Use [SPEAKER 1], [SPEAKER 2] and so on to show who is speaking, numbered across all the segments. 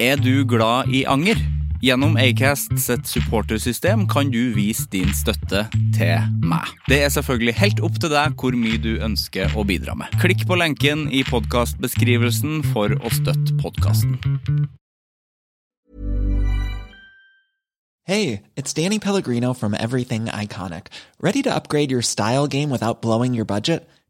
[SPEAKER 1] Er du glad i anger? Gjennom Acast sitt supportersystem kan du vise din støtte til meg. Det er selvfølgelig helt opp til deg hvor mye du ønsker å bidra med. Klikk på lenken i podkastbeskrivelsen for å støtte podkasten.
[SPEAKER 2] Hey, it's Danny Pellegrino from Everything Iconic. Ready to upgrade your style game without blowing your budget?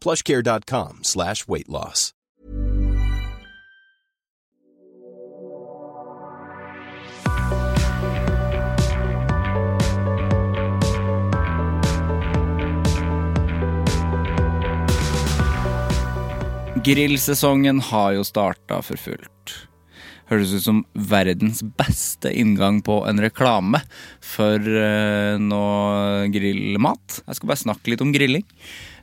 [SPEAKER 3] plushcare.com slash weight loss.
[SPEAKER 1] Grillsesongen har jo starta for fullt. Høres ut som verdens beste inngang på en reklame for eh, noe grillmat. Jeg skal bare snakke litt om grilling.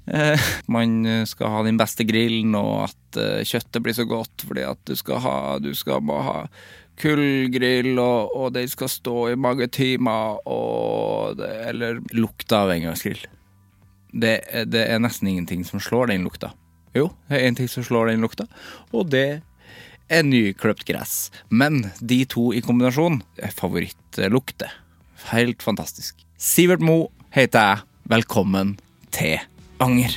[SPEAKER 1] Eh, man skal ha den beste grillen, og at eh, kjøttet blir så godt fordi at du skal ha Du skal bare ha kullgrill, og, og den skal stå i mange timer, og det, Eller lukta av engangsgrill det, det er nesten ingenting som slår den lukta. Jo, det er én ting som slår den lukta, og det er nykløpt gress. Men de to i kombinasjon er favorittlukter. Helt fantastisk. Sivert Mo heter jeg. Velkommen til Anger.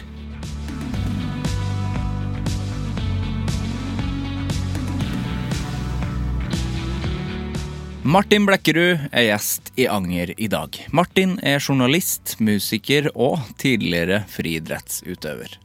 [SPEAKER 1] Martin Blekkerud er gjest i Anger i dag. Martin er journalist, musiker og tidligere friidrettsutøver.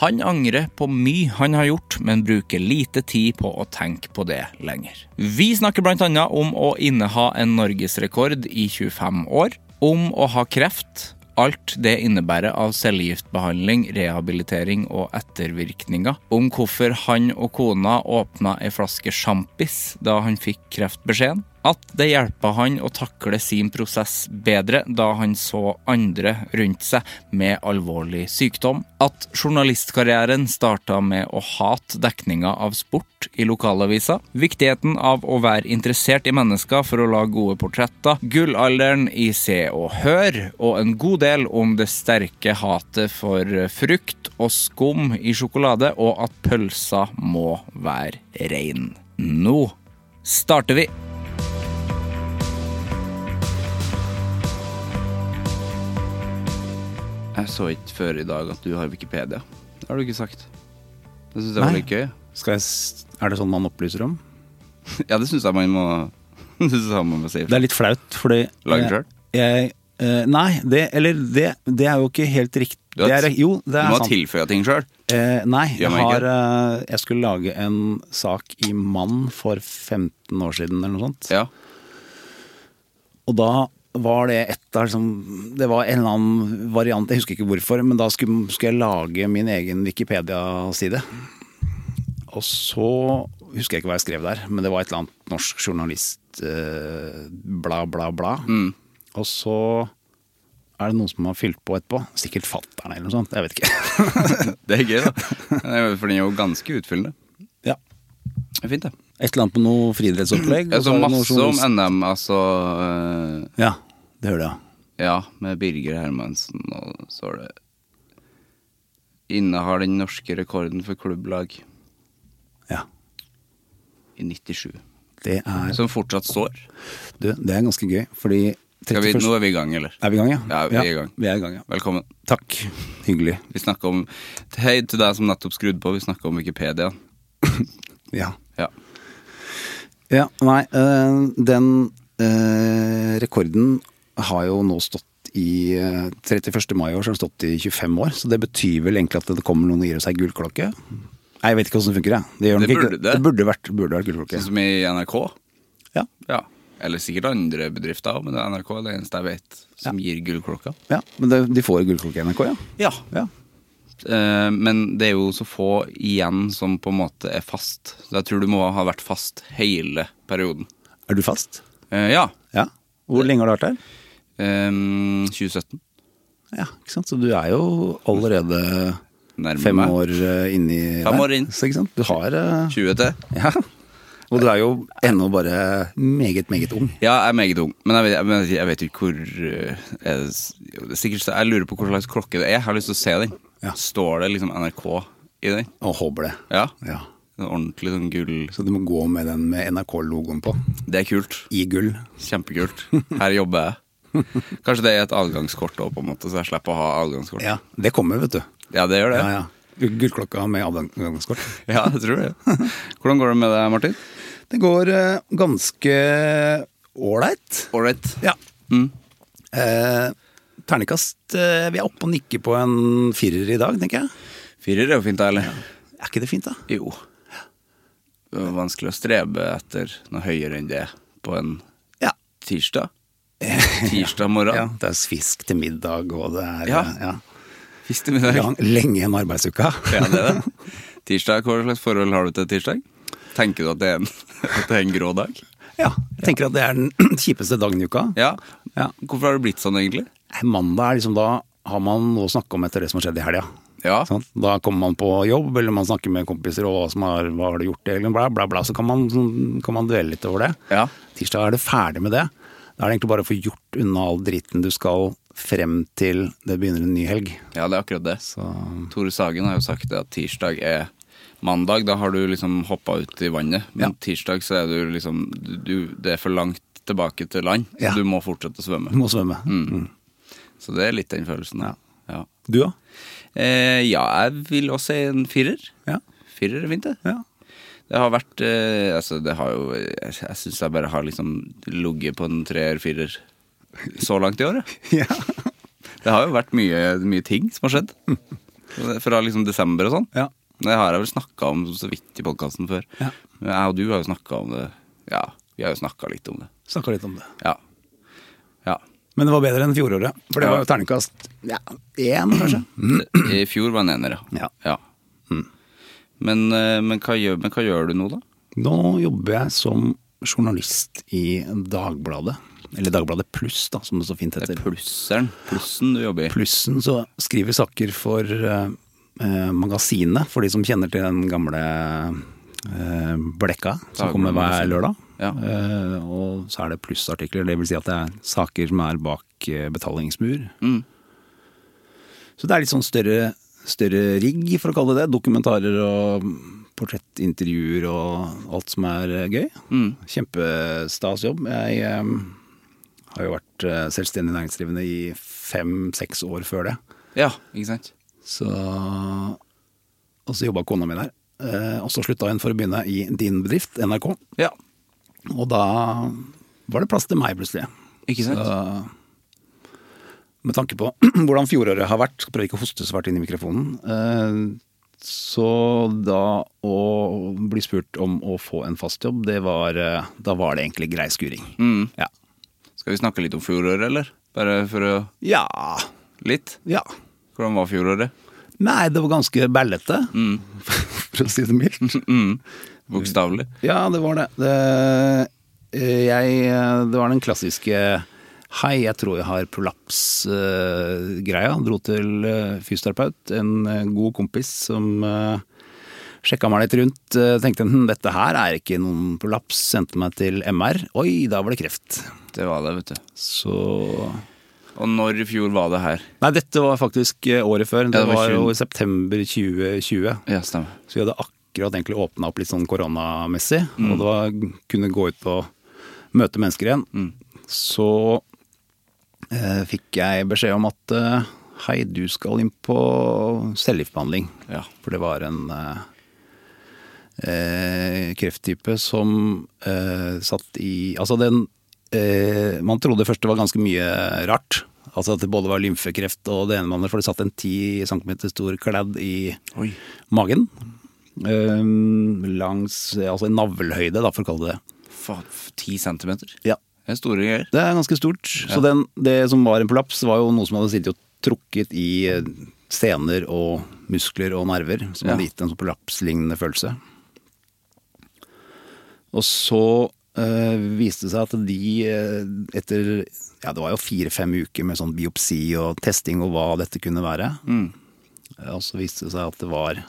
[SPEAKER 1] Han angrer på mye han har gjort, men bruker lite tid på å tenke på det lenger. Vi snakker bl.a. om å inneha en norgesrekord i 25 år, om å ha kreft, alt det innebærer av cellegiftbehandling, rehabilitering og ettervirkninger. Om hvorfor han og kona åpna ei flaske sjampis da han fikk kreftbeskjeden. At det hjelpa han å takle sin prosess bedre da han så andre rundt seg med alvorlig sykdom. At journalistkarrieren starta med å hate dekninga av sport i lokalavisa. Viktigheten av å være interessert i mennesker for å lage gode portretter. Gullalderen i Se og Hør, og en god del om det sterke hatet for frukt og skum i sjokolade, og at pølsa må være rein. Nå starter vi! Jeg så ikke før i dag at du har Wikipedia. Det har du ikke sagt. Det syns jeg var
[SPEAKER 4] Nei.
[SPEAKER 1] litt gøy.
[SPEAKER 4] Skal jeg, s- er det sånn man opplyser om?
[SPEAKER 1] Ja, det syns jeg man må Det synes jeg man må si.
[SPEAKER 4] Det er litt flaut, fordi
[SPEAKER 1] Lager selv?
[SPEAKER 4] Jeg, eh, nei, det, eller det, det er jo ikke helt riktig.
[SPEAKER 1] Du har-
[SPEAKER 4] det er, jo, det
[SPEAKER 1] du
[SPEAKER 4] er
[SPEAKER 1] må
[SPEAKER 4] sant.
[SPEAKER 1] tilføye ting sjøl.
[SPEAKER 4] Eh, nei, jeg,
[SPEAKER 1] man ikke
[SPEAKER 4] har, eh, jeg skulle lage en sak i Mann for 15 år siden eller noe sånt.
[SPEAKER 1] Ja.
[SPEAKER 4] Og da var det et av liksom, Det var en eller annen variant, jeg husker ikke hvorfor, men da skulle, skulle jeg lage min egen Wikipedia-side. Og så husker jeg ikke hva jeg skrev der, men det var et eller annet norsk journalist eh, bla, bla, bla.
[SPEAKER 1] Mm.
[SPEAKER 4] Og så er det noen som har fylt på etterpå. Sikkert fatter'n eller noe sånt. Jeg vet ikke.
[SPEAKER 1] Det er gøy, da. Det er jo- For den er jo ganske utfyllende.
[SPEAKER 4] ja.
[SPEAKER 1] Det er fint, det.
[SPEAKER 4] Et eller annet på noe friidrettsopplegg.
[SPEAKER 1] Jeg
[SPEAKER 4] og så
[SPEAKER 1] så
[SPEAKER 4] er det noe
[SPEAKER 1] masse om
[SPEAKER 4] journalist-
[SPEAKER 1] NM, altså øh,
[SPEAKER 4] Ja, det hører jeg.
[SPEAKER 1] Ja, med Birger Hermansen, og så er det Innehar den norske rekorden for klubblag
[SPEAKER 4] Ja.
[SPEAKER 1] i 97.
[SPEAKER 4] Det er,
[SPEAKER 1] Som fortsatt står.
[SPEAKER 4] du, det er ganske gøy, fordi
[SPEAKER 1] Skal vi,
[SPEAKER 4] 31.
[SPEAKER 1] nå er vi i gang, eller?
[SPEAKER 4] Er vi i gang, ja?
[SPEAKER 1] Ja, vi er i gang.
[SPEAKER 4] Vi er i gang, ja.
[SPEAKER 1] Velkommen.
[SPEAKER 4] Takk. Hyggelig.
[SPEAKER 1] Vi snakker om Hei til deg som nettopp skrudde på, vi snakker om Wikipedia.
[SPEAKER 4] Ja. eh,
[SPEAKER 1] Ja.
[SPEAKER 4] ja nei, øh, den øh, rekorden eh, har jo nå stått i eh, 31. mai i år, så har den stått i 25 år. Så det betyr vel egentlig at det kommer noen og gir oss ei gullklokke. Nei, jeg vet ikke åssen det funker, jeg. Det, gjør
[SPEAKER 1] Det
[SPEAKER 4] nok ikke-
[SPEAKER 1] burde det.
[SPEAKER 4] det burde vært, burde vært
[SPEAKER 1] Sånn
[SPEAKER 4] gullklokke.
[SPEAKER 1] som i NRK.
[SPEAKER 4] Ja.
[SPEAKER 1] Ja. Eller sikkert andre bedrifter òg, men det er NRK det eneste jeg vet som gir gullklokka.
[SPEAKER 4] ja, Men det, de får gullklokke i NRK, ja?
[SPEAKER 1] Ja.
[SPEAKER 4] ja.
[SPEAKER 1] Eh, Men det er jo så få igjen som på en måte er fast. Så jeg tror du må ha vært fast hele perioden.
[SPEAKER 4] Er du fast?
[SPEAKER 1] Eh, Ja.
[SPEAKER 4] Ja. Hvor lenge har du vært der?
[SPEAKER 1] Eh, 2017.
[SPEAKER 4] Ja, ikke sant? Så du er jo allerede
[SPEAKER 1] Nærmer
[SPEAKER 4] fem
[SPEAKER 1] meg.
[SPEAKER 4] år eh, inni
[SPEAKER 1] Fem
[SPEAKER 4] der.
[SPEAKER 1] år inn.
[SPEAKER 4] Så ikke sant? Du har eh,
[SPEAKER 1] 20 til.
[SPEAKER 4] Ja. Og du er jo ennå bare meget, meget ung.
[SPEAKER 1] Ja, jeg er meget ung, men jeg vet, men jeg vet jo ikke hvor eh, er det, s- jo, det er sikkert, så- Jeg lurer på hva slags klokke det er. Jeg har lyst til å se den.
[SPEAKER 4] Ja.
[SPEAKER 1] Står det liksom NRK i den?
[SPEAKER 4] Og håper det.
[SPEAKER 1] Ja.
[SPEAKER 4] Ja.
[SPEAKER 1] En ordentlig sånn gull
[SPEAKER 4] Så du må gå med den med NRK-logoen på.
[SPEAKER 1] Det er kult.
[SPEAKER 4] I gull.
[SPEAKER 1] Kjempekult. Her jobber jeg. Kanskje det er et adgangskort òg, på en måte, så jeg slipper å ha adgangskort.
[SPEAKER 4] Ja, Det kommer, vet du.
[SPEAKER 1] Ja, det gjør det.
[SPEAKER 4] Ja, ja. Gullklokka med adgangskort.
[SPEAKER 1] Ja, jeg tror det. Hvordan går det med deg, Martin?
[SPEAKER 4] Det går eh, ganske ålreit.
[SPEAKER 1] Ålreit.
[SPEAKER 4] Ja.
[SPEAKER 1] Mm.
[SPEAKER 4] Eh, ternekast. Eh, vi er oppe og nikker på en firer i dag, tenker jeg.
[SPEAKER 1] Firer er jo fint, da, eller?
[SPEAKER 4] Er ikke det fint, da?
[SPEAKER 1] Jo. Det er vanskelig å strebe etter noe høyere enn det på en
[SPEAKER 4] Ja.
[SPEAKER 1] tirsdag. Tirsdag morgen.
[SPEAKER 4] ja. Det er fisk til middag, og det er
[SPEAKER 1] Ja.
[SPEAKER 4] eh,
[SPEAKER 1] Fisk til middag.
[SPEAKER 4] ja. Lang, lenge igjen av arbeidsuka.
[SPEAKER 1] Ja, det er det. Tirsdag, Hva slags forhold har du til tirsdag? Tenker du at det er en, at det er en grå dag?
[SPEAKER 4] Ja, jeg tenker at det er den kjipeste dagen i uka.
[SPEAKER 1] Ja.
[SPEAKER 4] Ja.
[SPEAKER 1] Hvorfor har det blitt sånn, egentlig?
[SPEAKER 4] Nei, Mandag er liksom da har man noe å snakke om etter det som har skjedd i helga.
[SPEAKER 1] Ja.
[SPEAKER 4] Sant? Da kommer man på jobb, eller man snakker med kompiser og hva, som har, hva har du gjort, eller bla, bla, bla. Så kan man, sånn, kan man duelle litt over det.
[SPEAKER 1] Ja.
[SPEAKER 4] Tirsdag er det ferdig med det. Da er det egentlig bare å få gjort unna all dritten du skal frem til det begynner en ny helg.
[SPEAKER 1] Ja, det er akkurat det.
[SPEAKER 4] Så
[SPEAKER 1] Tore Sagen har jo sagt det at tirsdag er mandag. Da har du liksom hoppa ut i vannet. Men
[SPEAKER 4] Ja.
[SPEAKER 1] tirsdag så er du liksom du, du, Det er for langt tilbake til land. så
[SPEAKER 4] Ja.
[SPEAKER 1] Du må fortsette å
[SPEAKER 4] du
[SPEAKER 1] svømme.
[SPEAKER 4] må svømme.
[SPEAKER 1] Mm.
[SPEAKER 4] Mm.
[SPEAKER 1] Så det er litt den følelsen. Ja. Ja.
[SPEAKER 4] Du da?
[SPEAKER 1] Eh, ja, jeg vil også si en firer.
[SPEAKER 4] Ja.
[SPEAKER 1] Firer er fint, det.
[SPEAKER 4] Ja.
[SPEAKER 1] Det har vært eh, Altså, det har jo Jeg, jeg syns jeg bare har liksom ligget på en treer-firer så langt i år, jeg.
[SPEAKER 4] Ja.
[SPEAKER 1] Det har jo vært mye, mye ting som har skjedd. Fra liksom desember og sånn.
[SPEAKER 4] Ja.
[SPEAKER 1] Det har jeg vel snakka om så vidt i podkasten før.
[SPEAKER 4] Ja.
[SPEAKER 1] Men jeg og du har jo snakka om det. Ja, vi har jo snakka litt om det.
[SPEAKER 4] Snakka litt om det.
[SPEAKER 1] Ja. ja.
[SPEAKER 4] Men det var bedre enn fjoråret, for det
[SPEAKER 1] Ja.
[SPEAKER 4] var jo terningkast Mm. ja, én, kanskje.
[SPEAKER 1] I fjor var det en ener,
[SPEAKER 4] Ja.
[SPEAKER 1] Mm. Men, eh, men, hva gjør, men hva gjør du nå, da?
[SPEAKER 4] Nå jobber jeg som journalist i Dagbladet. Eller Dagbladet Pluss, da, som det så fint
[SPEAKER 1] Det er
[SPEAKER 4] heter.
[SPEAKER 1] plusseren. Plussen du jobber i.
[SPEAKER 4] Plussen så skriver saker for eh, eh, magasinet, for de som kjenner til den gamle eh, Blekka, som
[SPEAKER 1] Dagbladet
[SPEAKER 4] kommer hver
[SPEAKER 1] Magasin.
[SPEAKER 4] lørdag.
[SPEAKER 1] Ja.
[SPEAKER 4] Eh, og så er det plussartikler, det vil si at det er saker som er bak eh, betalingsmur.
[SPEAKER 1] Mm.
[SPEAKER 4] Så det er litt sånn større, større rigg, for å kalle det det. Dokumentarer og portrettintervjuer og alt som er eh, gøy.
[SPEAKER 1] Mm.
[SPEAKER 4] Kjempestas jobb. Jeg eh, har jo vært eh, selvstendig næringsdrivende i fem-seks år før det.
[SPEAKER 1] Ja, ikke sant?
[SPEAKER 4] Så Og så jobba kona mi der. Eh, og så slutta hun for å begynne i din bedrift, NRK.
[SPEAKER 1] Ja.
[SPEAKER 4] Og da var det plass til meg, plutselig.
[SPEAKER 1] Ikke sant?
[SPEAKER 4] Så- med tanke på hvordan fjoråret har vært, skal prøve ikke å hoste så fælt inn i mikrofonen. eh, Så da å bli spurt om å få en fast jobb, det var, eh, da var det egentlig grei skuring.
[SPEAKER 1] Mm.
[SPEAKER 4] Ja.
[SPEAKER 1] Skal vi snakke litt om fjoråret, eller? Bare for å
[SPEAKER 4] ja.
[SPEAKER 1] Litt?
[SPEAKER 4] Ja.
[SPEAKER 1] Hvordan var fjoråret?
[SPEAKER 4] Nei, det var ganske ballete, for å si det mildt.
[SPEAKER 1] Mm. Bokstavelig.
[SPEAKER 4] Ja, det var det. Det, eh, jeg, eh, det var den klassiske Hei, jeg tror jeg har prolaps-greia. Dro til eh, fysioterapeut, en eh, god kompis som eh, sjekka meg litt rundt. eh, tenkte hm, dette her er ikke noen prolaps. Sendte meg til MR. Oi, da var det kreft.
[SPEAKER 1] Det var det, vet du.
[SPEAKER 4] Så
[SPEAKER 1] Og når i fjor var det her?
[SPEAKER 4] Nei, dette var faktisk eh, året før. Det,
[SPEAKER 1] Ja, det var
[SPEAKER 4] var, jo
[SPEAKER 1] 20.
[SPEAKER 4] i september 2020.
[SPEAKER 1] Ja, stemmer.
[SPEAKER 4] Så vi hadde akkurat egentlig åpna opp litt sånn koronamessig, og det var kunne gå ut og møte mennesker igjen. Så eh, fikk jeg beskjed om at eh, hei, du skal inn på cellegiftbehandling.
[SPEAKER 1] Ja.
[SPEAKER 4] For det var en eh, eh, krefttype som eh, satt i Altså den eh, Man trodde først det var ganske mye rart. Altså at det både var lymfekreft og det ene med det andre, for det satt en 10 cm stor kladd i
[SPEAKER 5] Oi.
[SPEAKER 4] magen. Ehm, langs altså i navlhøyde, da, for å kalle det det.
[SPEAKER 5] Faen, f- ti centimeter?
[SPEAKER 4] Ja.
[SPEAKER 5] Det er store greier.
[SPEAKER 4] Det er ganske stort. Så den, det som var en prolaps, var jo noe som hadde sittet og trukket i eh, sener og muskler og nerver, som
[SPEAKER 5] Ja.
[SPEAKER 4] hadde gitt en sånn prolapslignende følelse. Og så eh, viste det seg at de eh, etter ja, det var jo fire-fem uker med sånn biopsi og testing og hva dette kunne være. Eh, Og så viste det seg at det var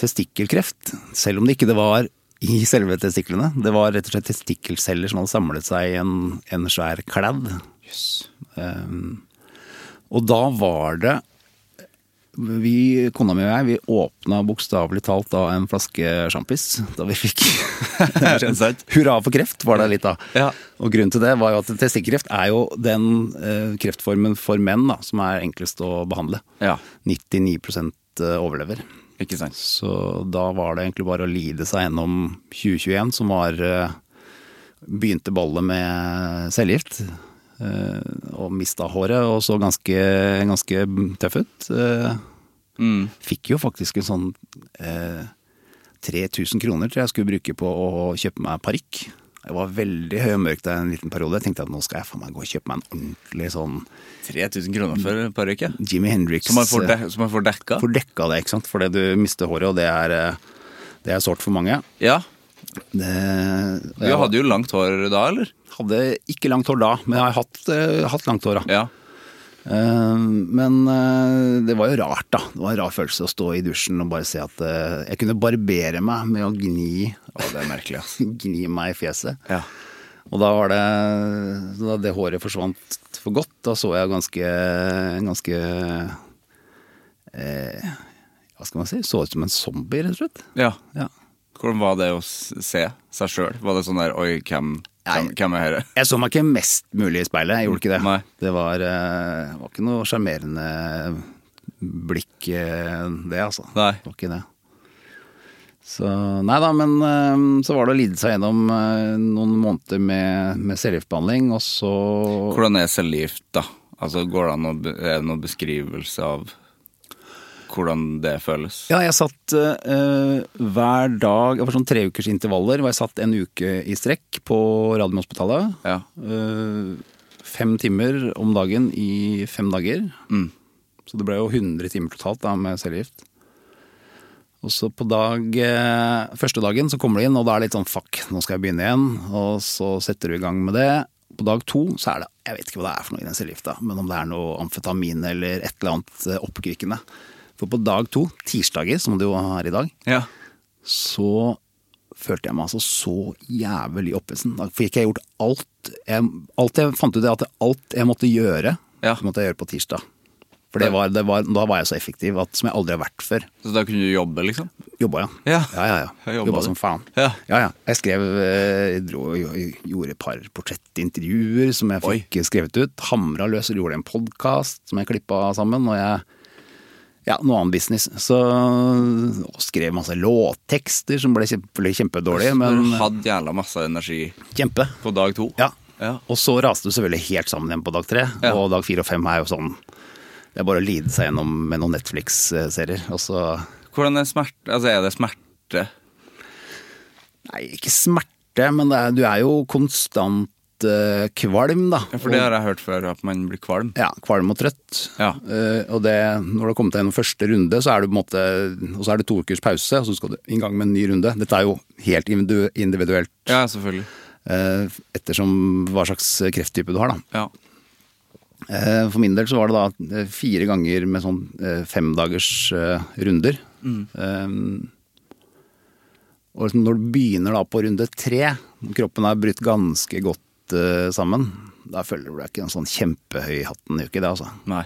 [SPEAKER 4] testikkelkreft. Selv om det ikke det var i selve testiklene. Det var rett og slett testikkelceller som hadde samlet seg i en, en svær kladd. Um, og da var det vi, Kona mi og jeg vi åpna bokstavelig talt da en flaske sjampis da vi fikk Hurra for kreft, var det litt da.
[SPEAKER 5] Ja.
[SPEAKER 4] Og grunnen til det var jo at testikkelkreft er jo den eh, kreftformen for menn da, som er enklest å behandle.
[SPEAKER 5] Ja.
[SPEAKER 4] 99 eh, overlever.
[SPEAKER 5] Ikke sant.
[SPEAKER 4] Så da var det egentlig bare å lide seg gjennom 2021, som var eh, Begynte ballet med cellegift. eh, Og mista håret og så ganske, ganske tøff ut. Eh,
[SPEAKER 5] Mm.
[SPEAKER 4] Fikk jo faktisk en sånn eh, 3000 kroner til jeg skulle bruke på å kjøpe meg parykk. Jeg var veldig høy og mørk da en liten periode. Jeg tenkte at nå skal jeg faen meg gå og kjøpe meg en ordentlig sånn
[SPEAKER 5] 3000 kroner for parykk, ja.
[SPEAKER 4] Jimmy Hendrix. eh,
[SPEAKER 5] Som man får, de som man får dekka?
[SPEAKER 4] får dekka det, ikke sant. Fordi du mister håret, og det er, eh, det er sårt for mange.
[SPEAKER 5] Ja.
[SPEAKER 4] Det,
[SPEAKER 5] Du hadde jo langt hår da, eller?
[SPEAKER 4] hadde ikke langt hår da, men jeg har hatt, eh, hatt langt hår da.
[SPEAKER 5] Ja.
[SPEAKER 4] Eh, Men eh, det var jo rart, da. Det var en rar følelse å stå i dusjen og bare se at eh, Jeg kunne barbere meg med å gni,
[SPEAKER 5] Å, det er merkelig, ass.
[SPEAKER 4] gni meg i fjeset.
[SPEAKER 5] Ja.
[SPEAKER 4] Og da var det Da det håret forsvant for godt, da så jeg ganske Ganske eh, Hva skal man si? Så ut som en zombie, rett og slett.
[SPEAKER 5] ja.
[SPEAKER 4] Ja.
[SPEAKER 5] Hvordan var det å s- se seg sjøl? Var det sånn der Oi, hvem, hvem,
[SPEAKER 4] Nei.
[SPEAKER 5] hvem er herre?
[SPEAKER 4] Jeg så meg ikke mest mulig i speilet, jeg gjorde ikke det.
[SPEAKER 5] Nei.
[SPEAKER 4] Det var, eh, var ikke noe sjarmerende blikk, eh, det altså.
[SPEAKER 5] Nei.
[SPEAKER 4] Det var ikke det. Så nei da, men eh, så var det å lide seg gjennom eh, noen måneder med, med cellegiftbehandling, og så
[SPEAKER 5] Hvordan er cellegift, da? Altså, går det an å, be- er det noen beskrivelse av hvordan det føles?
[SPEAKER 4] Ja, jeg satt eh, hver dag, det var sånn tre ukers intervaller, hvor jeg satt en uke i strekk på Radiumhospitalet.
[SPEAKER 5] Ja.
[SPEAKER 4] Eh, fem timer om dagen i fem dager.
[SPEAKER 5] Mm.
[SPEAKER 4] Så det ble jo 100 timer totalt da, med cellegift. Og så på dag, eh, første dagen så kommer du inn, og da er det litt sånn fuck, nå skal jeg begynne igjen. Og så setter du i gang med det. På dag to så er det, jeg vet ikke hva det er for noe i den cellegifta, men om det er noe amfetamin eller et eller annet eh, oppkvikkende. For på dag to, tirsdager, som det jo er i dag,
[SPEAKER 5] Ja.
[SPEAKER 4] så følte jeg meg altså så jævlig oppesen. Da fikk jeg gjort alt jeg, alt jeg fant ut er at alt jeg måtte gjøre,
[SPEAKER 5] Ja.
[SPEAKER 4] så måtte jeg gjøre på tirsdag. For det var, det var, da var jeg så effektiv at, som jeg aldri har vært før.
[SPEAKER 5] Så da kunne du jobbe, liksom?
[SPEAKER 4] Jobba, ja.
[SPEAKER 5] Ja.
[SPEAKER 4] ja, ja,
[SPEAKER 5] Ja,
[SPEAKER 4] ja.
[SPEAKER 5] jobba
[SPEAKER 4] Jobba
[SPEAKER 5] du.
[SPEAKER 4] som faen.
[SPEAKER 5] Ja.
[SPEAKER 4] ja. Jeg skrev, eh, dro, gjorde et par portrettintervjuer som jeg fikk skrevet ut. Hamra løs og gjorde en podkast som jeg klippa sammen. Og jeg Ja, noe annen business. Så og skrev masse låttekster som ble, kjempe, ble kjempedårlige, men
[SPEAKER 5] Du hadde jævla masse energi
[SPEAKER 4] kjempe.
[SPEAKER 5] på dag to?
[SPEAKER 4] Ja.
[SPEAKER 5] Ja.
[SPEAKER 4] Og så raste du selvfølgelig helt sammen igjen på dag tre,
[SPEAKER 5] Ja.
[SPEAKER 4] og dag fire og fem er jo sånn Det er bare å lide seg gjennom med noen Netflix-serier, og så
[SPEAKER 5] Hvordan er smerte? Altså, er det smerte?
[SPEAKER 4] Nei, ikke smerte, men det er, du er jo konstant eh, kvalm, da.
[SPEAKER 5] Ja, For det har jeg hørt før, at man blir kvalm.
[SPEAKER 4] Ja, kvalm og trøtt.
[SPEAKER 5] Ja.
[SPEAKER 4] Eh, og det, når du har kommet deg gjennom første runde, så er det, på en måte, og så er det to ukers pause, og så skal du i gang med en ny runde. Dette er jo helt individu- individuelt,
[SPEAKER 5] Ja, selvfølgelig.
[SPEAKER 4] eh, ettersom hva slags krefttype du har, da.
[SPEAKER 5] Ja.
[SPEAKER 4] Eh, For min del så var det da eh, fire ganger med sånn eh, femdagers eh, runder. Eh, og liksom når du begynner da på runde tre, når kroppen er brutt ganske godt eh, sammen, da føler du deg ikke en sånn kjempehøy i hatten, gjør ikke det altså.
[SPEAKER 5] Nei.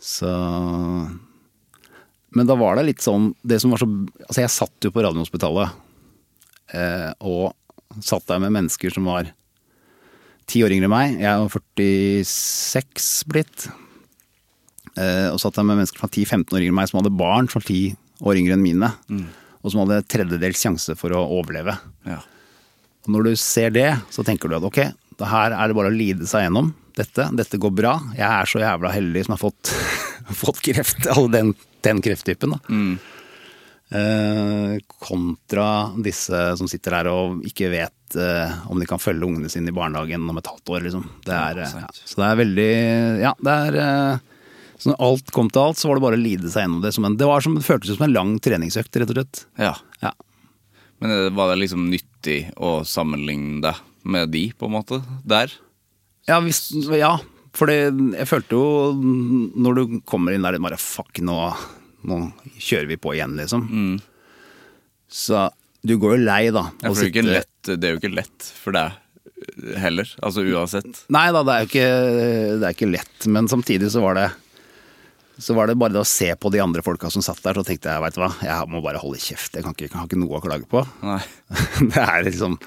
[SPEAKER 4] Så Men da var det litt sånn Det som var så Altså, jeg satt jo på Radiumhospitalet. Eh, og satt der med mennesker som var ti år yngre enn meg. Jeg var 46 blitt. Eh, og satt der med mennesker som var 10-15 år yngre enn meg, som hadde barn som var 10 år yngre enn mine. Og som hadde tredjedels sjanse for å overleve.
[SPEAKER 5] Ja.
[SPEAKER 4] Og når du ser det, så tenker du at ok, det her er det bare å lide seg gjennom. dette, dette går bra. Jeg er så jævla heldig som har fått, fått kreft, alle den, den krefttypen. Da. Eh, kontra disse som sitter her og ikke vet eh, om de kan følge ungene sine i barnehagen om et halvt år, liksom. Det er, eh, ja. Så det er veldig Ja, det er eh, så når alt kom til alt, så var det bare å lide seg gjennom det. Som en, det, var som, det føltes som en lang treningsøkt, rett og slett.
[SPEAKER 1] Ja.
[SPEAKER 4] Ja.
[SPEAKER 1] Men eh, var det liksom nyttig å sammenligne deg med de, på en måte, der?
[SPEAKER 4] Ja, hvis, ja for jeg følte jo Når du kommer inn der det bare Fuck, nå, nå kjører vi på igjen, liksom. Så du går jo lei, da.
[SPEAKER 1] Ja,
[SPEAKER 4] å
[SPEAKER 1] for det, er Mm. jo ikke
[SPEAKER 4] sitte-
[SPEAKER 1] lett, det er jo ikke lett for deg heller, altså uansett.
[SPEAKER 4] Nei da, det er jo ikke, det er ikke lett. Men samtidig så var det så var det bare det å se på de andre folka som satt der, så tenkte jeg veit du hva, jeg må bare holde kjeft. Jeg kan ikke, jeg har ikke noe å klage på.
[SPEAKER 1] Nei.
[SPEAKER 4] Det er liksom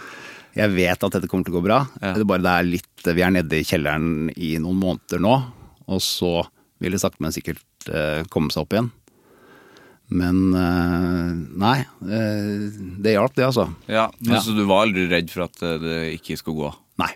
[SPEAKER 4] Jeg vet at dette kommer til å gå bra.
[SPEAKER 1] Ja.
[SPEAKER 4] Det er bare det er litt Vi er nede i kjelleren i noen måneder nå, og så vil det sakte, men sikkert eh, komme seg opp igjen. Men eh, nei. eh, det hjalp, det, altså.
[SPEAKER 1] Ja, men
[SPEAKER 4] Ja.
[SPEAKER 1] Så du var aldri redd for at eh, det ikke skulle gå?
[SPEAKER 4] Nei.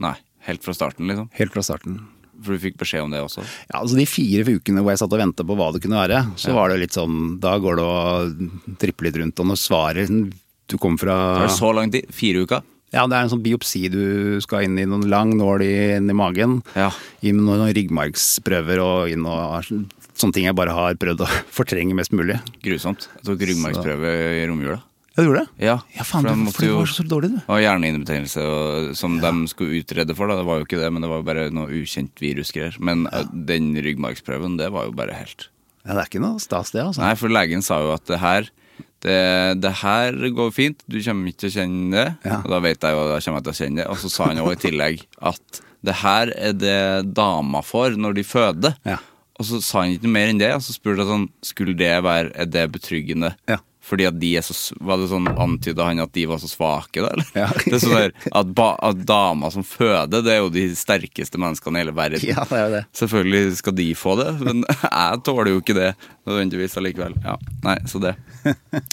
[SPEAKER 1] Nei. Helt fra starten, liksom?
[SPEAKER 4] Helt fra starten.
[SPEAKER 1] For du fikk beskjed om det også?
[SPEAKER 4] Ja, altså De fire ukene hvor jeg satt og venta på hva det kunne være, så var det litt sånn Da går det å trippe litt rundt, og når svaret sånn, Du kommer fra
[SPEAKER 1] Det er så lang tid? Fire uker?
[SPEAKER 4] Ja, det er en sånn biopsi du skal inn i noen lang nål i, inn i magen.
[SPEAKER 1] Ja.
[SPEAKER 4] Inn med noen ryggmargsprøver og inn og sånn, sånne ting jeg bare har prøvd å fortrenge mest mulig.
[SPEAKER 1] Grusomt. Jeg tok ryggmargsprøve i romjula.
[SPEAKER 4] Jeg tror det.
[SPEAKER 1] Ja,
[SPEAKER 4] Ja, faen,
[SPEAKER 1] for
[SPEAKER 4] du,
[SPEAKER 1] de måtte
[SPEAKER 4] for du
[SPEAKER 1] jo-
[SPEAKER 4] var så dårlig, du.
[SPEAKER 1] Det var hjerneinbetennelse og- som de skulle utrede for. Da. Det var jo ikke det, men det var jo bare noe ukjent virusgreier. Men eh, den ryggmargsprøven, det var jo bare helt
[SPEAKER 4] Ja, det er ikke noe stas, det, altså.
[SPEAKER 1] Nei, for legen sa jo at det her det, det her går fint, du kommer ikke til å kjenne det.
[SPEAKER 4] Ja.
[SPEAKER 1] Og da vet jeg jo, da kommer jeg til å kjenne det. Og så sa han jo i tillegg at det her er det dama får når de føder.
[SPEAKER 4] Ja.
[SPEAKER 1] Og så sa han ikke noe mer enn det, og så spurte jeg sånn, skulle det være er det betryggende?
[SPEAKER 4] Ja.
[SPEAKER 1] Fordi at de er så, s- Var det sånn antyda han at de var så svake, da? eller?
[SPEAKER 4] Ja.
[SPEAKER 1] Det er sånn der, at, ba, at dama som føder, det er jo de sterkeste menneskene i hele verden.
[SPEAKER 4] Ja, det er jo det.
[SPEAKER 1] Selvfølgelig skal de få det, men jeg tåler jo ikke det nødvendigvis allikevel. Ja, nei, så det.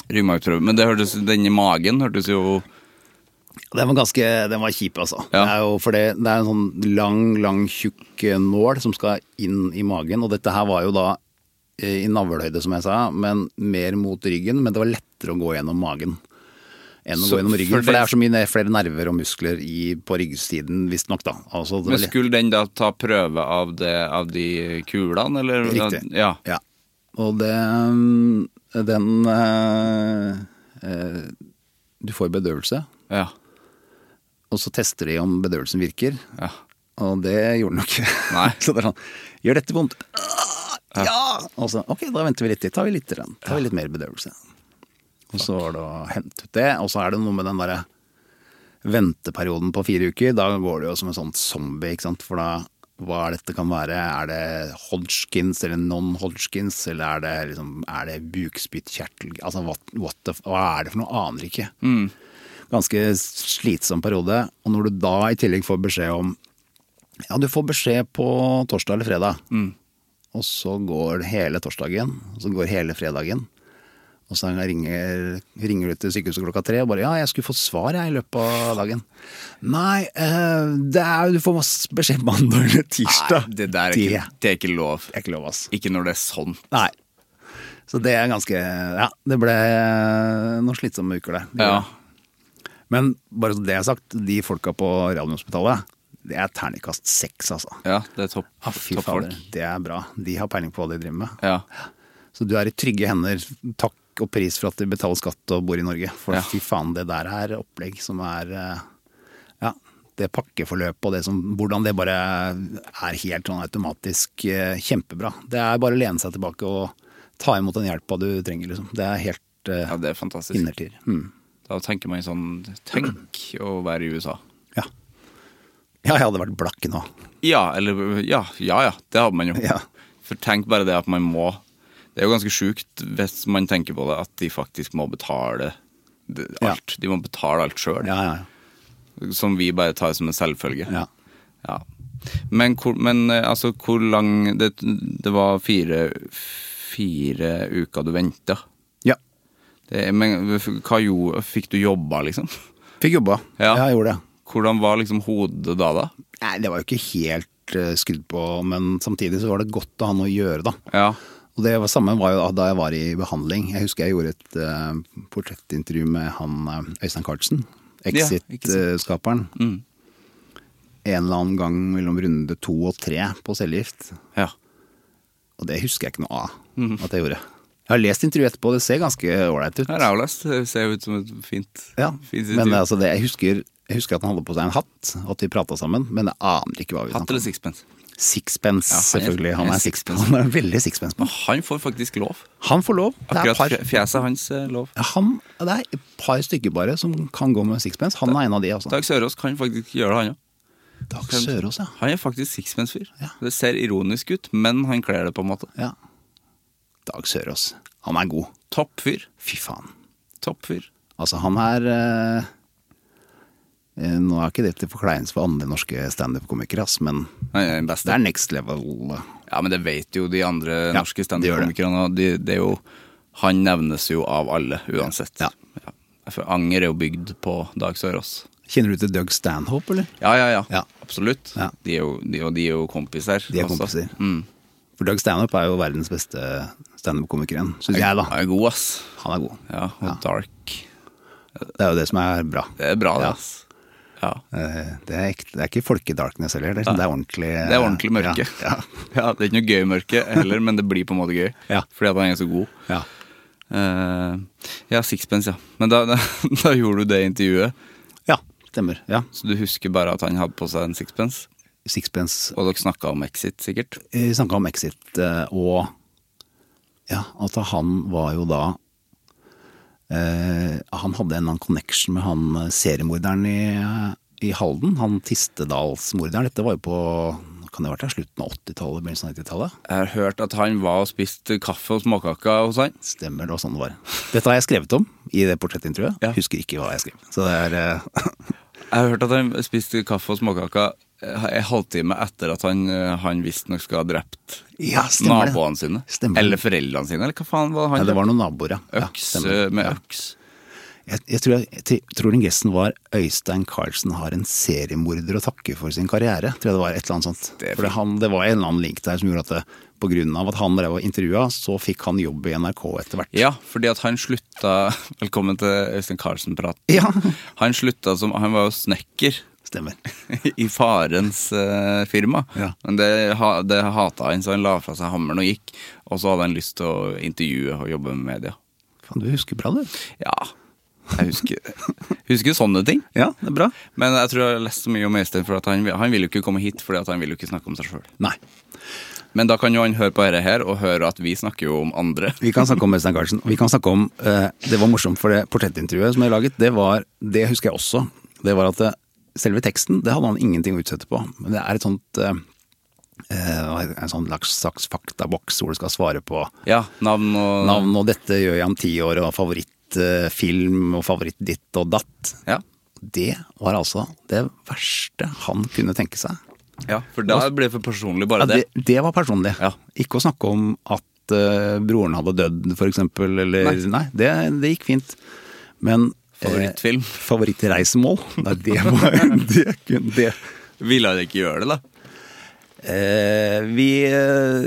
[SPEAKER 1] Ryggmargsprøve. Men det hørtes, den i magen hørtes jo
[SPEAKER 4] Den var ganske Den var kjip, altså.
[SPEAKER 1] Ja.
[SPEAKER 4] Det er jo for det, det er en sånn lang, lang, tjukk eh, nål som skal inn i magen, og dette her var jo da eh, i navlehøyde, som jeg sa, men mer mot ryggen. Men det var lettere å gå gjennom magen enn å
[SPEAKER 1] Så
[SPEAKER 4] gå gjennom ryggen.
[SPEAKER 1] for
[SPEAKER 4] For det
[SPEAKER 1] det-
[SPEAKER 4] er så mye flere nerver og muskler i, på ryggsiden, visstnok, da. Altså, det var
[SPEAKER 1] Men
[SPEAKER 4] lett-
[SPEAKER 1] skulle den da ta prøve av, det, av de kulene, eller?
[SPEAKER 4] Riktig.
[SPEAKER 1] Ja.
[SPEAKER 4] Ja. Og det mm, Den eh, eh, Du får bedøvelse,
[SPEAKER 1] ja.
[SPEAKER 4] og så tester de om bedøvelsen virker.
[SPEAKER 1] ja.
[SPEAKER 4] Og det gjorde den jo ikke.
[SPEAKER 1] Nei.
[SPEAKER 4] så det er sånn Gjør dette vondt? Ah, Ja! Og så ok, da venter vi litt til. Tar vi litt, til den. tar vi litt mer bedøvelse. Og så var det å hente ut det. Og så er det noe med den derre venteperioden på fire uker. Da går det jo som en sånn zombie, ikke sant. For da hva er dette kan være? Er det Hodgkins eller non-Hodgkins? Eller er det, liksom, er det bukspyttkjertel? Altså, what, what the, f- hva er det for noe? Aner ikke ganske slitsom periode. Og når du da i tillegg får beskjed om Ja, du får beskjed på torsdag eller fredag.
[SPEAKER 1] Mm.
[SPEAKER 4] Og så går hele torsdagen, og så går hele fredagen. Og så ringer, ringer du til sykehuset klokka tre og bare 'ja, jeg skulle fått svar jeg i løpet av dagen'. Nei, eh, det er, du får masse beskjed mandag eller
[SPEAKER 1] Nei,
[SPEAKER 4] tirsdag.
[SPEAKER 1] det der er
[SPEAKER 4] det
[SPEAKER 1] ikke, det er ikke lov.
[SPEAKER 4] er ikke lov, ass.
[SPEAKER 1] Ikke når det er sånn.
[SPEAKER 4] Nei. Så det er ganske Ja, det ble noen slitsomme uker der. Det
[SPEAKER 1] Ja.
[SPEAKER 4] men bare så det jeg har sagt, de folka på Radiumhospitalet, det er terningkast seks, altså.
[SPEAKER 1] ja, det er topp,
[SPEAKER 4] Ah, fy
[SPEAKER 1] topp
[SPEAKER 4] fader,
[SPEAKER 1] folk.
[SPEAKER 4] det er bra. De har peiling på hva de driver med.
[SPEAKER 1] Ja.
[SPEAKER 4] Så du er i trygge hender. Takk og pris for at de betaler skatt og bor i Norge. For
[SPEAKER 1] Ja.
[SPEAKER 4] fy faen, det der er opplegg som er eh, Ja, det pakkeforløpet og det som Hvordan det bare er helt sånn automatisk eh, kjempebra. Det er bare å lene seg tilbake og ta imot den hjelpa du trenger, liksom. Det er helt eh,
[SPEAKER 1] ja, det er fantastisk.
[SPEAKER 4] innertier. Mm.
[SPEAKER 1] Da tenker man sånn Tenk å være i USA.
[SPEAKER 4] Ja. ja, jeg hadde vært blakk nå.
[SPEAKER 1] Ja, eller Ja, ja, ja det hadde man jo.
[SPEAKER 4] Ja.
[SPEAKER 1] For tenk bare det at man må Det er jo ganske sjukt hvis man tenker på det, at de faktisk må betale det-
[SPEAKER 4] Ja.
[SPEAKER 1] alt. De må betale alt sjøl.
[SPEAKER 4] Ja, ja, ja.
[SPEAKER 1] Som vi bare tar som en selvfølge.
[SPEAKER 4] Ja.
[SPEAKER 1] Ja. Men, hvor, men eh, altså, hvor lang Det, det var fire, fire uker du venta.
[SPEAKER 4] Ja.
[SPEAKER 1] Men hva gjorde Fikk du jobba, liksom?
[SPEAKER 4] Fikk jobba.
[SPEAKER 1] Ja.
[SPEAKER 4] jeg gjorde det.
[SPEAKER 1] Hvordan var liksom hodet da, da?
[SPEAKER 4] Nei, det var jo ikke helt eh, skrudd på, men samtidig så var det godt å ha noe å gjøre, da.
[SPEAKER 1] Ja.
[SPEAKER 4] Og det var, samme var jo da- da jeg var i behandling. Jeg husker jeg gjorde et eh, portrettintervju med han eh, Øystein Carlsen.
[SPEAKER 5] ikke sant.
[SPEAKER 4] Exit-skaperen.
[SPEAKER 1] Mm.
[SPEAKER 4] En eller annen gang mellom runde to og tre på cellegift.
[SPEAKER 1] ja.
[SPEAKER 4] Og det husker jeg ikke noe av at jeg gjorde. Jeg har lest intervjuet etterpå, det ser ganske ålreit ut.
[SPEAKER 1] Mm. Det er raulest. Det ser jo ut som et fint,
[SPEAKER 4] Ja,
[SPEAKER 1] fint
[SPEAKER 4] men
[SPEAKER 1] intervju.
[SPEAKER 4] altså det, jeg, husker, jeg husker at han hadde på seg en hatt, og at vi prata sammen, men jeg aner ikke hva vi
[SPEAKER 1] Hatt
[SPEAKER 4] snakket
[SPEAKER 1] eller
[SPEAKER 4] om.
[SPEAKER 1] sixpence?
[SPEAKER 4] Sixpence,
[SPEAKER 1] Ja, han er-
[SPEAKER 4] selvfølgelig.
[SPEAKER 1] han
[SPEAKER 4] Han
[SPEAKER 1] er
[SPEAKER 4] er sixpence. Han er veldig sixpence på.
[SPEAKER 1] Men han får faktisk lov.
[SPEAKER 4] Han får lov. Det er,
[SPEAKER 1] Akkurat
[SPEAKER 4] et par,
[SPEAKER 1] fje- fjeset hans eh, lov.
[SPEAKER 4] han, det er et par stykker bare som kan gå med sixpence. Han er en av de, altså.
[SPEAKER 1] Dag Sørås kan faktisk gjøre det, han òg.
[SPEAKER 4] Dag Sørås, ja.
[SPEAKER 1] Han er faktisk sixpence-fyr.
[SPEAKER 4] Ja.
[SPEAKER 1] Det ser ironisk ut, men han kler det på en måte.
[SPEAKER 4] ja. Dag Sørås. Han er god.
[SPEAKER 1] Topp fyr.
[SPEAKER 4] Fy faen.
[SPEAKER 1] Topp fyr.
[SPEAKER 4] Altså, han er eh, eh, Nå er ikke det til forkleinelse for andre norske standup-komikere, ass, men
[SPEAKER 1] Han er den
[SPEAKER 4] det
[SPEAKER 1] beste.
[SPEAKER 4] er next level.
[SPEAKER 1] Ja, men det vet jo de andre
[SPEAKER 4] Ja,
[SPEAKER 1] norske
[SPEAKER 4] det gjør det.
[SPEAKER 1] standup-komikerne. og De, det er jo Han nevnes jo av alle, uansett.
[SPEAKER 4] Ja.
[SPEAKER 1] Ja. For Anger er jo bygd på Dag Sørås.
[SPEAKER 4] Kjenner du til Doug Stanhope, eller?
[SPEAKER 1] Ja, ja, ja.
[SPEAKER 4] Ja.
[SPEAKER 1] Absolutt.
[SPEAKER 4] Ja.
[SPEAKER 1] De er jo, de, og de er jo kompiser.
[SPEAKER 4] De er
[SPEAKER 1] også.
[SPEAKER 4] kompiser.
[SPEAKER 1] Mm.
[SPEAKER 4] For Doug Stanhope er jo verdens beste standup-komikeren, syns jeg, da.
[SPEAKER 1] Han er god, ass.
[SPEAKER 4] Han er god.
[SPEAKER 1] Ja, og dark.
[SPEAKER 4] Det er jo det som er bra.
[SPEAKER 1] Det er bra, det.
[SPEAKER 4] Ja.
[SPEAKER 1] ass. Ja.
[SPEAKER 4] Eh, Det er ikke, det er ikke folkedarkness heller, det er, det er ordentlig eh,
[SPEAKER 1] Det er ordentlig mørke.
[SPEAKER 4] Ja,
[SPEAKER 1] Ja, det er ikke noe gøy mørke heller, men det blir på en måte gøy.
[SPEAKER 4] Ja.
[SPEAKER 1] Fordi at han er så god.
[SPEAKER 4] ja.
[SPEAKER 1] Eh, ja, sixpence, ja. Men da, da, da gjorde du det intervjuet,
[SPEAKER 4] ja. ja stemmer. Ja.
[SPEAKER 1] så du husker bare at han hadde på seg en sixpence.
[SPEAKER 4] Sixpence.
[SPEAKER 1] Og dere snakka om Exit, sikkert.
[SPEAKER 4] Vi snakka om Exit, eh, og ja, altså han var jo da eh, Han hadde en eller annen connection med han eh, seriemorderen i, eh, i Halden. Han Tistedalsmorderen. Dette var jo på kan det ha vært der, slutten av 80-tallet, begynnelsen av 90-tallet?
[SPEAKER 1] Jeg har hørt at han var og spiste kaffe og småkaker hos han.
[SPEAKER 4] Stemmer, det var sånn det var. Dette har jeg skrevet om i det portrettintervjuet.
[SPEAKER 1] Ja.
[SPEAKER 4] Husker ikke hva jeg skrev. Så det er eh,
[SPEAKER 1] Jeg har hørt at han spiste kaffe og småkaker en halvtime etter at han, eh, han visstnok skal ha drept
[SPEAKER 4] Ja, stemmer det.
[SPEAKER 1] naboene sine.
[SPEAKER 4] Stemmer det.
[SPEAKER 1] Eller foreldrene sine, eller hva faen var det han
[SPEAKER 4] Nei, det var
[SPEAKER 1] drept?
[SPEAKER 4] noen naboer, ja. ja.
[SPEAKER 1] Øks
[SPEAKER 4] stemmer.
[SPEAKER 1] eh, med
[SPEAKER 4] Ja.
[SPEAKER 1] øks.
[SPEAKER 4] Jeg, jeg, tror, jeg, jeg tror ingressen var Øystein Carlsen har en seriemorder å takke for sin karriere. Tror jeg det var et eller annet sånt.
[SPEAKER 1] Det er
[SPEAKER 4] for det, han, det var en eller annen link der som gjorde at det, på grunn av at han drev og intervjua, så fikk han jobb i NRK etter hvert.
[SPEAKER 1] Ja, fordi at han slutta Velkommen til Øystein Carlsen-prat.
[SPEAKER 4] Ja.
[SPEAKER 1] Han slutta som Han var jo snekker
[SPEAKER 4] Stemmer.
[SPEAKER 1] i farens eh, firma.
[SPEAKER 4] Ja.
[SPEAKER 1] Men det, ha- det hata han, så han la fra seg hammeren og gikk. Og så hadde han lyst til å intervjue og jobbe med media.
[SPEAKER 4] Faen, du husker bra, du.
[SPEAKER 1] Ja, jeg husker, husker sånne ting.
[SPEAKER 4] Ja, det er bra.
[SPEAKER 1] Men jeg tror jeg har lest så mye om Øystein, for at han, han vil jo ikke komme hit fordi at han vil jo ikke snakke om seg sjøl.
[SPEAKER 4] Nei.
[SPEAKER 1] Men da kan jo han høre på dette her, og høre at vi snakker jo om andre.
[SPEAKER 4] Vi kan snakke om Øystein Carlsen. Vi kan snakke om eh, Det var morsomt, for det portrettintervjuet som jeg laget, det var Det husker jeg også. Det var at eh, selve teksten, det hadde han ingenting å utsette på. Men det er et sånt eh, eh, En sånn slags faktaboks hvor du skal svare på
[SPEAKER 1] Ja, navn og
[SPEAKER 4] navn, og dette gjør jeg om ti år, og favorittfilm, og favoritt ditt og datt.
[SPEAKER 1] Ja.
[SPEAKER 4] Det var altså det verste han kunne tenke seg.
[SPEAKER 1] ja, for da blir det for personlig, bare
[SPEAKER 4] Ja, det,
[SPEAKER 1] det.
[SPEAKER 4] det var personlig.
[SPEAKER 1] Ja.
[SPEAKER 4] Ikke å snakke om at eh, broren hadde dødd, for eksempel. Eller, nei, det, det gikk fint. Men
[SPEAKER 1] Favorittfilm?
[SPEAKER 4] Eh, favorittreisemål? Nei, det var det, kunne- det.
[SPEAKER 1] Ville han ikke gjøre det, da?
[SPEAKER 4] Eh, Vi eh,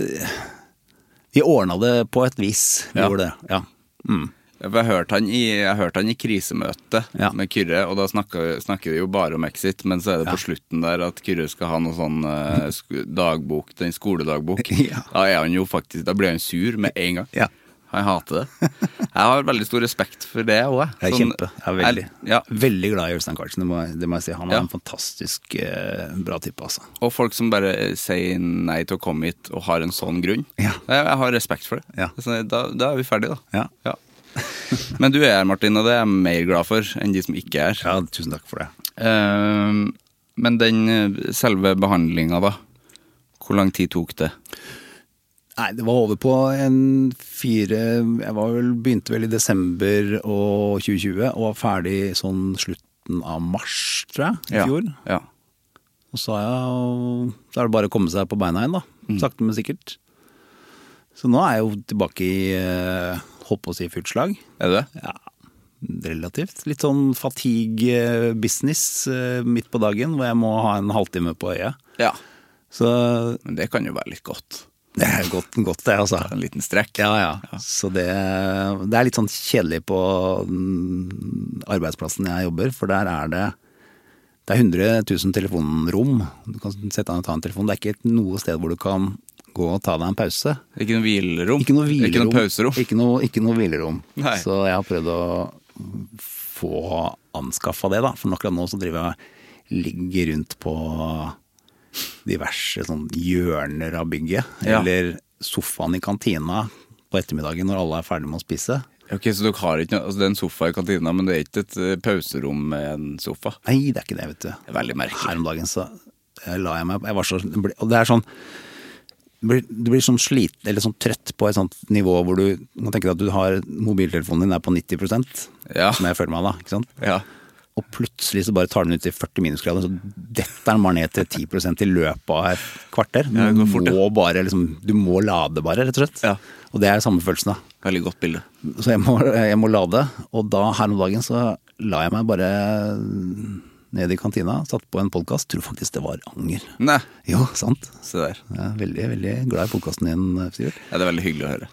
[SPEAKER 4] Vi ordna det på et vis. Vi
[SPEAKER 1] Ja.
[SPEAKER 4] gjorde det. Ja. Mm.
[SPEAKER 1] For Jeg hørte han i, jeg hørte han i krisemøte
[SPEAKER 4] Ja.
[SPEAKER 1] med Kyrre, og da snakker, snakker de jo bare om Exit, men så er det på slutten der at Kyrre skal ha noe sånn eh, sk dagbok, den skoledagbok.
[SPEAKER 4] Ja.
[SPEAKER 1] Da er han jo faktisk, da blir han sur med en gang.
[SPEAKER 4] Ja.
[SPEAKER 1] Han hater det. Jeg har veldig stor respekt for det òg, jeg.
[SPEAKER 4] Jeg er
[SPEAKER 1] Sånn-
[SPEAKER 4] kjempe. Jeg er veldig,
[SPEAKER 1] Jeg- ja,
[SPEAKER 4] veldig glad i Øystein Carlsen, det må, jeg- det må jeg si. Han er
[SPEAKER 1] Ja.
[SPEAKER 4] en fantastisk eh, bra type, altså.
[SPEAKER 1] Og folk som bare eh, sier nei til å komme hit og har en sånn grunn.
[SPEAKER 4] Ja.
[SPEAKER 1] Jeg, jeg har respekt for det.
[SPEAKER 4] Ja.
[SPEAKER 1] Så Da, da er vi ferdige, da.
[SPEAKER 4] Ja.
[SPEAKER 1] Ja. Men du er her, Martin, og det er jeg mer glad for enn de som ikke er.
[SPEAKER 4] ja, tusen takk for det.
[SPEAKER 1] Eh, men den eh, selve behandlinga, da. Hvor lang tid tok det?
[SPEAKER 4] Nei, det var over på en fire Jeg var vel, begynte vel i desember og 2020 og var ferdig sånn slutten av mars, tror jeg, i fjor.
[SPEAKER 1] Ja.
[SPEAKER 4] Og så er, jeg, så er det bare å komme seg på beina igjen, da. Sakte, men sikkert. Så nå er jeg jo tilbake i eh, holdt på å si fullt slag.
[SPEAKER 1] Er det det?
[SPEAKER 4] Ja, relativt. Litt sånn eh, fatigue-business midt på dagen hvor jeg må ha en halvtime på øyet.
[SPEAKER 1] Ja.
[SPEAKER 4] Så
[SPEAKER 1] Men det kan jo være litt godt.
[SPEAKER 4] det er godt, godt det, altså.
[SPEAKER 1] En liten strekk.
[SPEAKER 4] Ja, ja. Så det, det er litt sånn kjedelig på mm, arbeidsplassen jeg jobber, for der er det det er 100 000 telefonrom. Du kan sette deg ned og ta en telefon. Det er ikke noe sted hvor du kan gå og ta deg en pause.
[SPEAKER 1] Ikke noe hvilerom.
[SPEAKER 4] Ikke noe hvilerom.
[SPEAKER 1] Ikke noe pauserom.
[SPEAKER 4] Ikke noe, ikke noe hvilerom.
[SPEAKER 1] Nei.
[SPEAKER 4] Så jeg har prøvd å få anskaffa det, da. For akkurat nå så driver jeg ligger rundt på diverse sånn hjørner av bygget.
[SPEAKER 1] Ja.
[SPEAKER 4] Eller sofaen i kantina på ettermiddagen når alle er ferdige med å spise.
[SPEAKER 1] Ok, Så dere har ikke noe altså, Det er en sofa i kantina, men det er ikke et eh, pauserom med en sofa?
[SPEAKER 4] Nei, det er ikke det, vet du.
[SPEAKER 1] Det er veldig merkelig.
[SPEAKER 4] Her om dagen så eh, la jeg meg jeg var så, det ble- Og det er sånn du blir, du blir sånn slit, eller sånn trøtt på et sånt nivå hvor du du kan tenke deg at du har mobiltelefonen din er på 90
[SPEAKER 1] Ja.
[SPEAKER 4] som jeg føler meg da. ikke sant?
[SPEAKER 1] Ja.
[SPEAKER 4] Og plutselig så bare tar den ut til 40 minusgrader, så detter den bare ned til 10 i løpet av et kvarter. Du,
[SPEAKER 1] Ja, det går fort, ja.
[SPEAKER 4] må bare, liksom, du må lade bare, rett og slett.
[SPEAKER 1] Ja.
[SPEAKER 4] Og det er samme følelsen, da.
[SPEAKER 1] Veldig godt bilde.
[SPEAKER 4] Så jeg må, jeg må lade, og da her om dagen så la jeg meg bare ned i kantina, satt på en podkast, tror faktisk det var Anger.
[SPEAKER 1] Nei,
[SPEAKER 4] Jo, sant.
[SPEAKER 1] se der.
[SPEAKER 4] Jeg er veldig, veldig glad i podkasten din, Sivert.
[SPEAKER 1] Ja, det er veldig hyggelig å høre.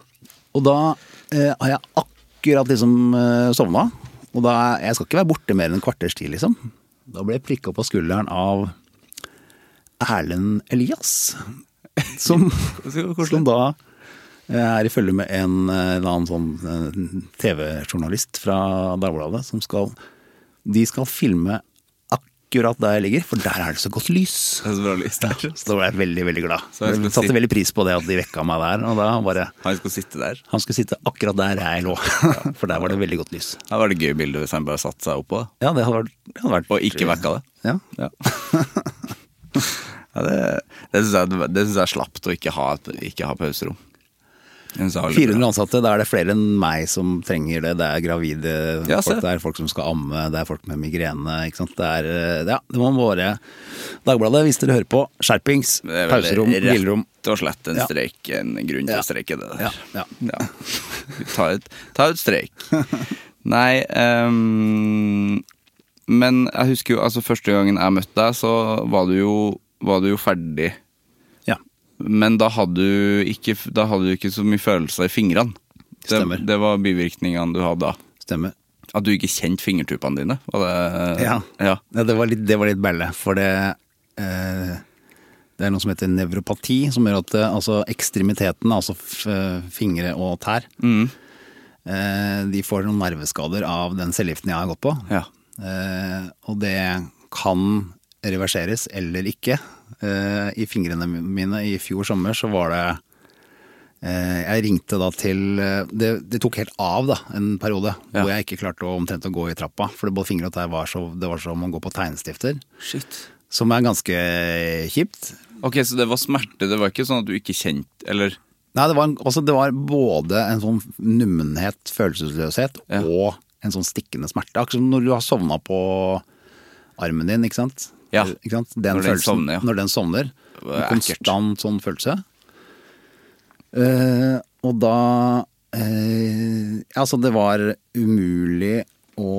[SPEAKER 4] Og da eh, har jeg akkurat liksom eh, sovna, og da, jeg skal ikke være borte mer enn en kvarters tid, liksom. Da ble jeg prikka på skulderen av Erlend Elias, som, som da eh, er i følge med en eh, eller annen sånn eh, TV-journalist fra Dagbladet, som skal De skal filme akkurat der jeg ligger, for der er det så godt lys.
[SPEAKER 1] Det er så bra lys der.
[SPEAKER 4] Så da ble jeg veldig, veldig glad.
[SPEAKER 1] Så jeg skulle
[SPEAKER 4] Jeg satte
[SPEAKER 1] si-
[SPEAKER 4] veldig pris på det at de vekka meg der, og da bare
[SPEAKER 1] Han skal sitte der.
[SPEAKER 4] han skulle sitte akkurat der jeg lå, for der var det veldig godt lys.
[SPEAKER 1] Det var det gøy bilde hvis han bare satte seg oppå det.
[SPEAKER 4] Ja, det hadde vært, det hadde vært
[SPEAKER 1] Og ikke vekka det.
[SPEAKER 4] Ja.
[SPEAKER 1] Ja. ja det det syns jeg, det synes jeg er slapt å ikke ha, ikke ha pauserom. Jeg synes det er veldig
[SPEAKER 4] 400
[SPEAKER 1] bra.
[SPEAKER 4] ansatte, da er det flere enn meg som trenger det. Det er gravide
[SPEAKER 1] Ja, se.
[SPEAKER 4] folk, det er folk som skal amme, det er folk med migrene. ikke sant? Det er, eh, ja, det må være Dagbladet, hvis dere hører på, skjerpings,
[SPEAKER 1] Det er vel
[SPEAKER 4] pauserom,
[SPEAKER 1] rett
[SPEAKER 4] hvilerom.
[SPEAKER 1] og slett en
[SPEAKER 4] Ja.
[SPEAKER 1] streik, en grunn til
[SPEAKER 4] Ja.
[SPEAKER 1] å streike det der.
[SPEAKER 4] Ja, ja.
[SPEAKER 1] Ja. Ta, ut, ta ut streik. Nei ehm, Men jeg husker jo altså første gangen jeg møtte deg, så var du jo, var du jo ferdig.
[SPEAKER 4] Ja.
[SPEAKER 1] Men da hadde du ikke, da hadde du ikke så mye følelser i fingrene. Det,
[SPEAKER 4] Stemmer.
[SPEAKER 1] det var bivirkningene du hadde da.
[SPEAKER 4] Stemmer.
[SPEAKER 1] At du ikke kjente fingertuppene dine. Var det,
[SPEAKER 4] Ja.
[SPEAKER 1] ja.
[SPEAKER 4] Ja, det, var litt, det var litt bælle, for det eh, Det er noe som heter nevropati, som gjør at eh, altså, ekstremitetene, altså f fingre og tær,
[SPEAKER 1] Mm.
[SPEAKER 4] eh, de får noen nerveskader av den cellegiften jeg har gått på.
[SPEAKER 1] Ja.
[SPEAKER 4] Eh, og det kan reverseres eller ikke. Eh, I fingrene mine i fjor sommer så var det Eh, Jeg ringte da til eh, det, det tok helt av da, en periode
[SPEAKER 1] Ja.
[SPEAKER 4] hvor jeg ikke klarte å omtrent å gå i trappa. For det både fingre og tær var så, det var som å gå på tegnestifter.
[SPEAKER 1] Shit.
[SPEAKER 4] Som er ganske kjipt.
[SPEAKER 1] Ok, så det var smerte. Det var ikke sånn at du ikke kjente Eller
[SPEAKER 4] Nei, det var, en, altså, det var både en sånn nummenhet, følelsesløshet,
[SPEAKER 1] Ja.
[SPEAKER 4] og en sånn stikkende smerte. Akkurat som når du har sovna på armen din, ikke sant?
[SPEAKER 1] Ja.
[SPEAKER 4] Ikke sant?
[SPEAKER 1] Når den sovner, ja.
[SPEAKER 4] Når den sovner.
[SPEAKER 1] er
[SPEAKER 4] En
[SPEAKER 1] ekkelt.
[SPEAKER 4] konstant sånn følelse. Eh, og da eh, Altså, det var umulig å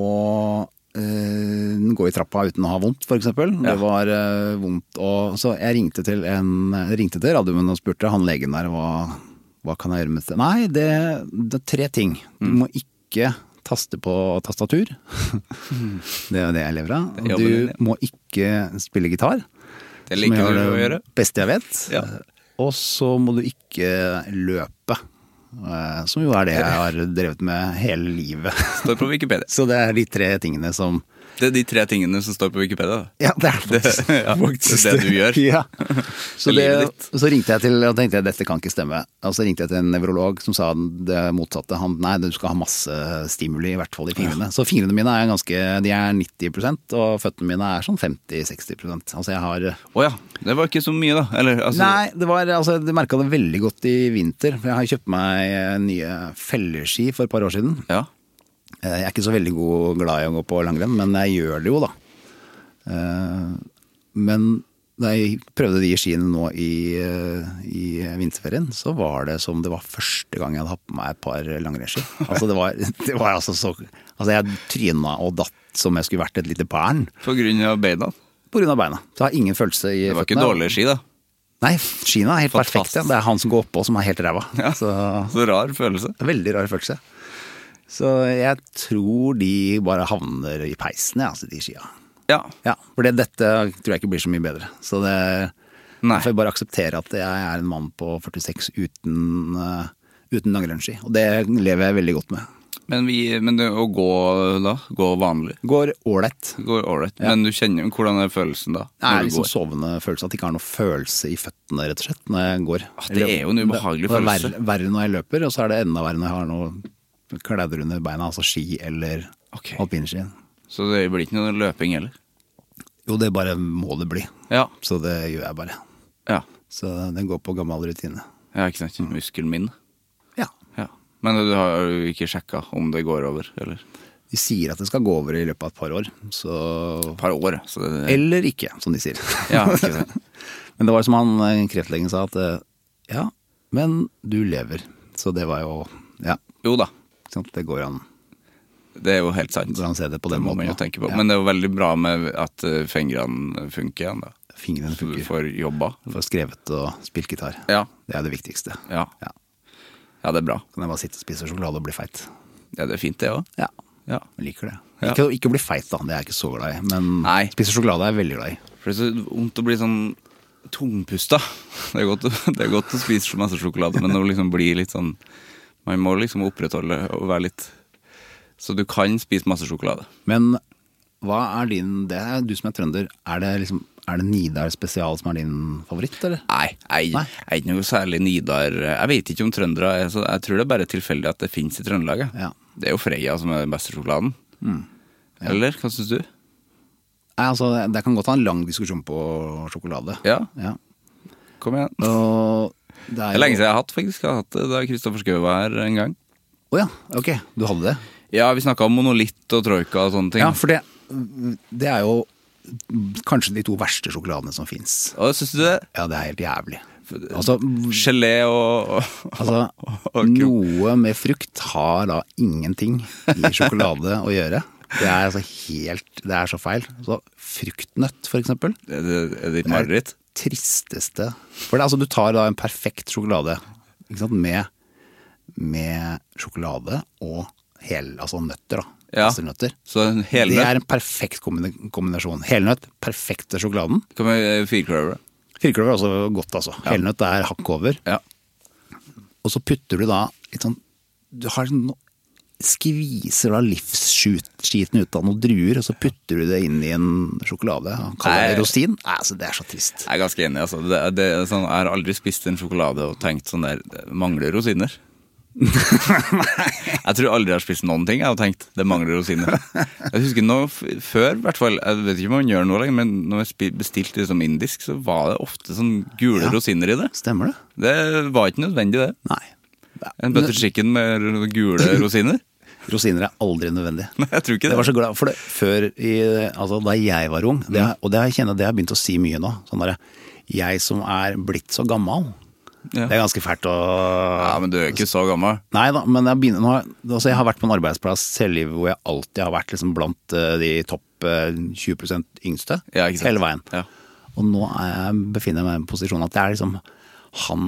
[SPEAKER 4] eh, gå i trappa uten å ha vondt, for eksempel.
[SPEAKER 1] Ja.
[SPEAKER 4] Det var eh, vondt å Så jeg ringte til, en, ringte til radioen og spurte han legen der hva, hva kan jeg gjøre med det. Nei, det, det er tre ting. Du
[SPEAKER 1] Mm.
[SPEAKER 4] må ikke taste på tastatur. det er det jeg lever av.
[SPEAKER 1] Det er jobben din, ja.
[SPEAKER 4] Du må ikke spille gitar.
[SPEAKER 1] Det
[SPEAKER 4] Som
[SPEAKER 1] liker
[SPEAKER 4] jeg
[SPEAKER 1] du
[SPEAKER 4] har
[SPEAKER 1] å
[SPEAKER 4] det
[SPEAKER 1] gjøre.
[SPEAKER 4] Beste jeg vet.
[SPEAKER 1] Ja.
[SPEAKER 4] Og så må du ikke løpe. eh, Som jo er det jeg har drevet med hele livet.
[SPEAKER 1] Står på Wikipedia.
[SPEAKER 4] Så det er de tre tingene som
[SPEAKER 1] Det er de tre tingene som står på Wikipedia. da.
[SPEAKER 4] Ja, det er faktisk
[SPEAKER 1] Det- ja, det er det du gjør.
[SPEAKER 4] Ja. Så,
[SPEAKER 1] Det
[SPEAKER 4] det,
[SPEAKER 1] er livet
[SPEAKER 4] så ringte jeg til og tenkte jeg, dette kan ikke stemme. Og så ringte jeg til en nevrolog som sa det motsatte. Han nei, du skal ha masse stimuli, i hvert fall i fingrene. Så fingrene mine er ganske De er 90 og føttene mine er sånn 50-60 Altså jeg har
[SPEAKER 1] Å ja. Det var ikke så mye, da. Eller, altså,
[SPEAKER 4] Nei, det var, altså, jeg merka det veldig godt i vinter. For jeg har kjøpt meg eh, nye felleski for et par år siden.
[SPEAKER 1] Ja.
[SPEAKER 4] Eh, Jeg er ikke så veldig god, glad i å gå på langrenn, men jeg gjør det jo, da. Eh, Men da jeg prøvde de skiene nå i, eh, i vinterferien, så var det som det var første gang jeg hadde hatt på meg et par langrennsski. Altså, det var, det var altså så Altså, jeg tryna og datt som jeg skulle vært et lite pern
[SPEAKER 1] På grunn av beina.
[SPEAKER 4] pga. beina. Så jeg har ingen følelse i
[SPEAKER 1] Det var ikke
[SPEAKER 4] føttene.
[SPEAKER 1] dårlige ski, da.
[SPEAKER 4] Nei, Kina er helt perfekt. Ja. Det er han som går oppå som er helt ræva.
[SPEAKER 1] Ja.
[SPEAKER 4] Så,
[SPEAKER 1] Så rar følelse.
[SPEAKER 4] veldig rar følelse. Så jeg tror de bare havner i peisen, ja, altså de skia.
[SPEAKER 1] Ja.
[SPEAKER 4] Ja, for det, dette tror jeg ikke blir så mye bedre. Så det
[SPEAKER 1] Nei.
[SPEAKER 4] jeg får bare akseptere at jeg er en mann på 46 uten, eh, uten langrennsski. Og det lever jeg veldig godt med.
[SPEAKER 1] Men, vi, men det, å gå da? Gå vanlig?
[SPEAKER 4] Går ålreit.
[SPEAKER 1] Går ålreit. Men du kjenner jo hvordan er følelsen da?
[SPEAKER 4] Det
[SPEAKER 1] når
[SPEAKER 4] er
[SPEAKER 1] du
[SPEAKER 4] liksom
[SPEAKER 1] går?
[SPEAKER 4] sovende følelse, at jeg ikke har noe følelse i føttene rett og slett når jeg går.
[SPEAKER 1] Ah, det er jo en ubehagelig
[SPEAKER 4] Og det er
[SPEAKER 1] følelse.
[SPEAKER 4] Verre, verre når jeg løper, og så er det enda verre når jeg har noe klæder under beina, altså ski eller
[SPEAKER 1] Ok.
[SPEAKER 4] alpinski.
[SPEAKER 1] Så det blir ikke noe løping heller?
[SPEAKER 4] Jo, det bare må det bli.
[SPEAKER 1] Ja.
[SPEAKER 4] Så det gjør jeg bare.
[SPEAKER 1] Ja,
[SPEAKER 4] Så det går på gammel rutine.
[SPEAKER 1] ja ikke sant. Muskelen min.
[SPEAKER 4] Ja.
[SPEAKER 1] Ja. Men du har jo ikke sjekka om det går over, eller?
[SPEAKER 4] De sier at det skal gå over i løpet av et par år, så
[SPEAKER 1] Et par år, så det
[SPEAKER 4] Eller ikke, som de sier.
[SPEAKER 1] Ja, ikke sant.
[SPEAKER 4] men det var som han eh, kreftlegen sa, at eh, ja, men du lever. Så det var jo Ja,
[SPEAKER 1] Jo da,
[SPEAKER 4] ikke sant? det går an.
[SPEAKER 1] det er jo helt sant.
[SPEAKER 4] Går an å se det på
[SPEAKER 1] Det
[SPEAKER 4] den
[SPEAKER 1] må
[SPEAKER 4] måten,
[SPEAKER 1] man jo
[SPEAKER 4] da.
[SPEAKER 1] tenke på.
[SPEAKER 4] Ja.
[SPEAKER 1] Men det er jo veldig bra med at eh, fingrene funker igjen, da.
[SPEAKER 4] Fingrene
[SPEAKER 1] Så du
[SPEAKER 4] funker.
[SPEAKER 1] får jobba.
[SPEAKER 4] Får skrevet og spilt gitar.
[SPEAKER 1] Ja.
[SPEAKER 4] Det er det viktigste.
[SPEAKER 1] Ja.
[SPEAKER 4] Ja.
[SPEAKER 1] ja, det er bra.
[SPEAKER 4] Kan jeg bare sitte og spise sjokolade og bli feit.
[SPEAKER 1] Ja, det er fint, det òg.
[SPEAKER 4] Ja,
[SPEAKER 1] Ja.
[SPEAKER 4] jeg liker det.
[SPEAKER 1] Ja.
[SPEAKER 4] Ikke, ikke bli feit, da. Det er jeg ikke så glad i. Men
[SPEAKER 1] Nei.
[SPEAKER 4] spise sjokolade er jeg veldig glad i.
[SPEAKER 1] For det er så vondt å bli sånn tungpusta. Det er godt, å- det er godt å spise så masse sjokolade, men å liksom bli litt sånn Man må liksom opprettholde og være litt Så du kan spise masse sjokolade.
[SPEAKER 4] Men hva er din Det er du som er trønder. Er det, liksom, er det Nidar spesial som er din favoritt, eller?
[SPEAKER 1] Nei, jeg
[SPEAKER 4] Nei.
[SPEAKER 1] jeg er ikke noe særlig Nidar eh, Jeg vet ikke om trøndere er så Jeg tror det er bare tilfeldig at det fins i Trøndelag. jeg.
[SPEAKER 4] Ja. Mm.
[SPEAKER 1] Det er jo Freia som er den beste sjokoladen. Eller hva syns du?
[SPEAKER 4] Nei, altså, Det kan godt ha en lang diskusjon på sjokolade.
[SPEAKER 1] Ja,
[SPEAKER 4] Ja.
[SPEAKER 1] kom igjen. Det
[SPEAKER 4] Og det er
[SPEAKER 1] er lenge siden jeg har hatt, faktisk. Jeg har hatt det Da Kristoffer Schou var her en gang.
[SPEAKER 4] Å ja, ok. Du hadde det?
[SPEAKER 1] Ja, vi snakka om monolitt og troika og sånne ting.
[SPEAKER 4] Ja, for det, det er jo kanskje de to verste sjokoladene som fins.
[SPEAKER 1] Og syns du det?
[SPEAKER 4] Ja, det er helt jævlig. Altså,
[SPEAKER 1] Gelé og, og
[SPEAKER 4] altså
[SPEAKER 1] Og krok.
[SPEAKER 4] noe med frukt har da ingenting i sjokolade å gjøre. Det er altså helt Det er så feil. Så fruktnøtt, for eksempel.
[SPEAKER 1] Er det, er det ditt
[SPEAKER 4] Det er
[SPEAKER 1] mareritt?
[SPEAKER 4] Tristeste For det, er altså, du tar da en perfekt sjokolade ikke sant? Med, med sjokolade og hel, altså nøtter, da.
[SPEAKER 1] Ja.
[SPEAKER 4] Hasselnøtter.
[SPEAKER 1] Så en
[SPEAKER 4] Det er
[SPEAKER 1] helnøtt?
[SPEAKER 4] en perfekt kombine- kombinasjon. Helnøtt, perfekt til sjokoladen.
[SPEAKER 1] Hva med firkløver? da?
[SPEAKER 4] Firkløver er også godt, altså. Helnøtt er hakk over.
[SPEAKER 1] Ja.
[SPEAKER 4] Og så putter du da litt sånn Du har sånn no- Skviser da livsskiten ut av noen druer, og så putter du det inn i en sjokolade. Kaller
[SPEAKER 1] Nei.
[SPEAKER 4] det rosin. Nei, altså, det er så trist.
[SPEAKER 1] Jeg er ganske enig. altså det, det, er sånn, Jeg har aldri spist en sjokolade og tenkt sånn der det Mangler rosiner? jeg tror aldri jeg har spist noen ting jeg har tenkt det mangler rosiner. Jeg husker nå, f Før, i hvert fall, jeg vet ikke om man gjør noe lenger, men når jeg spi- bestilte liksom indisk, så var det ofte sånn gule
[SPEAKER 4] Ja.
[SPEAKER 1] rosiner i det.
[SPEAKER 4] Stemmer det?
[SPEAKER 1] Det var ikke nødvendig, det.
[SPEAKER 4] Nei.
[SPEAKER 1] En butter chicken med gule rosiner?
[SPEAKER 4] Rosiner er aldri nødvendig.
[SPEAKER 1] Nei, jeg tror ikke det.
[SPEAKER 4] Jeg var så glad for det før i, altså, da jeg var ung, det, har-
[SPEAKER 1] Mm.
[SPEAKER 4] og det har jeg kjenner, det har jeg begynt å si mye nå. Sånn der, jeg som er blitt så gammal.
[SPEAKER 1] Ja.
[SPEAKER 4] Det er ganske fælt å
[SPEAKER 1] Ja, men du er jo ikke så gammel.
[SPEAKER 4] Nei da, men jeg, begynner, nå, har- altså jeg har vært på en arbeidsplass selvliv hvor jeg alltid har vært liksom blant eh, de topp eh, 20 yngste.
[SPEAKER 1] Ja, ikke sant?
[SPEAKER 4] Hele veien.
[SPEAKER 1] Ja.
[SPEAKER 4] Og nå er jeg, befinner jeg meg i en posisjon at jeg er liksom han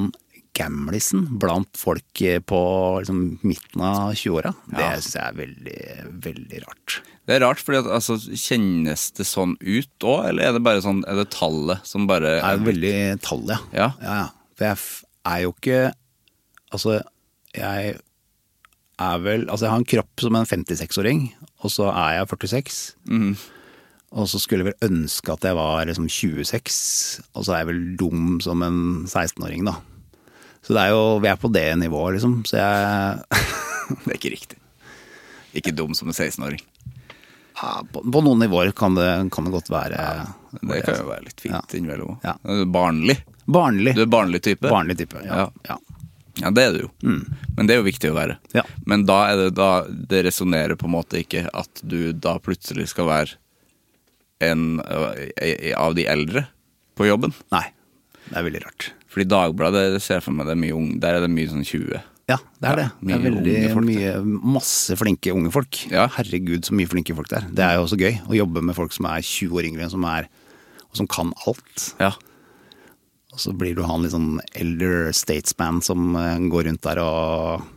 [SPEAKER 4] gamlisen blant folk eh, på liksom, midten av 20-åra. Det syns jeg er veldig, veldig rart.
[SPEAKER 1] Det er rart, fordi at, altså, kjennes det sånn ut òg, eller er det bare sånn, er det tallet som bare
[SPEAKER 4] Det er veldig tall, ja.
[SPEAKER 1] Ja.
[SPEAKER 4] ja, ja. For jeg f- er jo ikke Altså, jeg er vel Altså, jeg har en kropp som en 56-åring, og så er jeg 46.
[SPEAKER 1] Mhm.
[SPEAKER 4] Og så skulle jeg vel ønske at jeg var liksom 26, og så er jeg vel dum som en 16-åring, da. Så det er jo Vi er på det nivået, liksom. Så jeg
[SPEAKER 1] Det er ikke riktig. Ikke dum som en 16-åring.
[SPEAKER 4] ja, på, på noen nivåer kan det, kan det godt være
[SPEAKER 1] Det kan jo være litt fint innimellom òg.
[SPEAKER 4] Ja.
[SPEAKER 1] Barnlig.
[SPEAKER 4] Barnlig.
[SPEAKER 1] Du er barnlig type.
[SPEAKER 4] Barnlig type. Ja.
[SPEAKER 1] Ja.
[SPEAKER 4] ja.
[SPEAKER 1] Ja, det er du jo. Men det er jo viktig å være.
[SPEAKER 4] Ja.
[SPEAKER 1] Men da er det da Det resonnerer på en måte ikke at du da plutselig skal være en ø, ei- av de eldre på jobben.
[SPEAKER 4] Nei. Det er veldig rart.
[SPEAKER 1] Fordi Dagbladet det ser jeg for meg det er mye ung, der er det mye sånn 20.
[SPEAKER 4] Ja, det er det. Det
[SPEAKER 1] mye
[SPEAKER 4] er veldig
[SPEAKER 1] unge folk,
[SPEAKER 4] mye, masse flinke unge folk.
[SPEAKER 1] Ja.
[SPEAKER 4] Herregud, så mye flinke folk det er. Det er jo også gøy å jobbe med folk som er 20 år yngre, som er og som kan alt.
[SPEAKER 1] Ja.
[SPEAKER 4] Og så blir du han litt sånn elder statesman som eh, går rundt der og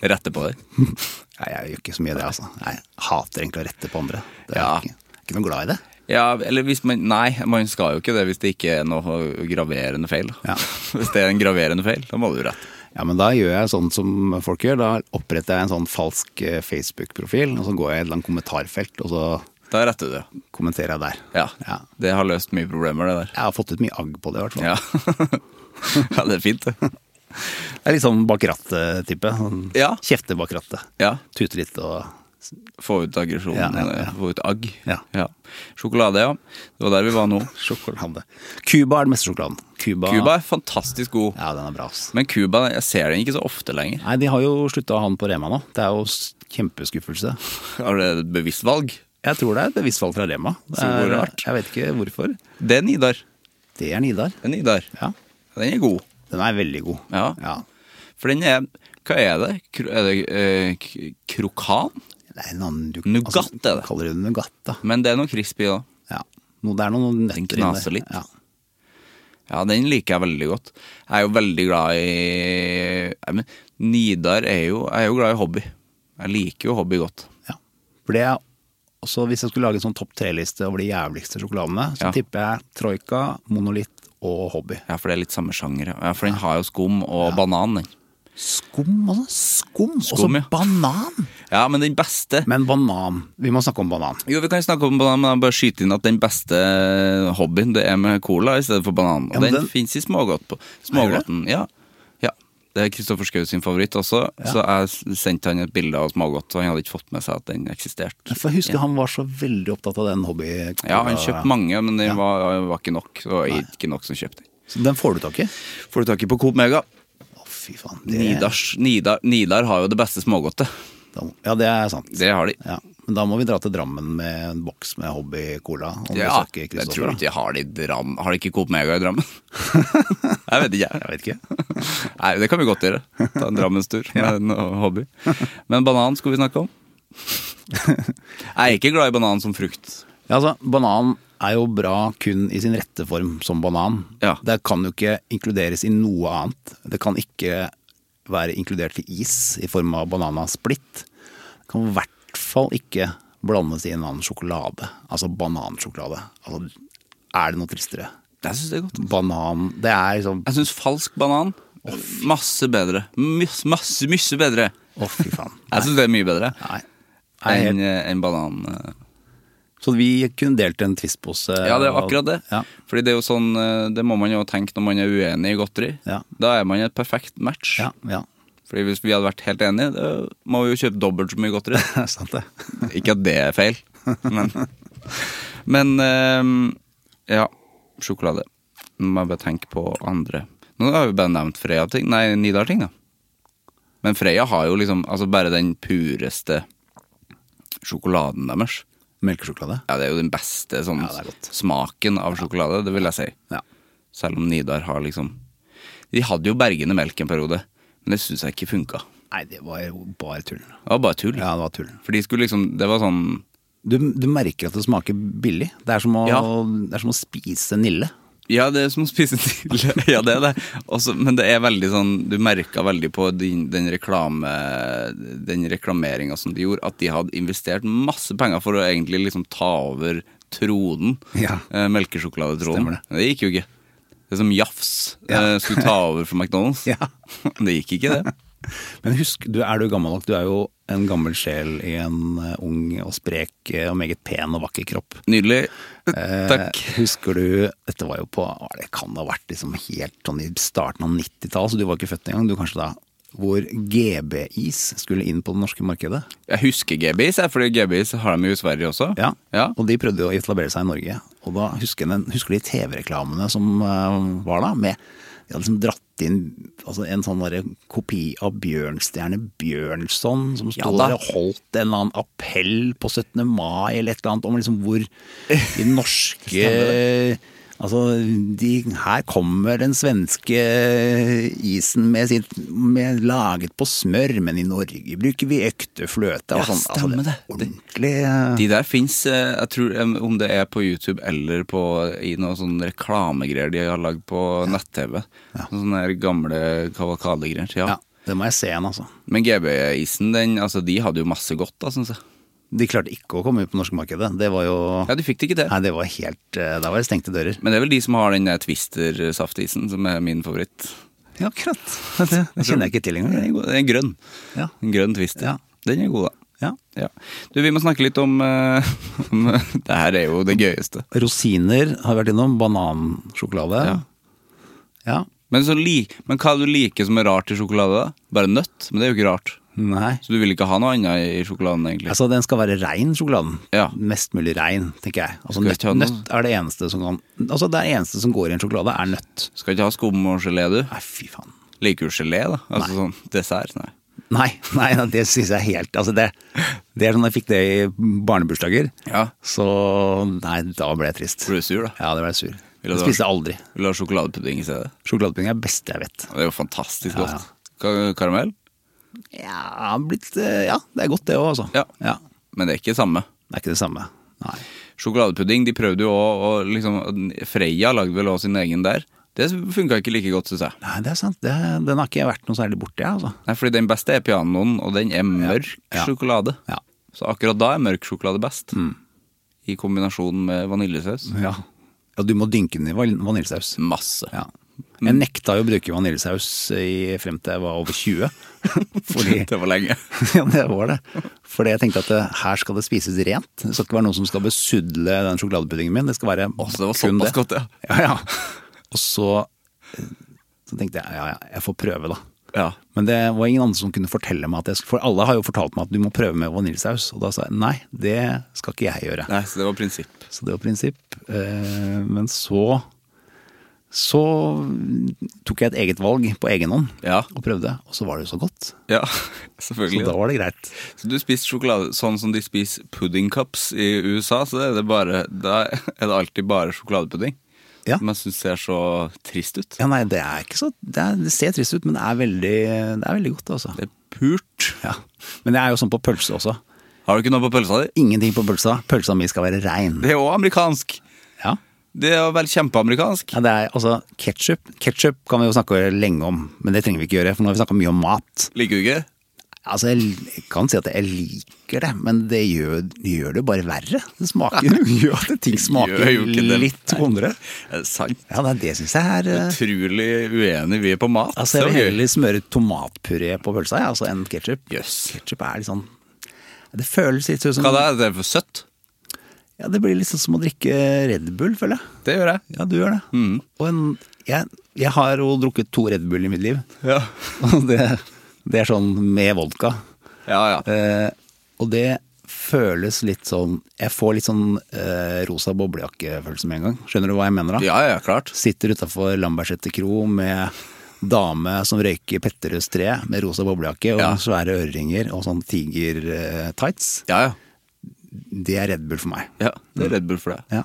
[SPEAKER 1] Rette på det.
[SPEAKER 4] Nei, jeg gjør ikke så mye av det, altså. Nei, Jeg hater egentlig å rette på andre. Det er
[SPEAKER 1] Ja.
[SPEAKER 4] ikke, jeg er ikke noe glad i det.
[SPEAKER 1] Ja, eller hvis man Nei, man skal jo ikke det hvis det ikke er noe graverende feil.
[SPEAKER 4] Ja.
[SPEAKER 1] Hvis det er en graverende feil, da må du rette.
[SPEAKER 4] Ja, men da gjør jeg sånn som folk gjør. Da oppretter jeg en sånn falsk eh, Facebook-profil, og så går jeg i et eller annet kommentarfelt, og så
[SPEAKER 1] Da retter du.
[SPEAKER 4] kommenterer jeg der.
[SPEAKER 1] Ja.
[SPEAKER 4] Ja.
[SPEAKER 1] Det har løst mye problemer, det der.
[SPEAKER 4] Jeg har fått ut mye agg på det, i hvert fall.
[SPEAKER 1] Ja. ja, det er fint, det.
[SPEAKER 4] Det er litt sånn bak rattet-type. Sånn
[SPEAKER 1] Ja.
[SPEAKER 4] Kjefte bak rattet.
[SPEAKER 1] Ja.
[SPEAKER 4] Tute litt og
[SPEAKER 1] Få ut aggresjonen, eh,
[SPEAKER 4] Ja, ja, ja.
[SPEAKER 1] få ut agg.
[SPEAKER 4] Ja.
[SPEAKER 1] Sjokolade, ja. Det var der vi var nå.
[SPEAKER 4] sjokolade. Cuba er den beste sjokoladen. Cuba,
[SPEAKER 1] Cuba er fantastisk god.
[SPEAKER 4] Ja, den er bra, ass.
[SPEAKER 1] Men Cuba, jeg ser den ikke så ofte lenger.
[SPEAKER 4] Nei, de har jo slutta å ha den på Rema nå. Det er jo s- kjempeskuffelse.
[SPEAKER 1] Har det et bevisst valg?
[SPEAKER 4] Jeg tror det er et bevisst valg fra Rema. Det
[SPEAKER 1] Så
[SPEAKER 4] er,
[SPEAKER 1] rart.
[SPEAKER 4] Jeg vet ikke hvorfor.
[SPEAKER 1] Det er Nidar.
[SPEAKER 4] Det er Nidar.
[SPEAKER 1] Det er Nidar.
[SPEAKER 4] Ja.
[SPEAKER 1] Den er god.
[SPEAKER 4] Den er veldig god.
[SPEAKER 1] Ja. For den er Hva er det? Kro, er det eh, k- krokan?
[SPEAKER 4] Det er en annen du,
[SPEAKER 1] Nougat er det.
[SPEAKER 4] Kaller du det nougat, da.
[SPEAKER 1] Men det er noe crispy, da.
[SPEAKER 4] Ja. No, det er noen nøtter
[SPEAKER 1] Den
[SPEAKER 4] inni
[SPEAKER 1] knaser
[SPEAKER 4] der.
[SPEAKER 1] litt.
[SPEAKER 4] Ja.
[SPEAKER 1] Ja, den liker jeg veldig godt. Jeg er jo veldig glad i Nei, men Nidar er jo Jeg er jo glad i hobby. Jeg liker jo hobby godt.
[SPEAKER 4] Ja. For det er også, hvis jeg skulle lage en sånn topp tre-liste over de jævligste sjokoladene,
[SPEAKER 1] Ja.
[SPEAKER 4] så tipper jeg Troika, Monolitt og Hobby.
[SPEAKER 1] Ja, for det er litt samme sjanger. ja. Ja, for den har jo skum og banan, den.
[SPEAKER 4] Skum, altså. Skum,
[SPEAKER 1] Skum, ja.
[SPEAKER 4] og så banan!
[SPEAKER 1] Ja, men den beste
[SPEAKER 4] Men banan. Vi må snakke om banan.
[SPEAKER 1] Jo, vi kan snakke om banan, men jeg bare skyte inn at den beste hobbyen det er med cola i stedet for banan. Og
[SPEAKER 4] Ja, men
[SPEAKER 1] den,
[SPEAKER 4] den-
[SPEAKER 1] finnes i smågodt på smågodten. Ja. ja. Det er Kristoffer Schou sin favoritt også, så jeg sendte han et bilde av smågodt. Så han hadde ikke fått med seg at den eksisterte.
[SPEAKER 4] For jeg husker han var så veldig opptatt av den hobby...
[SPEAKER 1] Ja, han kjøpte mange, men den var, var ikke nok. Så det var ikke nok som kjøpte den.
[SPEAKER 4] Så Den får du tak i?
[SPEAKER 1] Får du tak i på Coop Mega?
[SPEAKER 4] Å, fy faen. det-
[SPEAKER 1] Nidars, Nidar, Nidar har jo det beste smågodtet.
[SPEAKER 4] da- Ja, det er sant.
[SPEAKER 1] Det har de.
[SPEAKER 4] Ja, Men da må vi dra til Drammen med en boks med hobby-cola. og
[SPEAKER 1] Ja,
[SPEAKER 4] besøke
[SPEAKER 1] jeg
[SPEAKER 4] Kristoffer,
[SPEAKER 1] tror
[SPEAKER 4] da.
[SPEAKER 1] ikke de har det i Drammen. Har de ikke Coop Mega i Drammen? jeg vet ikke, jeg.
[SPEAKER 4] Jeg vet ikke.
[SPEAKER 1] Nei, det kan vi godt gjøre. Ta en Drammenstur med en hobby. Men banan skulle vi snakke om. Jeg er ikke glad i banan som frukt.
[SPEAKER 4] Ja, altså, Banan er jo bra kun i sin rette form som banan.
[SPEAKER 1] Ja.
[SPEAKER 4] Det kan jo ikke inkluderes i noe annet. Det kan ikke være inkludert i is i form av bananasplitt. Det kan i hvert fall ikke blandes i en annen sjokolade. Altså banansjokolade. Altså, er det noe tristere?
[SPEAKER 1] Jeg syns det er godt.
[SPEAKER 4] Banan Det er liksom
[SPEAKER 1] Jeg syns falsk banan masse bedre. Mys- Masse, mye bedre.
[SPEAKER 4] Å, fy faen.
[SPEAKER 1] Jeg syns det er mye bedre
[SPEAKER 4] Nei. Nei, helt-
[SPEAKER 1] enn en banan. eh.
[SPEAKER 4] Så vi kunne delt en Twist-pose.
[SPEAKER 1] Ja, det er akkurat det.
[SPEAKER 4] Ja.
[SPEAKER 1] Fordi det er jo sånn eh, Det må man jo tenke når man er uenig i godteri.
[SPEAKER 4] Ja.
[SPEAKER 1] Da er man i et perfekt match.
[SPEAKER 4] Ja, ja.
[SPEAKER 1] Fordi hvis vi hadde vært helt enige, da må vi jo kjøpe dobbelt så mye godteri.
[SPEAKER 4] Det er sant, det.
[SPEAKER 1] Ikke at det er feil, men Men ehm, ja, sjokolade. Nå må jeg bare tenke på andre. Nå har vi bare nevnt Freia-ting, nei, Nidar-ting, da. Men Freia har jo liksom altså bare den pureste sjokoladen deres.
[SPEAKER 4] Melkesjokolade.
[SPEAKER 1] Ja, det er jo den beste sånn,
[SPEAKER 4] Ja, det er godt.
[SPEAKER 1] smaken av sjokolade, det vil jeg si.
[SPEAKER 4] Ja.
[SPEAKER 1] Selv om Nidar har liksom De hadde jo bergende melk en periode, men det syns jeg ikke funka.
[SPEAKER 4] Nei, det var jo bare tull.
[SPEAKER 1] Det var bare tull.
[SPEAKER 4] Ja, det var tull.
[SPEAKER 1] For de skulle liksom Det var sånn
[SPEAKER 4] Du, du merker at det smaker billig. Det er som å,
[SPEAKER 1] Ja.
[SPEAKER 4] det er som å spise nille.
[SPEAKER 1] Ja, det er som å spise nille. Ja, det er det. Også, men det er veldig sånn Du merka veldig på din, den reklame Den reklameringa som de gjorde, at de hadde investert masse penger for å egentlig liksom ta over tronen.
[SPEAKER 4] Ja.
[SPEAKER 1] Eh, melkesjokoladetronen.
[SPEAKER 4] Stemmer det.
[SPEAKER 1] Men det gikk jo ikke. Det er som Jafs eh,
[SPEAKER 4] Ja.
[SPEAKER 1] skulle ta over for McDonald's.
[SPEAKER 4] Ja.
[SPEAKER 1] Det gikk ikke, det.
[SPEAKER 4] Men husk, du er du gammel nok. Du er jo en gammel sjel i en eh, ung og sprek eh, og meget pen og vakker kropp.
[SPEAKER 1] Nydelig.
[SPEAKER 4] Eh,
[SPEAKER 1] Takk.
[SPEAKER 4] Husker du Dette var jo på hva Det kan ha vært liksom helt sånn i starten av 90-tallet, så du var ikke født engang. Du kanskje da hvor GB-is skulle inn på det norske markedet.
[SPEAKER 1] Jeg husker GBIs, jeg, fordi GBIs har de jo i Sverige også.
[SPEAKER 4] Ja,
[SPEAKER 1] ja.
[SPEAKER 4] Og de prøvde jo å etablere seg i Norge. Og da husker, jeg den, husker de TV-reklamene som eh, var da? Med, de hadde liksom dratt inn altså en sånn derre kopi av Bjørnstjerne Bjørnson, som sto
[SPEAKER 1] da.
[SPEAKER 4] der og holdt en eller annen appell på 17. mai eller et eller annet, om liksom hvor de norske Altså, de, her kommer den svenske isen med sitt med, laget på smør, men i Norge bruker vi ekte fløte. og
[SPEAKER 1] Ja,
[SPEAKER 4] sånn.
[SPEAKER 1] stemmer
[SPEAKER 4] altså,
[SPEAKER 1] det.
[SPEAKER 4] er Ordentlig eh,
[SPEAKER 1] De der fins, jeg tror em, om det er på YouTube eller på, i noen sånne reklamegreier de har lagd på nett-TV. Sånne der gamle kavalkadegreier. Ja.
[SPEAKER 4] Ja, det må jeg se igjen, altså.
[SPEAKER 1] Men GB-isen, den, altså, de hadde jo masse godt, da, syns jeg.
[SPEAKER 4] De klarte ikke å komme ut på norske markedet. Det var jo
[SPEAKER 1] Ja, de fikk det ikke til.
[SPEAKER 4] Nei, det var helt eh, Da var det stengte dører.
[SPEAKER 1] Men det er vel de som har den der Twister-saftisen, som er min favoritt.
[SPEAKER 4] Ja, akkurat. Det, kjenner jeg ikke til
[SPEAKER 1] Den er
[SPEAKER 4] engang.
[SPEAKER 1] god. Den er grønn.
[SPEAKER 4] Ja.
[SPEAKER 1] En grønn Twister.
[SPEAKER 4] Ja.
[SPEAKER 1] Den er god, da.
[SPEAKER 4] Ja.
[SPEAKER 1] Ja. Du, vi må snakke litt om, eh, om Det her er jo det gøyeste.
[SPEAKER 4] Rosiner har vi vært innom. Banansjokolade.
[SPEAKER 1] Ja.
[SPEAKER 4] Ja.
[SPEAKER 1] Men, så li, men hva du liker som er rart i sjokolade? da? Bare nøtt? Men det er jo ikke rart.
[SPEAKER 4] Nei.
[SPEAKER 1] Så du vil ikke ha noe annet i sjokoladen, egentlig?
[SPEAKER 4] Altså, den skal være rein, sjokoladen.
[SPEAKER 1] Ja.
[SPEAKER 4] Mest mulig rein, tenker jeg. Altså,
[SPEAKER 1] Skal vi
[SPEAKER 4] nøtt,
[SPEAKER 1] ta noe?
[SPEAKER 4] nøtt er det eneste som kan Altså, det eneste som går i en sjokolade, er nøtt.
[SPEAKER 1] Skal ikke ha skum og gelé, du?
[SPEAKER 4] Nei, fy faen.
[SPEAKER 1] Liker du gelé, da? Altså sånn dessert? Nei.
[SPEAKER 4] Nei, nei, nei, det syns jeg helt Altså, det, det er sånn jeg fikk det i barnebursdager.
[SPEAKER 1] Ja.
[SPEAKER 4] Så nei, da ble jeg trist.
[SPEAKER 1] Blir du sur, da?
[SPEAKER 4] Ja, det ble jeg sur.
[SPEAKER 1] Ville
[SPEAKER 4] Jeg
[SPEAKER 1] du ha-
[SPEAKER 4] spiste aldri.
[SPEAKER 1] Vil du ha sjokoladepudding i stedet?
[SPEAKER 4] Sjokoladepudding er det beste jeg vet.
[SPEAKER 1] Det er jo fantastisk
[SPEAKER 4] Ja, ja.
[SPEAKER 1] godt. Ka- Karamell?
[SPEAKER 4] Ja, blitt, eh, ja, det er godt det òg, altså.
[SPEAKER 1] Ja.
[SPEAKER 4] ja.
[SPEAKER 1] Men det er ikke det samme.
[SPEAKER 4] Det er ikke det samme. Nei.
[SPEAKER 1] Sjokoladepudding, de prøvde jo òg å liksom Freia lagde vel òg sin egen der. Det funka ikke like godt, syns jeg.
[SPEAKER 4] nei, det er sant. Det, den har ikke jeg vært noe særlig borti, jeg, altså.
[SPEAKER 1] Nei, fordi den beste er pianoen, og den er mørk
[SPEAKER 4] Ja.
[SPEAKER 1] sjokolade.
[SPEAKER 4] Ja.
[SPEAKER 1] Så akkurat da er mørk sjokolade best.
[SPEAKER 4] Mm.
[SPEAKER 1] I kombinasjon med vaniljesaus.
[SPEAKER 4] Ja. ja, du må dynke den i val- vaniljesaus.
[SPEAKER 1] Masse.
[SPEAKER 4] Mm. Ja.
[SPEAKER 1] Mm.
[SPEAKER 4] Jeg nekta jo å bruke vaniljesaus i- frem til jeg var over 20. Fordi
[SPEAKER 1] Det var lenge.
[SPEAKER 4] ja, det var det. Fordi jeg tenkte at eh, her skal det spises rent. Det skal ikke være noen som skal besudle den sjokoladepuddingen min. Det skal være
[SPEAKER 1] Å, så det var
[SPEAKER 4] kun
[SPEAKER 1] såpass godt, ja.
[SPEAKER 4] ja, ja. Og så, eh, så tenkte jeg ja, ja, jeg får prøve, da.
[SPEAKER 1] Ja.
[SPEAKER 4] Men det var ingen andre som kunne fortelle meg at jeg, For alle har jo fortalt meg at du må prøve med vaniljesaus. Og da sa jeg nei, det skal ikke jeg gjøre.
[SPEAKER 1] Nei, så det var prinsipp.
[SPEAKER 4] Så det var prinsipp. Eh, Men så så tok jeg et eget valg på egen hånd
[SPEAKER 1] Ja.
[SPEAKER 4] og prøvde, og så var det jo så godt.
[SPEAKER 1] Ja,
[SPEAKER 4] Så
[SPEAKER 1] selvfølgelig.
[SPEAKER 4] da var det greit.
[SPEAKER 1] Så du spiste sjokolade sånn som de spiser pudding cups i USA, så er det, bare, da er det alltid bare sjokoladepudding.
[SPEAKER 4] Ja.
[SPEAKER 1] Som jeg syns ser så trist ut.
[SPEAKER 4] Ja, nei, det er ikke så Det, er, det ser trist ut, men det er veldig, det er veldig godt, altså.
[SPEAKER 1] Det er pult.
[SPEAKER 4] Ja. Men det er jo sånn på pølse også.
[SPEAKER 1] Har du ikke noe på pølsa di?
[SPEAKER 4] Ingenting på pølsa. Pølsa mi skal være rein.
[SPEAKER 1] Det er jo amerikansk.
[SPEAKER 4] Ja.
[SPEAKER 1] Det er vel kjempeamerikansk.
[SPEAKER 4] Ja, det er altså ketchup. Ketchup kan vi jo snakke lenge om, men det trenger vi ikke gjøre, for nå har vi snakka mye om mat.
[SPEAKER 1] Liker du ikke?
[SPEAKER 4] Altså, jeg, jeg kan si at jeg liker det, men det gjør, det gjør det bare verre. Det smaker jo gjør at ting smaker
[SPEAKER 1] Gjør jo ikke det.
[SPEAKER 4] litt vondere.
[SPEAKER 1] Er det sant?
[SPEAKER 4] Ja, nei, det syns jeg er eh,
[SPEAKER 1] Utrolig uenige vi er på mat.
[SPEAKER 4] Altså,
[SPEAKER 1] Det
[SPEAKER 4] jeg vil
[SPEAKER 1] var gøy.
[SPEAKER 4] heller smøre tomatpuré på pølsa jeg, altså, enn ketsjup.
[SPEAKER 1] Jøss.
[SPEAKER 4] Ketsjup er litt sånn Det føles litt ut som
[SPEAKER 1] Hva da? Er det for søtt?
[SPEAKER 4] Ja, det blir litt sånn som å drikke Red Bull, føler jeg.
[SPEAKER 1] Det gjør jeg.
[SPEAKER 4] Ja, du gjør det. Og en, jeg, jeg har jo drukket to Red Bull i mitt liv.
[SPEAKER 1] Ja,
[SPEAKER 4] Og det, det er sånn med vodka.
[SPEAKER 1] ja. ja.
[SPEAKER 4] Eh, og det føles litt sånn Jeg får litt sånn eh, rosa boblejakkefølelse med en gang. Skjønner du hva jeg mener da?
[SPEAKER 1] Ja, ja, klart.
[SPEAKER 4] Sitter utafor Lambertseter kro med dame som røyker Petterøes tre med rosa boblejakke og
[SPEAKER 1] Ja.
[SPEAKER 4] svære øreringer og sånn tiger-tights.
[SPEAKER 1] Ja, ja.
[SPEAKER 4] det er Red Bull for meg.
[SPEAKER 1] ja det er Red Bull for deg.
[SPEAKER 4] Ja.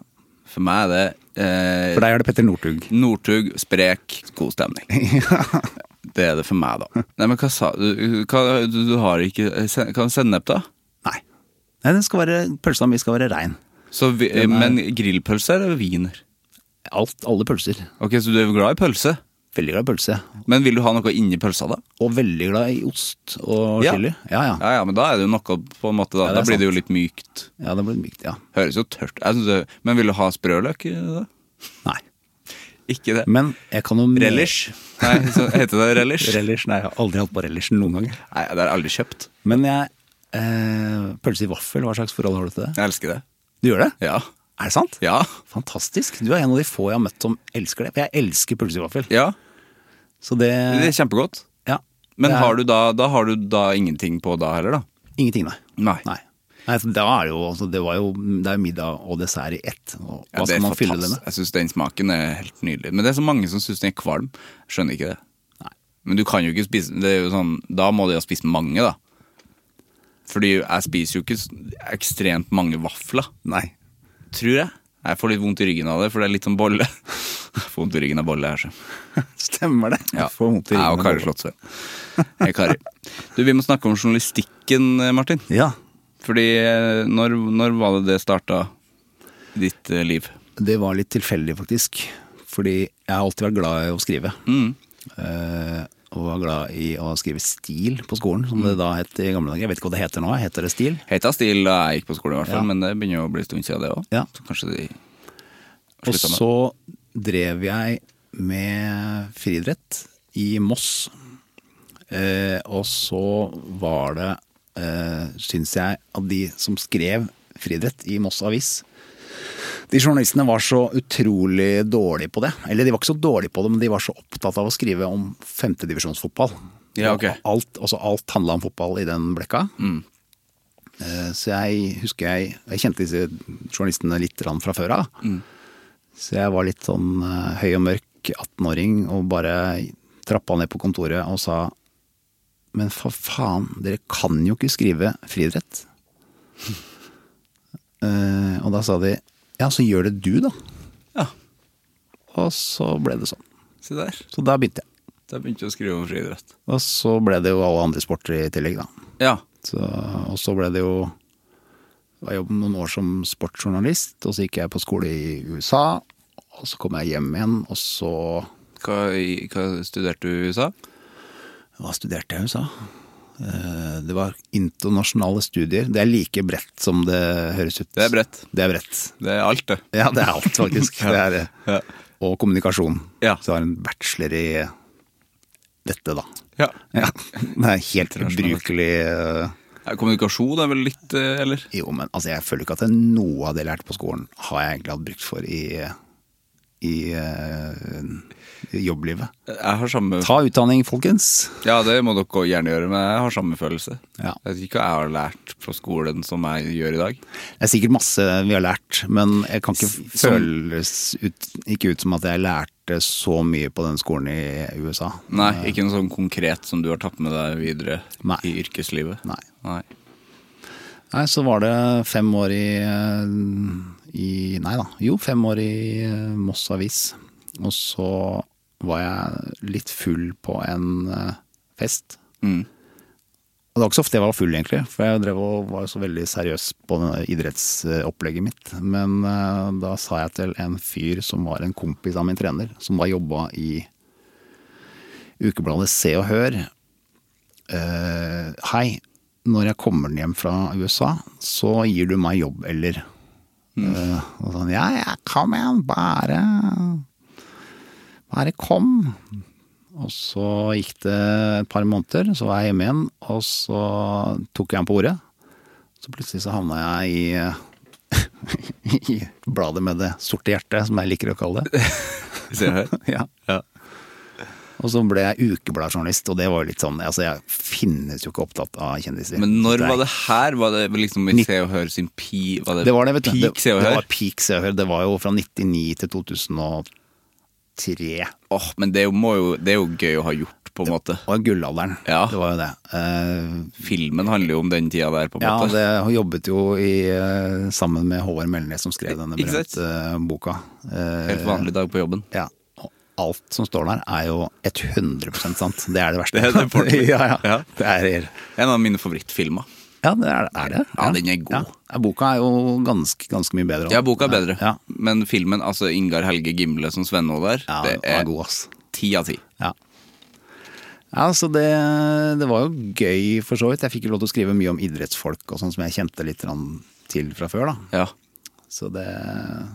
[SPEAKER 1] For meg er det
[SPEAKER 4] For
[SPEAKER 1] eh,
[SPEAKER 4] deg er det Petter Northug.
[SPEAKER 1] Northug, sprek, god stemning. Det er det for meg, da. Nei, men hva sa du? Hva, du, du har ikke eh, sen- Hva sennep, da?
[SPEAKER 4] Nei. Nei, den skal være, Pølsa mi skal være rein.
[SPEAKER 1] Så vi, eh, men grillpølse eller wiener?
[SPEAKER 4] Alt, alle pølser.
[SPEAKER 1] Ok, så du er glad i pølse?
[SPEAKER 4] Veldig glad i pølse.
[SPEAKER 1] Men vil du ha noe inni pølsa, da?
[SPEAKER 4] Og veldig glad i ost og
[SPEAKER 1] Ja.
[SPEAKER 4] chili. Ja, ja. ja.
[SPEAKER 1] Ja, ja, men da er det jo noe, på en måte. Da,
[SPEAKER 4] Ja, det er
[SPEAKER 1] da blir det jo
[SPEAKER 4] sant.
[SPEAKER 1] litt mykt.
[SPEAKER 4] det blir mykt, ja.
[SPEAKER 1] Høres jo tørt jeg synes det, Men vil du ha sprøløk? i det?
[SPEAKER 4] Nei.
[SPEAKER 1] Ikke det.
[SPEAKER 4] Men jeg kan jo
[SPEAKER 1] Relish? Nei, så heter det relish?
[SPEAKER 4] Relish, nei, jeg har aldri hatt på relish noen gang.
[SPEAKER 1] Nei, det har jeg aldri kjøpt.
[SPEAKER 4] Men jeg eh, Pølse i vaffel, hva slags forhold har du til det?
[SPEAKER 1] Jeg elsker det.
[SPEAKER 4] Du gjør det?
[SPEAKER 1] Ja.
[SPEAKER 4] Er det sant?
[SPEAKER 1] Ja.
[SPEAKER 4] Fantastisk. Du er en av de få jeg har møtt som elsker det. For jeg elsker pølse i vaffel.
[SPEAKER 1] ja.
[SPEAKER 4] Så det,
[SPEAKER 1] Det er kjempegodt.
[SPEAKER 4] Ja.
[SPEAKER 1] Men
[SPEAKER 4] Det er-
[SPEAKER 1] har du da, da har du da ingenting på da heller, da?
[SPEAKER 4] Ingenting, nei.
[SPEAKER 1] Nei.
[SPEAKER 4] Nei. Nei, for da er det jo, altså, det var jo det er jo middag og dessert i ett. Og hva
[SPEAKER 1] Ja, det er
[SPEAKER 4] skal man fylle det
[SPEAKER 1] fantastisk.
[SPEAKER 4] med?
[SPEAKER 1] Jeg syns den smaken er helt nydelig. Men det er så mange som syns den er kvalm. Skjønner ikke det.
[SPEAKER 4] Nei.
[SPEAKER 1] Men du kan jo ikke spise det er jo sånn, Da må de ha spist mange, da. Fordi jeg spiser jo ikke s- ekstremt mange vafler,
[SPEAKER 4] Nei.
[SPEAKER 1] tror jeg. Jeg får litt vondt i ryggen av det, for det er litt som bolle. Jeg får vondt i ryggen av bolle her, så.
[SPEAKER 4] Stemmer det.
[SPEAKER 1] Ja.
[SPEAKER 4] Får vondt i
[SPEAKER 1] Jeg og
[SPEAKER 4] ryggen
[SPEAKER 1] Kari
[SPEAKER 4] av
[SPEAKER 1] Slottsveen. Hei, Kari. Du, vi må snakke om journalistikken, eh, Martin.
[SPEAKER 4] det. Ja.
[SPEAKER 1] Fordi eh, når, når var det det starta i ditt eh, liv?
[SPEAKER 4] Det var litt tilfeldig, faktisk. Fordi jeg har alltid vært glad i å skrive. Eh, og var glad i å skrive stil på skolen, som det da het i gamle dager. Jeg vet ikke hva det heter nå, heter det stil?
[SPEAKER 1] Heta stil da jeg gikk på skole, i hvert fall,
[SPEAKER 4] Ja.
[SPEAKER 1] men det begynner jo å bli en stund siden det òg.
[SPEAKER 4] Ja.
[SPEAKER 1] Kanskje de
[SPEAKER 4] Og
[SPEAKER 1] slutta med det.
[SPEAKER 4] så drev jeg med friidrett i Moss. Eh, og så var det, eh, syns jeg, at de som skrev friidrett i Moss Avis De journalistene var så utrolig dårlige på det. Eller de var ikke så dårlige på det, men de var så opptatt av å skrive om femtedivisjonsfotball.
[SPEAKER 1] Ja, ok. Mm.
[SPEAKER 4] Og Alt, altså alt handla om fotball i den blekka. Eh, Så jeg husker jeg Jeg kjente disse journalistene litt grann fra før av.
[SPEAKER 1] Mm.
[SPEAKER 4] Så jeg var litt sånn eh, høy og mørk 18-åring og bare trappa ned på kontoret og sa Men for faen, dere kan jo ikke skrive friidrett. Eh, og da sa de Ja, så gjør det du, da.
[SPEAKER 1] Ja,
[SPEAKER 4] Og så ble det sånn.
[SPEAKER 1] se der.
[SPEAKER 4] Så da begynte jeg.
[SPEAKER 1] Da begynte jeg å skrive om friidrett.
[SPEAKER 4] Og så ble det jo alle andre sporter i tillegg, da.
[SPEAKER 1] Ja.
[SPEAKER 4] Så, og så ble det jo Jeg jobbet noen år som sportsjournalist, og så gikk jeg på skole i USA. Og så kom jeg hjem igjen, og så
[SPEAKER 1] Hva, i- hva studerte du i USA?
[SPEAKER 4] Hva studerte jeg i USA? Eh, Det var internasjonale studier. Det er like bredt som det høres ut.
[SPEAKER 1] Det er bredt.
[SPEAKER 4] Det er bredt.
[SPEAKER 1] Det er alt, det.
[SPEAKER 4] Ja, det er alt, faktisk. Det er,
[SPEAKER 1] Ja.
[SPEAKER 4] Og kommunikasjon.
[SPEAKER 1] Ja.
[SPEAKER 4] Så jeg har en bachelor i dette, da.
[SPEAKER 1] Ja.
[SPEAKER 4] Ja. Det er helt
[SPEAKER 1] Internasjonalt.
[SPEAKER 4] ubrukelig. eh,
[SPEAKER 1] Ja, Kommunikasjon er vel litt, eh, eller?
[SPEAKER 4] Jo, men altså, jeg føler ikke at noe av det jeg lærte på skolen, har jeg egentlig hatt brukt for i, i, eh, i jobblivet.
[SPEAKER 1] Jeg har samme
[SPEAKER 4] Ta utdanning, folkens.
[SPEAKER 1] Ja, det må dere også gjerne gjøre, men jeg har samme følelse.
[SPEAKER 4] Ja.
[SPEAKER 1] Jeg vet ikke hva jeg har lært på skolen som jeg gjør i dag.
[SPEAKER 4] Det er sikkert masse vi har lært, men jeg kan ikke
[SPEAKER 1] S- som-
[SPEAKER 4] føles ut, ikke ut som at jeg lærte så mye på den skolen i USA.
[SPEAKER 1] Nei, ikke noe sånn konkret som du har tatt med deg videre
[SPEAKER 4] Nei.
[SPEAKER 1] i yrkeslivet.
[SPEAKER 4] Nei.
[SPEAKER 1] Nei.
[SPEAKER 4] Nei, så var det fem år i, eh, i Nei da, jo, fem år i eh, Moss Avis. Og så var jeg litt full på en eh, fest.
[SPEAKER 1] Mm.
[SPEAKER 4] Og det var ikke så ofte jeg var full, egentlig, for jeg drev og var så veldig seriøs på det idrettsopplegget mitt. Men eh, da sa jeg til en fyr som var en kompis av min trener, som da jobba i ukebladet Se og Hør. eh, Hei, når jeg kommer hjem fra USA, så gir du meg jobb, eller? Eh, og sånn, ja, ja, kom igjen, bare Bare kom. Og så gikk det et par måneder, så var jeg hjemme igjen, og så tok jeg ham på ordet. Så plutselig så havna jeg i, i bladet med det sorte hjertet, som jeg liker å kalle det.
[SPEAKER 1] Ser du her?
[SPEAKER 4] Ja.
[SPEAKER 1] Ja.
[SPEAKER 4] Og så ble jeg ukebladjournalist, og det var jo litt sånn altså Jeg finnes jo ikke opptatt av kjendiser.
[SPEAKER 1] Men når
[SPEAKER 4] er-
[SPEAKER 1] var det her? Var det liksom i
[SPEAKER 4] Nitt-
[SPEAKER 1] Se og Hør sin pi? Var det,
[SPEAKER 4] Det var det, vet du.
[SPEAKER 1] peak Se og
[SPEAKER 4] Det, det
[SPEAKER 1] Hør?
[SPEAKER 4] var peak Se og Hør. Det var jo fra 99 til 2003.
[SPEAKER 1] Åh, men det er, jo, må jo, det er jo gøy å ha gjort, på en måte.
[SPEAKER 4] Det var gullalderen.
[SPEAKER 1] Ja.
[SPEAKER 4] Det var jo det. Eh,
[SPEAKER 1] Filmen handler jo om den tida der, på en
[SPEAKER 4] Ja,
[SPEAKER 1] måte.
[SPEAKER 4] det, hun jobbet jo i, eh, sammen med Håvard Melnes som skrev denne
[SPEAKER 1] Ikke sant?
[SPEAKER 4] berømte eh, boka. Eh,
[SPEAKER 1] Helt vanlig dag på jobben.
[SPEAKER 4] Ja, og alt som står der er jo 100 sant. Det er det verste.
[SPEAKER 1] Det er det fortsatt.
[SPEAKER 4] ja, ja.
[SPEAKER 1] Ja.
[SPEAKER 4] Det er,
[SPEAKER 1] En av mine favorittfilmer.
[SPEAKER 4] ja, det er, er det.
[SPEAKER 1] Ja, den er god.
[SPEAKER 4] Ja, boka er jo ganske, ganske mye bedre.
[SPEAKER 1] Ja, boka er bedre,
[SPEAKER 4] Ja,
[SPEAKER 1] men filmen, altså Ingar Helge Gimle som Svenno der,
[SPEAKER 4] ja
[SPEAKER 1] det
[SPEAKER 4] den
[SPEAKER 1] er
[SPEAKER 4] er god, ass.
[SPEAKER 1] ti av ti.
[SPEAKER 4] Ja. Ja, så det, det var jo gøy for så vidt. Jeg fikk jo lov til å skrive mye om idrettsfolk og sånn som jeg kjente litt grann til fra før. da.
[SPEAKER 1] Ja.
[SPEAKER 4] Så det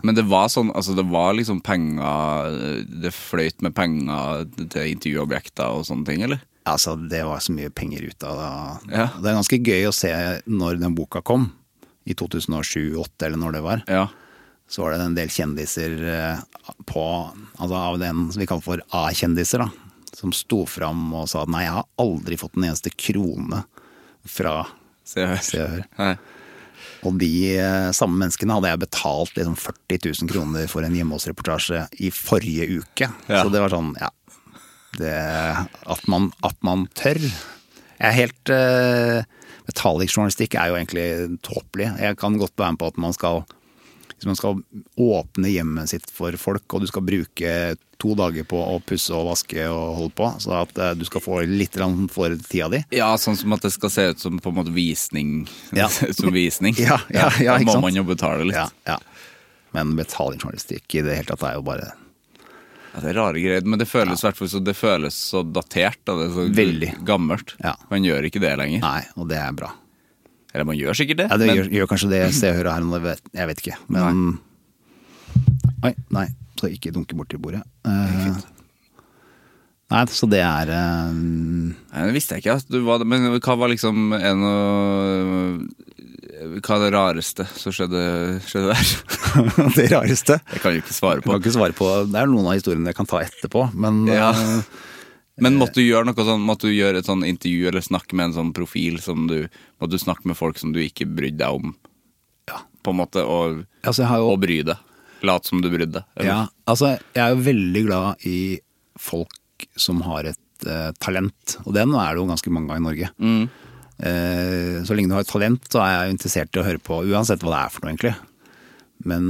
[SPEAKER 1] Men det var sånn, altså det var liksom penger Det fløyt med penger til intervjuobjekter og sånne ting, eller?
[SPEAKER 4] Altså, det var så mye penger ut av det.
[SPEAKER 1] Ja.
[SPEAKER 4] Det er ganske gøy å se når den boka kom, i 2007-2008 eller når det var.
[SPEAKER 1] Ja.
[SPEAKER 4] Så var det en del kjendiser eh, på, altså av den som vi kaller for A-kjendiser, da. Som sto fram og sa at nei, jeg har aldri fått en eneste krone fra
[SPEAKER 1] Se og hør.
[SPEAKER 4] Se og Hør.
[SPEAKER 1] Nei.
[SPEAKER 4] Og de eh, samme menneskene hadde jeg betalt liksom 40 000 kroner for en hjemme hos-reportasje i forrige uke.
[SPEAKER 1] Ja.
[SPEAKER 4] Så det var sånn, ja det, at, man, at man tør. Jeg er helt eh, Metallic journalistikk er jo egentlig tåpelig. Jeg kan godt være med på at man skal Hvis man skal åpne hjemmet sitt for folk, og du skal bruke to dager på å pusse og vaske og holde på, så at eh, du skal få litt grann for tida di.
[SPEAKER 1] Ja, sånn som at det skal se ut som på en måte visning.
[SPEAKER 4] Ja.
[SPEAKER 1] som visning.
[SPEAKER 4] Ja, ja, ja,
[SPEAKER 1] da
[SPEAKER 4] ikke
[SPEAKER 1] må
[SPEAKER 4] sant?
[SPEAKER 1] man jo betale litt.
[SPEAKER 4] Ja, ja. Men betalingsjournalistikk i det hele tatt er jo bare
[SPEAKER 1] Ja, det er rare greier, men det føles, hvertfall så, det føles så datert. Da. Det er så
[SPEAKER 4] Veldig.
[SPEAKER 1] gammelt.
[SPEAKER 4] Ja.
[SPEAKER 1] Man gjør ikke det lenger.
[SPEAKER 4] Nei, og det er bra.
[SPEAKER 1] Eller man gjør sikkert det.
[SPEAKER 4] Ja, det
[SPEAKER 1] men-
[SPEAKER 4] gjør, gjør kanskje det Se og Hør her, nå, jeg vet, jeg vet ikke. Men Oi, nei. Så ikke dunke borti bordet. Eh, nei, så det er eh,
[SPEAKER 1] Nei, det visste jeg ikke. ass. Du, hva, men hva var liksom en av Hva er det rareste som skjedde, skjedde der?
[SPEAKER 4] det rareste.
[SPEAKER 1] Jeg kan jo ikke svare
[SPEAKER 4] Jeg kan
[SPEAKER 1] på.
[SPEAKER 4] ikke svare på Det er noen av historiene jeg kan ta etterpå, men eh,
[SPEAKER 1] Ja. Men måtte du gjøre noe sånn, måtte du gjøre et sånn intervju eller snakke med en sånn profil som du Måtte du snakke med folk som du ikke brydde deg om,
[SPEAKER 4] Ja.
[SPEAKER 1] på en måte, og,
[SPEAKER 4] altså, jeg har jo
[SPEAKER 1] og bry deg? Lat som du brydde deg? eller?
[SPEAKER 4] Ja, altså jeg er jo veldig glad i folk som har et eh, talent, og den er det jo ganske mange av i Norge.
[SPEAKER 1] Mm.
[SPEAKER 4] Eh, så lenge du har et talent, så er jeg jo interessert i å høre på, uansett hva det er for noe egentlig. Men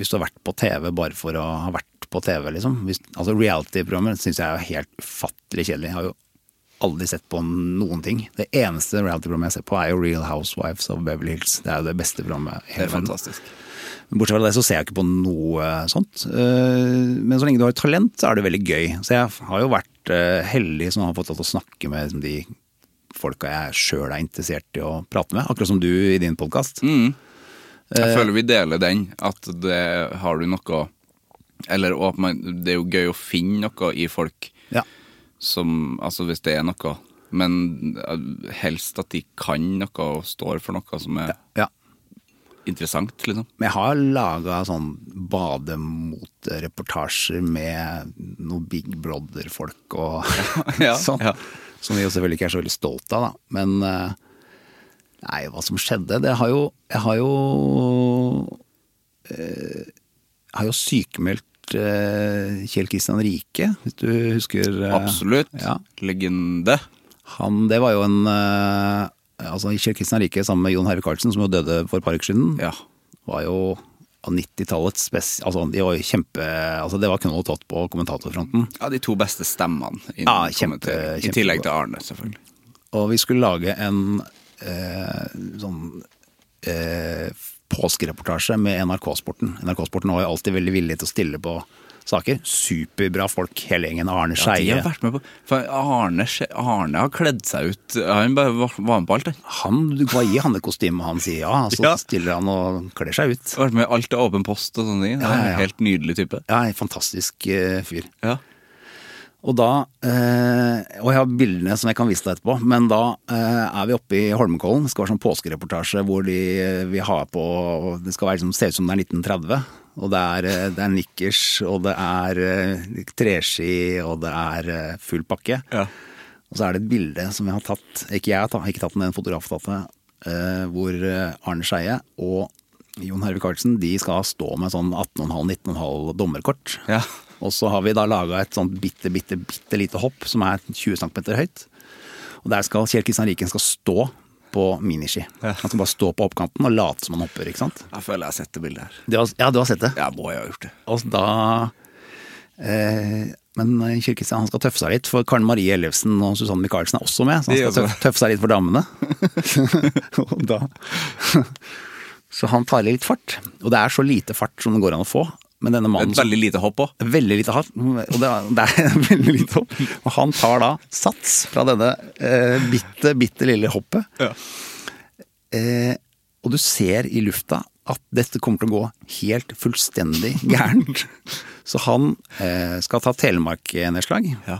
[SPEAKER 4] hvis du har vært på TV bare for å ha vært på TV, liksom. Hvis, altså reality-programmer syns jeg er helt ufattelig kjedelig. Jeg har jo aldri sett på noen ting. Det eneste reality-programmet jeg ser på er jo Real Housewives of Beverly Hills. Det er jo det beste programmet
[SPEAKER 1] Det
[SPEAKER 4] i
[SPEAKER 1] er
[SPEAKER 4] hele verden.
[SPEAKER 1] fantastisk.
[SPEAKER 4] Bortsett fra det så ser jeg ikke på noe sånt. Eh, Men så lenge du har et talent, så er det veldig gøy. Så jeg har jo vært eh, heldig som har fått lov til å snakke med liksom, de folka jeg sjøl er interessert i å prate med. Akkurat som du i din podkast. Eh.
[SPEAKER 1] Jeg føler vi deler den, at det har du noe Eller og at man, det er jo gøy å finne noe i folk
[SPEAKER 4] Ja.
[SPEAKER 1] som Altså hvis det er noe. Men eh, helst at de kan noe og står for noe som er
[SPEAKER 4] ja.
[SPEAKER 1] interessant, liksom.
[SPEAKER 4] Men jeg har laga sånn bademotereportasjer med noen Big Brother-folk og
[SPEAKER 1] Ja,
[SPEAKER 4] sånn.
[SPEAKER 1] ja.
[SPEAKER 4] Som vi jo selvfølgelig ikke er så veldig stolt av, da. Men eh, nei, hva som skjedde Det har jo Jeg har jo eh, jeg har jo sykemeldt eh, Kjell Kristian Rike, hvis du husker. eh,
[SPEAKER 1] Absolutt.
[SPEAKER 4] Ja.
[SPEAKER 1] Legende.
[SPEAKER 4] Han, det var jo en eh, Altså Kjell Kristian Rike sammen med Jon Herve Karlsen, som jo døde for et par uker siden,
[SPEAKER 1] Ja.
[SPEAKER 4] var jo av 90-tallets spes... Altså, de var jo kjempe... Altså, det var knoll og tott på kommentatorfronten.
[SPEAKER 1] Ja, de to beste stemmene. I,
[SPEAKER 4] Ja, kjempe-
[SPEAKER 1] kommentering.
[SPEAKER 4] kjempebra.
[SPEAKER 1] I tillegg til Arne, selvfølgelig.
[SPEAKER 4] Og vi skulle lage en eh, sånn eh, påskereportasje med NRK-sporten. NRK-sporten var jo alltid veldig villig til å stille på saker. Superbra folk, hele gjengen.
[SPEAKER 1] Ja,
[SPEAKER 4] Arne
[SPEAKER 1] de
[SPEAKER 4] Skeie.
[SPEAKER 1] har vært med på For Arne, Ske- Arne har kledd seg ut. Han bare var var med på alt, han.
[SPEAKER 4] han, du kan gi han det kostymet han sier ja, så
[SPEAKER 1] Ja.
[SPEAKER 4] stiller han og kler seg ut.
[SPEAKER 1] Har Vært med i Alt er åpen post og sånne ting. Det er
[SPEAKER 4] Ja, ja, ja.
[SPEAKER 1] en Helt nydelig type.
[SPEAKER 4] Ja, en fantastisk eh, fyr.
[SPEAKER 1] Ja.
[SPEAKER 4] Og da, eh, og jeg har bildene som jeg kan vise deg etterpå, men da eh, er vi oppe i Holmenkollen. Det skal være sånn påskereportasje hvor de eh, vi har på Det skal være, liksom, se ut som det er 1930. Og det er, eh, det er nikkers, og det er eh, treski, og det er eh, full pakke.
[SPEAKER 1] Ja.
[SPEAKER 4] Og så er det et bilde som jeg har tatt, ikke jeg har tatt, ikke tatt, men en fotograf har tatt det, eh, hvor eh, Arne Skeie og Jon Herve Karlsen de skal stå med sånn 18,5-19,5 dommerkort.
[SPEAKER 1] Ja.
[SPEAKER 4] Og så har vi da laga et sånt bitte, bitte, bitte lite hopp som er 20 cm høyt. Og der skal Kjell Kristian Riken skal stå på miniski. Han skal bare stå på hoppkanten og late som han hopper. ikke sant?
[SPEAKER 1] Jeg føler jeg har sett det bildet her.
[SPEAKER 4] Det var, ja, du har sett det?
[SPEAKER 1] Jeg må jo ha gjort det.
[SPEAKER 4] Og så da eh, Men Kjell Kristian han skal tøffe seg litt, for Karen Marie Ellefsen og Susanne Michaelsen er også med. Så han
[SPEAKER 1] De
[SPEAKER 4] skal
[SPEAKER 1] også.
[SPEAKER 4] tøffe, tøffe seg litt for damene. og da Så han tar litt fart. Og det er så lite fart som det går an å få. Men denne mannen
[SPEAKER 1] Et veldig lite hopp òg.
[SPEAKER 4] Veldig lite hardt, og det er, det er veldig lite hopp. Og han tar da sats fra denne eh, bitte, bitte lille hoppet.
[SPEAKER 1] Ja.
[SPEAKER 4] Eh, og du ser i lufta at dette kommer til å gå helt fullstendig gærent. Så han eh, skal ta Telemark-nedslag.
[SPEAKER 1] Ja.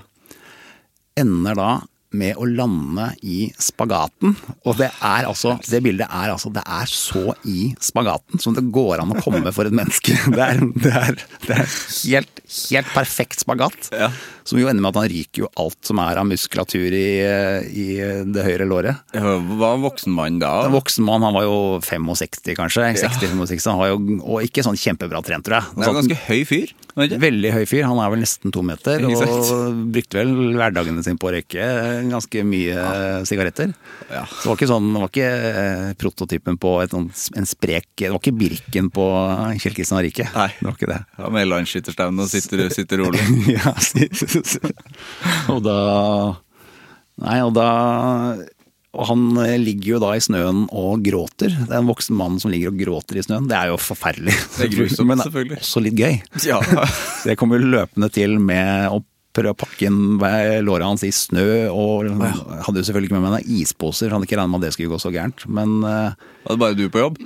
[SPEAKER 4] Ender da med å lande i spagaten. Og det er altså, det bildet er altså Det er så i spagaten som det går an å komme for et menneske. Det er, det er, det er helt, helt perfekt spagat.
[SPEAKER 1] Ja.
[SPEAKER 4] Som jo ender med at han ryker jo alt som er av muskulatur i, i det høyre låret.
[SPEAKER 1] Var en voksen mann da?
[SPEAKER 4] En voksen mann, han var jo 65 kanskje. 60, 65, han var jo, og ikke sånn kjempebra trent, tror jeg.
[SPEAKER 1] Det er en ganske høy fyr. Er det ikke?
[SPEAKER 4] Veldig høy fyr. Han er vel nesten to meter.
[SPEAKER 1] Ikke
[SPEAKER 4] Og brukte vel hverdagene sine på å røyke ganske mye eh, sigaretter.
[SPEAKER 1] Ja.
[SPEAKER 4] Så det var ikke sånn, det var ikke eh, prototypen på et, sånt- en sprek Det var ikke Birken på eh, Kjell Kristian Rike.
[SPEAKER 1] Nei.
[SPEAKER 4] Det var ikke det.
[SPEAKER 1] Ja, med landsskytterstauen og sitter, sitter rolig.
[SPEAKER 4] ja, s- og da Nei, og da og han eh, ligger jo da i snøen og gråter. Det er en voksen mann som ligger og gråter i snøen. Det er jo forferdelig.
[SPEAKER 1] Det er grusomt,
[SPEAKER 4] Men
[SPEAKER 1] selvfølgelig.
[SPEAKER 4] også litt gøy.
[SPEAKER 1] Ja.
[SPEAKER 4] Så jeg kommer løpende til med å prøve å pakke inn hver- låra hans i snø. Og hadde jo selvfølgelig ikke med meg noen isposer, for hadde ikke regnet med at det skulle gå så gærent. Men eh,
[SPEAKER 1] Var det bare du på jobb?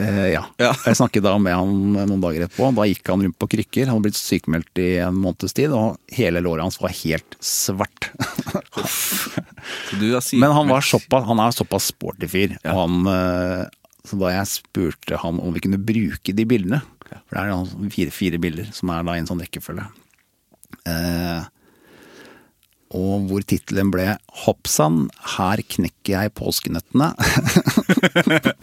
[SPEAKER 4] eh, ja.
[SPEAKER 1] Ja.
[SPEAKER 4] Jeg snakket da med han noen dager etterpå. Da gikk han rundt på krykker. Han hadde blitt sykemeldt i en måneds tid, og hele låret hans var helt svart.
[SPEAKER 1] Så du er syk-
[SPEAKER 4] Men han, var såpass, han er såpass sporty fyr. Og han, eh, så da jeg spurte han om vi kunne bruke de bildene, for det er jo fire, fire bilder som er da i en sånn rekkefølge eh, Og hvor tittelen ble 'Hoppsann, her knekker jeg påskenøttene'.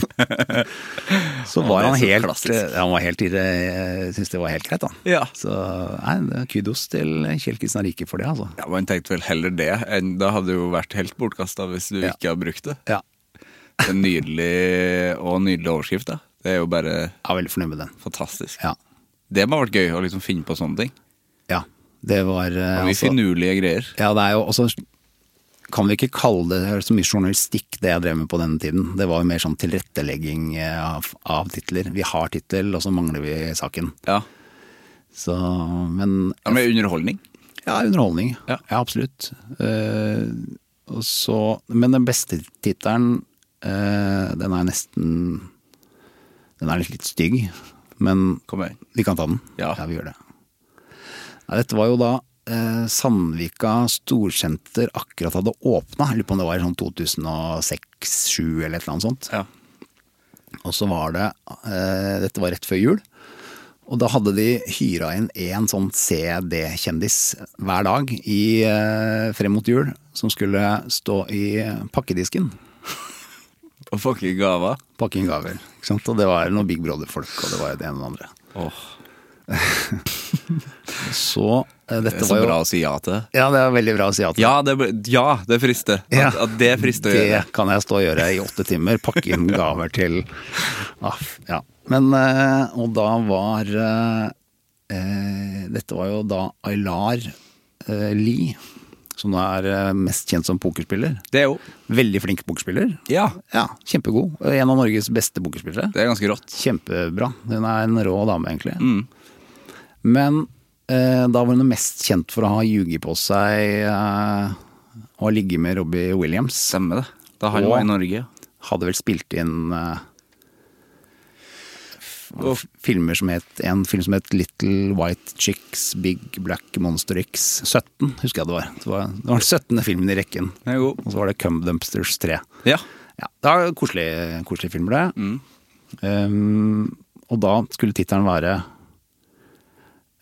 [SPEAKER 4] så var
[SPEAKER 1] Ja, det er
[SPEAKER 4] han
[SPEAKER 1] så
[SPEAKER 4] helt eh,
[SPEAKER 1] klassisk.
[SPEAKER 4] Han var helt irre- syntes det var helt greit, han.
[SPEAKER 1] Ja.
[SPEAKER 4] Så nei, det er kudos til Kjell Kristian Rike for det, altså.
[SPEAKER 1] ja, Man tenkte vel heller det enn Det hadde jo vært helt bortkasta hvis du
[SPEAKER 4] Ja.
[SPEAKER 1] ikke hadde brukt det.
[SPEAKER 4] Ja,
[SPEAKER 1] Det er nydelig og nydelig overskrift. da Det er jo bare
[SPEAKER 4] jeg er veldig fornøyd med den.
[SPEAKER 1] fantastisk.
[SPEAKER 4] Ja.
[SPEAKER 1] Det må ha vært gøy å liksom finne på sånne ting.
[SPEAKER 4] Ja, det var eh,
[SPEAKER 1] Det er mye
[SPEAKER 4] altså,
[SPEAKER 1] finurlige greier.
[SPEAKER 4] Ja, det er jo også Kan vi ikke kalle det så mye journalistikk, det jeg drev med på denne tiden. Det var jo mer sånn tilrettelegging eh, av, av titler. Vi har tittel, og så mangler vi saken.
[SPEAKER 1] Ja,
[SPEAKER 4] Så, men
[SPEAKER 1] ja Med underholdning.
[SPEAKER 4] ja, underholdning.
[SPEAKER 1] Ja.
[SPEAKER 4] Ja, absolutt. Eh, og så, men den beste tittelen, eh, den er nesten Den er litt, litt stygg, men
[SPEAKER 1] Kom igjen.
[SPEAKER 4] vi kan ta den.
[SPEAKER 1] Ja.
[SPEAKER 4] vi gjør det. Nei, dette var jo da eh, Sandvika Storsenter akkurat hadde åpna. Lurer på om det var i sånn 2006-2007 eller et eller annet sånt.
[SPEAKER 1] Ja.
[SPEAKER 4] Og så var det eh, Dette var rett før jul. Og da hadde de hyra inn en sånn CD-kjendis hver dag i, eh, frem mot jul, som skulle stå i pakkedisken.
[SPEAKER 1] Og fucke gaver.
[SPEAKER 4] Pakke inn gaver. Ikke sant? Og det var noen Big Brother-folk, og det var det ene og det andre.
[SPEAKER 1] Åh,
[SPEAKER 4] Så
[SPEAKER 1] det
[SPEAKER 4] eh,
[SPEAKER 1] er
[SPEAKER 4] dette
[SPEAKER 1] så
[SPEAKER 4] var jo
[SPEAKER 1] bra å si ja til.
[SPEAKER 4] Ja, det er veldig bra å si ja til.
[SPEAKER 1] Ja, det, ble- ja, det frister. At,
[SPEAKER 4] Ja.
[SPEAKER 1] at det frister å gjøre.
[SPEAKER 4] Det kan jeg stå og gjøre i åtte timer. Pakke inn gaver til ah, f- Ja. Men eh, Og da var eh, eh, Dette var jo da Aylar eh, Lie, som da er eh, mest kjent som pokerspiller.
[SPEAKER 1] Det er jo
[SPEAKER 4] Veldig flink pokerspiller.
[SPEAKER 1] Ja,
[SPEAKER 4] Ja, kjempegod. En av Norges beste pokerspillere.
[SPEAKER 1] det er ganske rått.
[SPEAKER 4] Kjempebra. Hun er en rå dame, egentlig. Men eh, da var hun mest kjent for å ha ljuget på seg eh, og ha ligget med Robbie Williams.
[SPEAKER 1] Stemmer det. Da han
[SPEAKER 4] Og-
[SPEAKER 1] var i Norge.
[SPEAKER 4] hadde vel spilt inn eh, f- filmer som het En film som het Little White Chicks, Big Black Monster X. 17, husker jeg det var. Det var, det var den 17. filmen i rekken.
[SPEAKER 1] Den er god.
[SPEAKER 4] Og så var det Cum Dumpsters 3.
[SPEAKER 1] Ja.
[SPEAKER 4] Ja, det er koselige, koselige filmer, det.
[SPEAKER 1] Mm.
[SPEAKER 4] Um, og da skulle tittelen være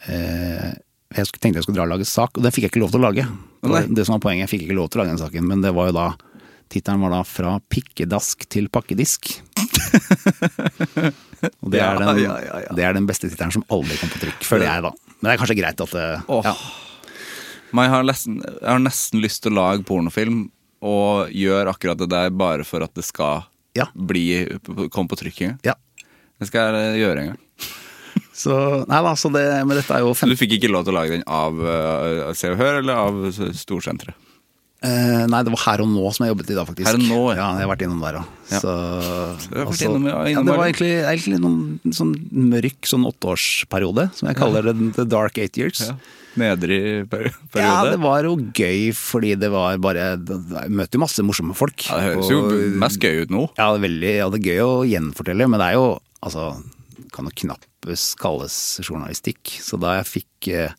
[SPEAKER 4] eh, Jeg skulle- tenkte jeg skulle dra og lage sak, og den fikk jeg ikke lov til å lage. Det, var
[SPEAKER 1] Nei.
[SPEAKER 4] det som var poenget, jeg fikk ikke lov til å lage den saken, men det var jo da Tittelen var da 'Fra pikkedask til pakkedisk'. og det
[SPEAKER 1] Ja,
[SPEAKER 4] er, den,
[SPEAKER 1] ja, ja, ja.
[SPEAKER 4] det er den beste tittelen som aldri kom på trykk, føler jeg da. Men det er kanskje greit at det
[SPEAKER 1] Åh.
[SPEAKER 4] ja.
[SPEAKER 1] Men jeg har, nesten, jeg har nesten lyst til å lage pornofilm og gjøre akkurat det der bare for at det skal
[SPEAKER 4] Ja.
[SPEAKER 1] bli, komme på trykk en gang.
[SPEAKER 4] ja.
[SPEAKER 1] Det skal jeg gjøre en gang.
[SPEAKER 4] Så, nei da, så det, men dette er jo
[SPEAKER 1] Så
[SPEAKER 4] 15
[SPEAKER 1] du fikk ikke lov til å lage den av eh, Se og Hør eller av Storsenteret?
[SPEAKER 4] Eh, nei, det var Her og Nå som jeg jobbet i dag, faktisk.
[SPEAKER 1] Her og Nå, ja.
[SPEAKER 4] ja. jeg har vært innom der òg.
[SPEAKER 1] Ja.
[SPEAKER 4] Så,
[SPEAKER 1] har vært
[SPEAKER 4] og så-
[SPEAKER 1] innom- ja,
[SPEAKER 4] ja,
[SPEAKER 1] innom
[SPEAKER 4] det var
[SPEAKER 1] her.
[SPEAKER 4] egentlig, egentlig noen sånn mørk sånn åtteårsperiode, som jeg kaller det the dark eight years.
[SPEAKER 1] Ja.
[SPEAKER 4] Ja.
[SPEAKER 1] Nedre periode? Ja,
[SPEAKER 4] det
[SPEAKER 1] det,
[SPEAKER 4] var jo gøy fordi det var bare Jeg møter jo masse morsomme folk.
[SPEAKER 1] høres jo
[SPEAKER 4] og-
[SPEAKER 1] mest gøy ut nå.
[SPEAKER 4] Ja, det er veldig, ja, det er gøy å gjenfortelle, men det er jo Altså, det kan jo knappest kalles journalistikk. Så da jeg fikk eh,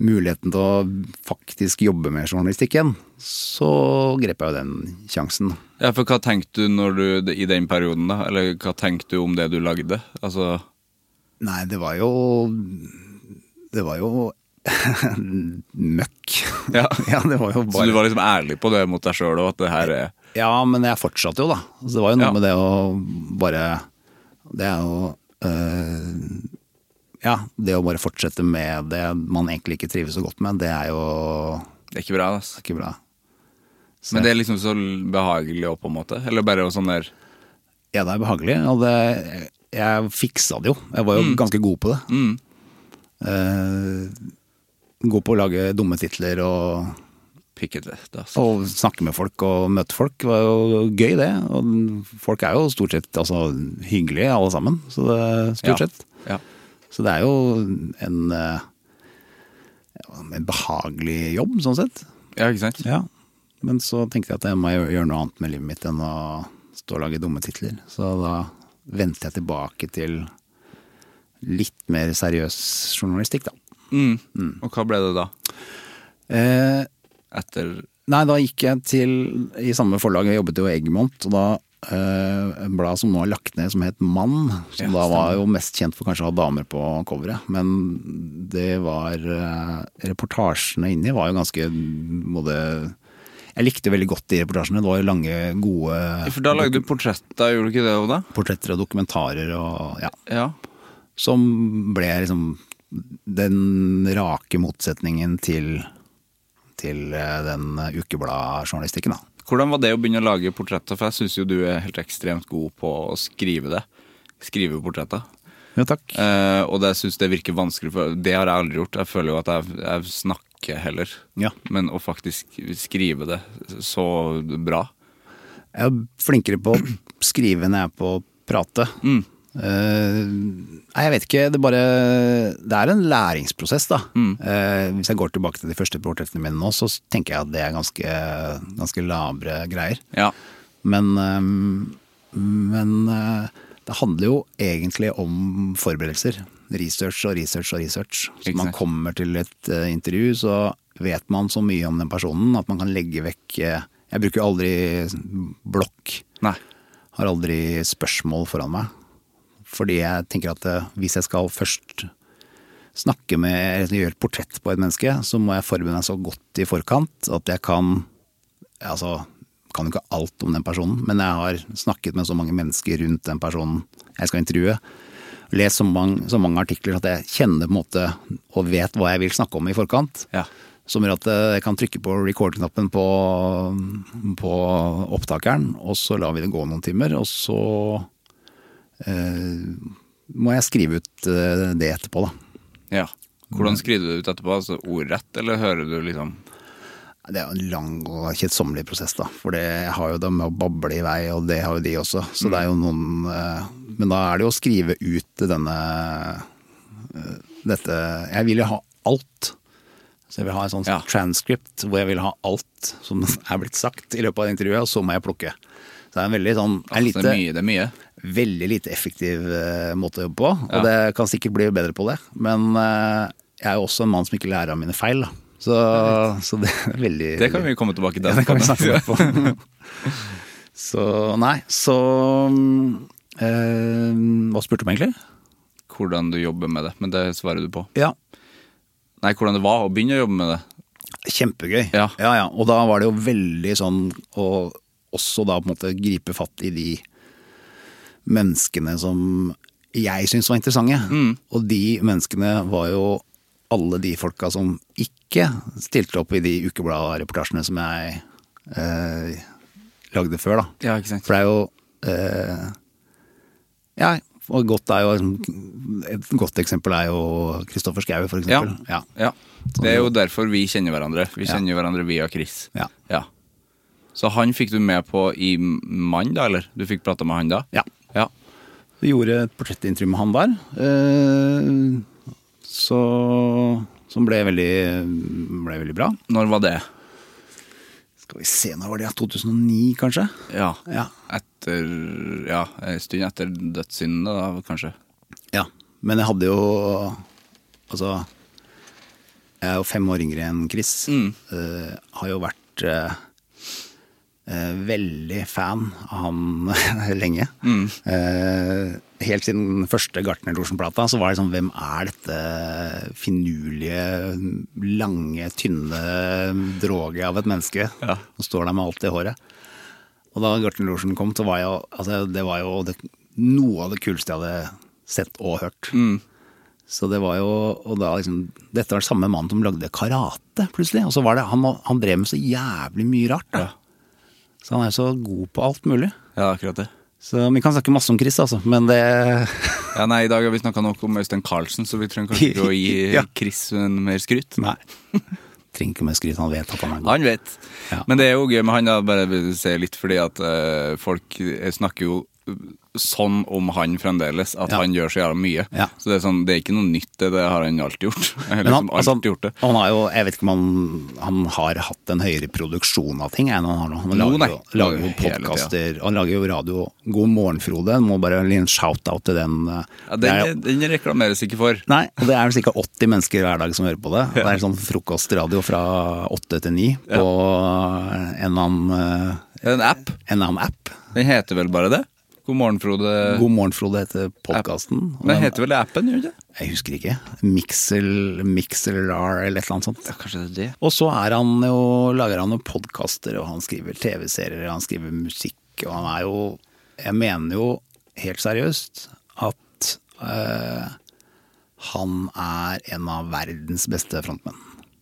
[SPEAKER 4] muligheten til å faktisk jobbe med journalistikk igjen, så grep jeg jo den sjansen.
[SPEAKER 1] Ja, for hva tenkte du når du, i den perioden, da? Eller hva tenkte du om det du lagde? Altså,
[SPEAKER 4] Nei, det var jo Det var jo møkk.
[SPEAKER 1] Ja.
[SPEAKER 4] det var jo
[SPEAKER 1] Så du
[SPEAKER 4] bare
[SPEAKER 1] var liksom ærlig på det mot deg sjøl òg, at det her er
[SPEAKER 4] Ja, men jeg fortsatte jo, da. Så det var jo noe
[SPEAKER 1] Ja.
[SPEAKER 4] med det å bare Det er jo øh, ja, det å bare fortsette med det man egentlig ikke trives så godt med, det er jo
[SPEAKER 1] Det er ikke bra, ass.
[SPEAKER 4] ikke bra. Så-
[SPEAKER 1] Men det er liksom så behagelig òg, på en måte? Eller bare sånn der
[SPEAKER 4] Ja, det er behagelig. Og det, jeg fiksa det jo. Jeg var jo
[SPEAKER 1] Mm.
[SPEAKER 4] ganske god på det. Eh, god på å lage dumme titler og,
[SPEAKER 1] pikkete? da, ass.
[SPEAKER 4] og snakke med folk og møte folk. Det var jo gøy, det. Og folk er jo stort sett altså, hyggelige, alle sammen. Så det, stort
[SPEAKER 1] Ja.
[SPEAKER 4] sett.
[SPEAKER 1] Ja.
[SPEAKER 4] Så det er jo en, eh, ja, en behagelig jobb, sånn sett.
[SPEAKER 1] ja, ikke sant?
[SPEAKER 4] Ja. Men så tenkte jeg at jeg må gjø- gjøre noe annet med livet mitt enn å stå og lage dumme titler. Så da vendte jeg tilbake til litt mer seriøs journalistikk, da.
[SPEAKER 1] Mm. Og hva ble det da?
[SPEAKER 4] Eh,
[SPEAKER 1] Etter
[SPEAKER 4] nei, da gikk jeg til I samme forlag, jeg jobbet jo i Eggemont, og da eh, en blad som nå er lagt ned, som het Mann. Som
[SPEAKER 1] Ja,
[SPEAKER 4] da var jo mest kjent for kanskje å ha damer på coveret. Men det var eh, Reportasjene inni var jo ganske både jeg likte veldig godt de reportasjene. Det var jo lange, gode
[SPEAKER 1] For da lagde du portretter, gjorde du ikke det òg, da?
[SPEAKER 4] portretter og dokumentarer og ja,
[SPEAKER 1] Ja.
[SPEAKER 4] som ble liksom den rake motsetningen til, til eh, den ukebladjournalistikken, da.
[SPEAKER 1] Hvordan var det å begynne å lage portretter? For jeg syns jo du er helt ekstremt god på å skrive det. Skrive portretter.
[SPEAKER 4] Ja, takk.
[SPEAKER 1] Eh, og det syns det virker vanskelig for Det har jeg aldri gjort. Jeg føler jo at jeg, jeg snakker heller.
[SPEAKER 4] Ja.
[SPEAKER 1] Men å faktisk skrive det så bra.
[SPEAKER 4] Jeg er flinkere på å skrive enn jeg er på å prate. Eh, nei, jeg vet ikke. Det, er bare, det er en læringsprosess, da. Eh, hvis jeg går tilbake til de første portrettene mine nå, så tenker jeg at det er ganske, ganske labre greier.
[SPEAKER 1] Ja.
[SPEAKER 4] Men, eh, men eh, det handler jo egentlig om forberedelser. Research og research og research. Så
[SPEAKER 1] Ikke
[SPEAKER 4] man
[SPEAKER 1] sant.
[SPEAKER 4] kommer til et eh, intervju, så vet man så mye om den personen at man kan legge vekk eh, Jeg bruker jo aldri blokk.
[SPEAKER 1] Nei.
[SPEAKER 4] Har aldri spørsmål foran meg. Fordi jeg tenker at eh, hvis jeg skal først snakke med eller gjøre et portrett på et menneske, så må jeg forberede meg så godt i forkant at jeg kan altså, kan jo ikke alt om den personen, men jeg har snakket med så mange mennesker rundt den personen jeg skal intervjue. Lest så mange, så mange artikler at jeg kjenner på en måte og vet hva jeg vil snakke om i forkant.
[SPEAKER 1] Ja.
[SPEAKER 4] Som gjør at eh, jeg kan trykke på record-knappen på, på opptakeren, og så lar vi det gå noen timer. Og så eh, må jeg skrive ut eh, det etterpå, da.
[SPEAKER 1] ja.
[SPEAKER 4] Mm.
[SPEAKER 1] Hvordan skriver du det ut etterpå? Altså Ordrett, eller hører du liksom
[SPEAKER 4] Det er jo en lang og kjedsommelig prosess, da. For det jeg har jo det med å bable i vei, og det har jo de også. Så det er jo
[SPEAKER 1] Mm.
[SPEAKER 4] noen eh, Men da er det jo å skrive ut denne eh, Dette Jeg vil jo ha alt. Så jeg vil ha en sånn
[SPEAKER 1] Ja.
[SPEAKER 4] transcript hvor jeg vil ha alt som er blitt sagt i løpet av intervjuet, og så må jeg plukke. Så det er en veldig sånn en
[SPEAKER 1] Altså, Det
[SPEAKER 4] lite,
[SPEAKER 1] er mye. Det er mye.
[SPEAKER 4] veldig lite effektiv eh, måte å jobbe på. Og
[SPEAKER 1] Ja.
[SPEAKER 4] det kan sikkert bli bedre på det. Men eh, jeg er jo også en mann som ikke lærer av mine feil. Da. Så, så det er veldig
[SPEAKER 1] Det kan vi komme tilbake til.
[SPEAKER 4] ja, det kan vi snakke
[SPEAKER 1] etterpå.
[SPEAKER 4] om etterpå. så nei, så mm, eh, Hva spurte du meg egentlig?
[SPEAKER 1] Hvordan du jobber med det. Men det svarer du på.
[SPEAKER 4] Ja.
[SPEAKER 1] Nei, hvordan det var å begynne å jobbe med det.
[SPEAKER 4] Kjempegøy.
[SPEAKER 1] Ja.
[SPEAKER 4] ja, Og da var det jo veldig sånn å også da på en måte gripe fatt i de menneskene som jeg syns var interessante. Og de menneskene var jo alle de folka som ikke stilte opp i de ukebladreportasjene som jeg eh, lagde før, da.
[SPEAKER 1] Ja, ikke sant.
[SPEAKER 4] For det er jo eh, Ja, og godt er jo altså, Et godt eksempel er jo Kristoffer Schou, for
[SPEAKER 1] Ja.
[SPEAKER 4] eksempel.
[SPEAKER 1] ja. Det er jo derfor vi kjenner hverandre. Vi kjenner jo hverandre via Chris.
[SPEAKER 4] Ja.
[SPEAKER 1] Ja. Så han fikk du med på i Mann, da, eller? Du fikk prata med han da?
[SPEAKER 4] Ja.
[SPEAKER 1] ja.
[SPEAKER 4] Vi gjorde et portrettintervju med han der. Eh, så Som ble veldig, ble veldig bra.
[SPEAKER 1] Når var det?
[SPEAKER 4] Skal vi se, når var det? 2009, kanskje?
[SPEAKER 1] Ja.
[SPEAKER 4] Ja.
[SPEAKER 1] Etter Ja, en stund etter dødssyndene, da, kanskje.
[SPEAKER 4] Ja, men jeg hadde jo Altså Jeg er jo fem år yngre enn Chris. Eh, har jo vært eh, eh, veldig fan av han lenge. Eh, helt siden den første Gartnerlosjen-plata så var det sånn Hvem er dette finurlige, lange, tynne droget av et menneske? Og står der med alt det håret. Og da Gartnerlosjen kom, så var jeg, altså, det var jo det, noe av det kuleste jeg hadde sett og hørt. Så det var jo, og da liksom, Dette var samme mann som lagde karate, plutselig. Og så var det, han, han drev med så jævlig mye rart, da. Så han er jo så god på alt mulig.
[SPEAKER 1] Ja, akkurat det.
[SPEAKER 4] Så vi kan snakke masse om Chris, altså, men det
[SPEAKER 1] Ja, nei, I dag har vi snakka nok om Øystein Carlsen, så vi trenger kanskje ikke å gi
[SPEAKER 4] Ja.
[SPEAKER 1] Chris en mer skryt.
[SPEAKER 4] Nei. Trenger ikke mer skryt, han vet at han er god.
[SPEAKER 1] Han vet.
[SPEAKER 4] Ja.
[SPEAKER 1] Men det er jo gøy med han, da, bare vil si litt fordi at eh, folk snakker jo sånn om han fremdeles, at
[SPEAKER 4] Ja.
[SPEAKER 1] han gjør så jævla mye.
[SPEAKER 4] Ja.
[SPEAKER 1] Så det er, sånn, det er ikke noe nytt, det, det har han alltid gjort. Han,
[SPEAKER 4] Men han,
[SPEAKER 1] liksom,
[SPEAKER 4] altså,
[SPEAKER 1] alltid gjort det.
[SPEAKER 4] han har jo, jeg vet ikke om han, han har hatt en høyere produksjon av ting enn han har nå. Han
[SPEAKER 1] Jo,
[SPEAKER 4] lager,
[SPEAKER 1] nei.
[SPEAKER 4] jo, lager jo
[SPEAKER 1] Hele tida.
[SPEAKER 4] podkaster, han lager jo radio. God morgen, Frode. Må bare gi en shout-out til den. eh,
[SPEAKER 1] Ja,
[SPEAKER 4] det er jo-
[SPEAKER 1] den, den reklameres ikke for.
[SPEAKER 4] Nei, og det er ca. 80 mennesker hver dag som hører på det. Det er sånn frokostradio fra åtte til ni på en eller annen, eh,
[SPEAKER 1] Det er en app.
[SPEAKER 4] en eller annen app.
[SPEAKER 1] Den heter vel bare det? God morgen, Frode.
[SPEAKER 4] God morgen, Frode heter podkasten.
[SPEAKER 1] Men den heter vel appen, gjør den ikke?
[SPEAKER 4] Jeg husker ikke. Mixel, Mixelar eller et eller annet sånt.
[SPEAKER 1] Kanskje det er det.
[SPEAKER 4] Og så er han jo, lager han jo podkaster, og han skriver TV-serier, og han skriver musikk, og han er jo Jeg mener jo helt seriøst at eh, han er en av verdens beste frontmenn.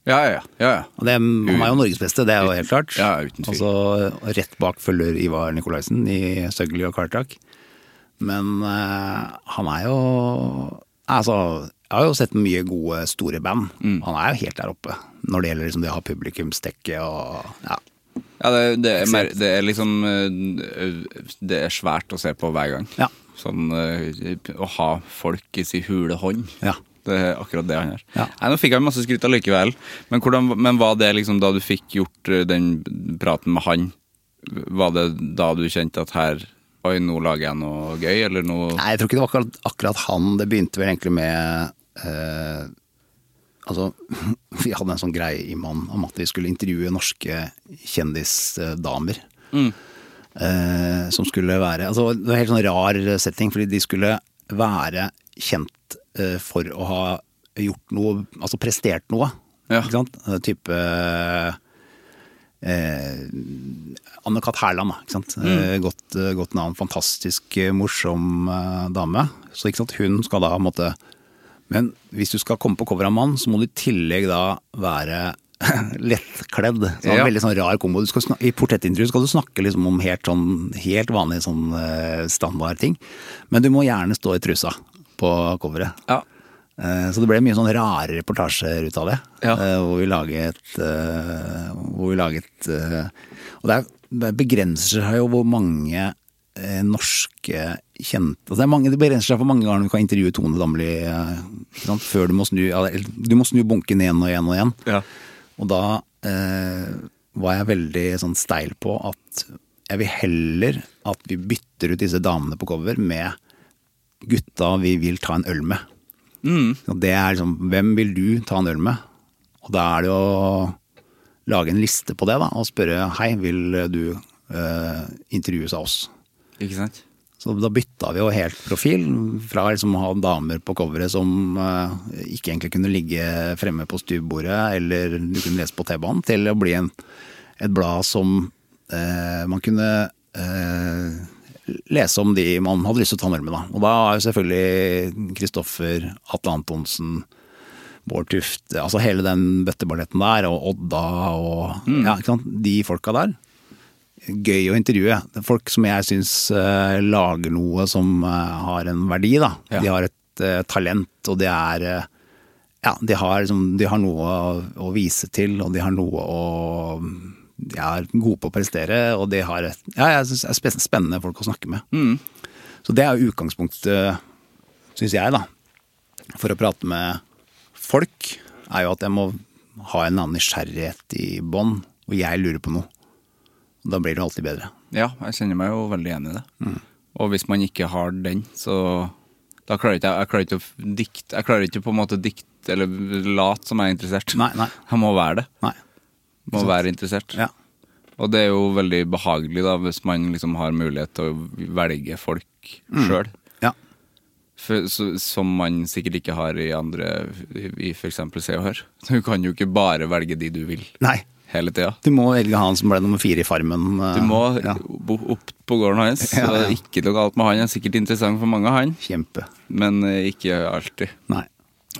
[SPEAKER 1] Ja, ja, ja. ja.
[SPEAKER 4] Og det, han er jo Norges beste, det er jo helt klart.
[SPEAKER 1] Ja, uten tvil.
[SPEAKER 4] Altså, rett bak følger Ivar Nikolaisen i Søgli og Kartak. Men eh, han er jo Altså, jeg har jo sett mye gode, store band.
[SPEAKER 1] Mm.
[SPEAKER 4] Han er jo helt der oppe når det gjelder liksom det å ha publikumsdekke og ja.
[SPEAKER 1] ja det, det, er, mer- det er liksom eh, Det er svært å se på hver gang.
[SPEAKER 4] Ja.
[SPEAKER 1] Sånn eh, å ha folk i sin hule hånd.
[SPEAKER 4] Ja.
[SPEAKER 1] Det er akkurat det han gjør.
[SPEAKER 4] Ja.
[SPEAKER 1] Nei, nå fikk han masse skryt allikevel, men, hvordan, men var det liksom da du fikk gjort eh, den praten med han, var det da du kjente at her Oi, nå lager jeg noe gøy, eller noe
[SPEAKER 4] Nei, jeg tror ikke det var akkurat, akkurat han. Det begynte vel egentlig med eh, Altså, vi hadde en sånn greie i Mann om at vi skulle intervjue norske kjendisdamer. Eh, som skulle være altså, Det var en helt sånn rar setting, fordi de skulle være kjent eh, for å ha gjort noe, altså prestert noe.
[SPEAKER 1] Ja.
[SPEAKER 4] Ikke sant? Eh, Type eh, Anne-Kat. Hærland, da. Ikke sant? Eh, Godt, eh, godt navn. Fantastisk eh, morsom eh, dame. Så ikke sant? hun skal da måtte Men hvis du skal komme på cover av Mann, så må du i tillegg da være lettkledd. Så det var
[SPEAKER 1] Ja.
[SPEAKER 4] en Veldig sånn rar kombo. Du skal snak- I portrettintervju skal du snakke liksom om helt, sånn, helt vanlige sånn, eh, standardting. Men du må gjerne stå i trusa på coveret.
[SPEAKER 1] Ja.
[SPEAKER 4] Eh, Så det ble mye sånn rare reportasjer ut av det.
[SPEAKER 1] Ja.
[SPEAKER 4] eh, Hvor vi laget eh, Hvor vi laget eh, Og det, er, det begrenser seg jo hvor mange eh, norske kjente altså det, er mange, det begrenser seg for mange ganger du kan intervjue Tone Damli eh, ikke sant? før du må snu ja, eller Du må snu bunken igjen og igjen og igjen.
[SPEAKER 1] Ja.
[SPEAKER 4] Og da eh, var jeg veldig sånn steil på at jeg vil heller at vi bytter ut disse damene på cover med gutta vi vil ta en øl med. Og det er liksom, hvem vil du ta en øl med? Og da er det å lage en liste på det da, og spørre hei, vil du eh, intervjues av oss?
[SPEAKER 1] Ikke sant?
[SPEAKER 4] Så da bytta vi jo helt profil, fra liksom å ha damer på coveret som eh, ikke egentlig kunne ligge fremme på stuebordet, eller du kunne lese på T-banen, til å bli en, et blad som eh, man kunne eh, lese om de man hadde lyst til å ta med, da. Og da er jo selvfølgelig Kristoffer, Atle Antonsen, Bård Tufte, altså hele den bøtteballetten der, og Odda og ja, ikke sant? de folka der gøy å intervjue. Det er Folk som jeg syns eh, lager noe som eh, har en verdi, da.
[SPEAKER 1] Ja.
[SPEAKER 4] De har et eh, talent, og det er eh, Ja, de har, liksom, de har noe å, å vise til, og de har noe å De er gode på å prestere, og de har et Ja, jeg syns det er spen- spennende folk å snakke med. Så det er jo utgangspunktet, syns jeg, da. For å prate med folk, er jo at jeg må ha en annen nysgjerrighet i bånn, og jeg lurer på noe. Da blir det alltid bedre.
[SPEAKER 1] Ja, jeg kjenner meg jo veldig igjen i det.
[SPEAKER 4] Mm.
[SPEAKER 1] Og hvis man ikke har den, så da klarer ikke jeg, jeg klarer ikke å f- dikte Jeg klarer ikke på en måte å dikte eller late som jeg er interessert.
[SPEAKER 4] Nei, nei.
[SPEAKER 1] Jeg må være det.
[SPEAKER 4] Nei.
[SPEAKER 1] Må være interessert.
[SPEAKER 4] Ja.
[SPEAKER 1] Og det er jo veldig behagelig da hvis man liksom har mulighet til å velge folk
[SPEAKER 4] Mm.
[SPEAKER 1] sjøl.
[SPEAKER 4] Ja.
[SPEAKER 1] Som man sikkert ikke har i andre I, i f.eks. Se og Hør. Du kan jo ikke bare velge de du vil
[SPEAKER 4] Nei.
[SPEAKER 1] hele tida.
[SPEAKER 4] Du må velge han som ble nummer fire i Farmen. eh,
[SPEAKER 1] Du må
[SPEAKER 4] ja.
[SPEAKER 1] bo- opp på gården hans.
[SPEAKER 4] Ja, ja.
[SPEAKER 1] og Ikke noe galt med han, han er sikkert interessant for mange, han.
[SPEAKER 4] Kjempe.
[SPEAKER 1] Men eh, ikke alltid.
[SPEAKER 4] Nei.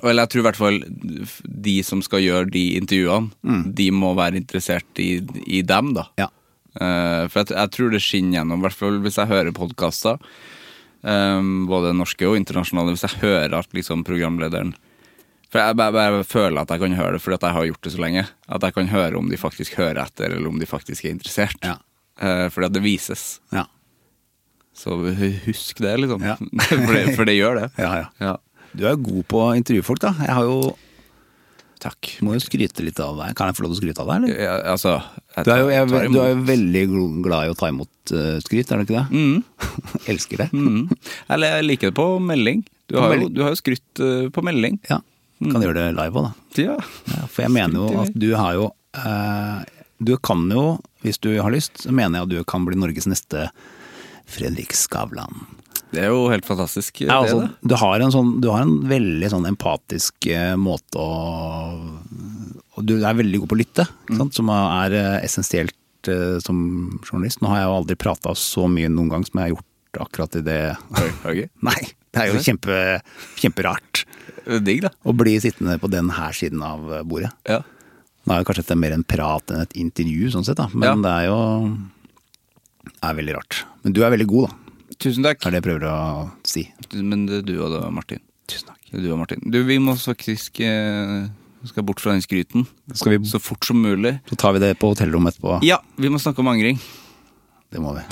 [SPEAKER 1] Eller jeg tror i hvert fall de som skal gjøre de intervjuene,
[SPEAKER 4] Mm.
[SPEAKER 1] de må være interessert i, i dem, da.
[SPEAKER 4] Ja.
[SPEAKER 1] Eh, for jeg, jeg tror det skinner gjennom, i hvert fall hvis jeg hører podkaster, ehm, både norske og internasjonale, hvis jeg hører at liksom programlederen For jeg bare, bare føler at jeg kan høre det fordi at jeg har gjort det så lenge. At jeg kan høre om de faktisk hører etter, eller om de faktisk er interessert.
[SPEAKER 4] Ja.
[SPEAKER 1] Eh, fordi at det vises.
[SPEAKER 4] Ja.
[SPEAKER 1] Så husk det, liksom.
[SPEAKER 4] Ja.
[SPEAKER 1] for, det, for det gjør det.
[SPEAKER 4] Ja, ja.
[SPEAKER 1] Ja.
[SPEAKER 4] Du er jo god på å intervjue folk, da. Jeg har jo,
[SPEAKER 1] Takk.
[SPEAKER 4] må jo skryte litt av deg. Kan jeg få lov til å skryte av deg, eller?
[SPEAKER 1] Ja, altså jeg
[SPEAKER 4] Du er jo,
[SPEAKER 1] tar- tar
[SPEAKER 4] jeg, du er jo
[SPEAKER 1] imot.
[SPEAKER 4] veldig gl- glad i å ta imot eh, skryt, er du ikke det? Elsker det.
[SPEAKER 1] Mhm. Eller jeg liker det på melding. Du
[SPEAKER 4] På
[SPEAKER 1] har, jo,
[SPEAKER 4] melding.
[SPEAKER 1] du har jo skrytt eh, på melding.
[SPEAKER 4] Ja.
[SPEAKER 1] Mm.
[SPEAKER 4] Kan gjøre det live òg, da.
[SPEAKER 1] Ja.
[SPEAKER 4] Ja, For jeg mener jo at du har jo eh, Du kan jo, hvis du har lyst, så mener jeg at du kan bli Norges neste Fredrik Skavlan.
[SPEAKER 1] Det er jo helt fantastisk.
[SPEAKER 4] Ja,
[SPEAKER 1] det,
[SPEAKER 4] altså,
[SPEAKER 1] da.
[SPEAKER 4] du, har en sånn, du har en veldig sånn empatisk eh, måte å og Du er veldig god på å lytte,
[SPEAKER 1] Mm.
[SPEAKER 4] ikke sant? som er eh, essensielt eh, som journalist. Nå har jeg jo aldri prata så mye noen gang som jeg har gjort akkurat i det
[SPEAKER 1] Oi, har du ikke?
[SPEAKER 4] Nei, det er jo kjempe, kjemperart
[SPEAKER 1] Det er Digg, da.
[SPEAKER 4] å bli sittende på den her siden av bordet.
[SPEAKER 1] Ja.
[SPEAKER 4] Nå er jo kanskje dette mer en prat enn et intervju, sånn sett, da. men
[SPEAKER 1] Ja.
[SPEAKER 4] det er jo er veldig rart. Men du er veldig god, da,
[SPEAKER 1] Tusen takk.
[SPEAKER 4] er det jeg prøver å si.
[SPEAKER 1] Men det er du og da, Martin.
[SPEAKER 4] Tusen takk.
[SPEAKER 1] Det er du og Martin. Du, vi må faktisk eh, skal bort fra den skryten
[SPEAKER 4] Skal vi-
[SPEAKER 1] så fort som mulig.
[SPEAKER 4] Så tar vi det på hotellrommet etterpå.
[SPEAKER 1] Ja, vi må snakke om angring.
[SPEAKER 4] Det må vi.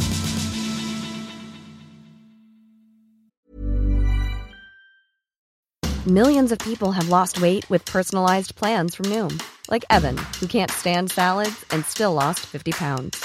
[SPEAKER 6] Millions of people have lost weight with personalized plans from Noom, like Evan, who can't stand salads and still lost 50 pounds.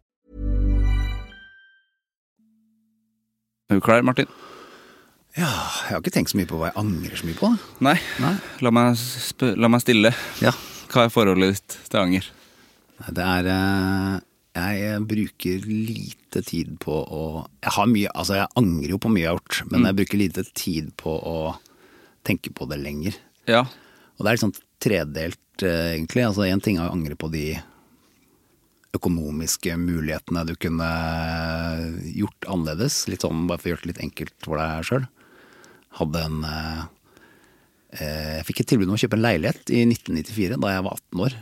[SPEAKER 1] Er du klar, Martin?
[SPEAKER 4] Ja, jeg har ikke tenkt så mye på hva jeg angrer så mye på. Da.
[SPEAKER 1] Nei.
[SPEAKER 4] Nei.
[SPEAKER 1] La, meg sp la meg stille.
[SPEAKER 4] Ja.
[SPEAKER 1] Hva er forholdet ditt til anger?
[SPEAKER 4] Nei, Det er eh, Jeg bruker lite tid på å Jeg har mye Altså, jeg angrer jo på mye jeg har gjort, men jeg bruker lite tid på å tenke på det lenger.
[SPEAKER 1] Ja.
[SPEAKER 4] Og det er litt sånn tredelt, eh, egentlig. Altså, én ting er å angre på de økonomiske mulighetene du kunne eh, gjort annerledes. Litt sånn bare for å gjøre det litt enkelt for deg sjøl. Hadde en eh, eh, Jeg fikk et tilbud om å kjøpe en leilighet i 1994, da jeg var 18 år,